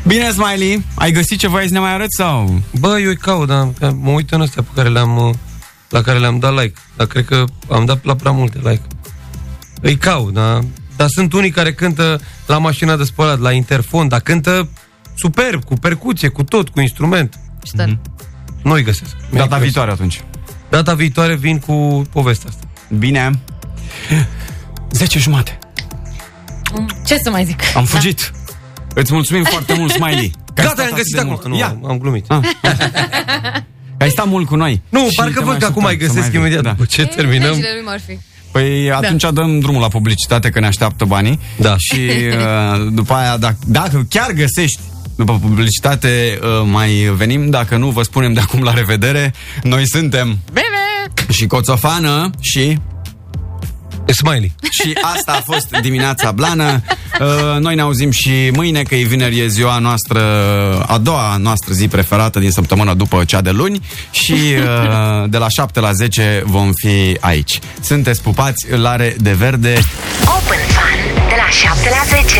Speaker 3: Bine, Smiley, ai găsit ceva aici ne mai arăți sau?
Speaker 14: Bă, eu îi caut, dar că mă uit în astea pe care le-am uh, la care le-am dat like, dar cred că am dat la prea multe like. Îi caut, da? Dar sunt unii care cântă la mașina de spălat, la interfon, dar cântă superb, cu percuție, cu tot, cu instrument. Nu îi găsesc. Mi-ai
Speaker 3: Data
Speaker 14: găsit.
Speaker 3: viitoare atunci.
Speaker 14: Data viitoare vin cu povestea asta.
Speaker 3: Bine. 10 jumate.
Speaker 4: Ce să mai zic?
Speaker 3: Am fugit. Îți mulțumim foarte mult, Smiley. că ai
Speaker 14: Gata,
Speaker 3: stat
Speaker 14: am
Speaker 3: atât
Speaker 14: găsit
Speaker 3: de
Speaker 14: acum.
Speaker 3: mult.
Speaker 14: Nu,
Speaker 3: Ia,
Speaker 14: am glumit.
Speaker 3: că ai stat mult cu noi.
Speaker 14: Nu,
Speaker 3: Și te
Speaker 14: parcă văd că
Speaker 3: așteptăm
Speaker 14: acum mai
Speaker 3: să Da.
Speaker 14: găsesc
Speaker 3: vii.
Speaker 14: imediat după ce terminăm.
Speaker 4: Legile lui Murphy. Da.
Speaker 3: Păi atunci dăm drumul la publicitate că ne așteaptă banii da. și uh, după aia dacă, dacă chiar găsești după publicitate uh, mai venim, dacă nu vă spunem de acum la revedere. Noi suntem
Speaker 4: Bebe!
Speaker 3: și Coțofană și
Speaker 14: Smiley.
Speaker 3: Și asta a fost dimineața blană. Uh, Noi ne auzim și mâine, că e vineri, e ziua noastră, a doua noastră zi preferată din săptămână după cea de luni și uh, de la 7 la 10 vom fi aici. Sunteți pupați, lare de verde.
Speaker 2: Open Fun de la 7 la 10.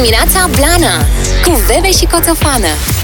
Speaker 2: Dimineața Blana cu Bebe și Coțofană.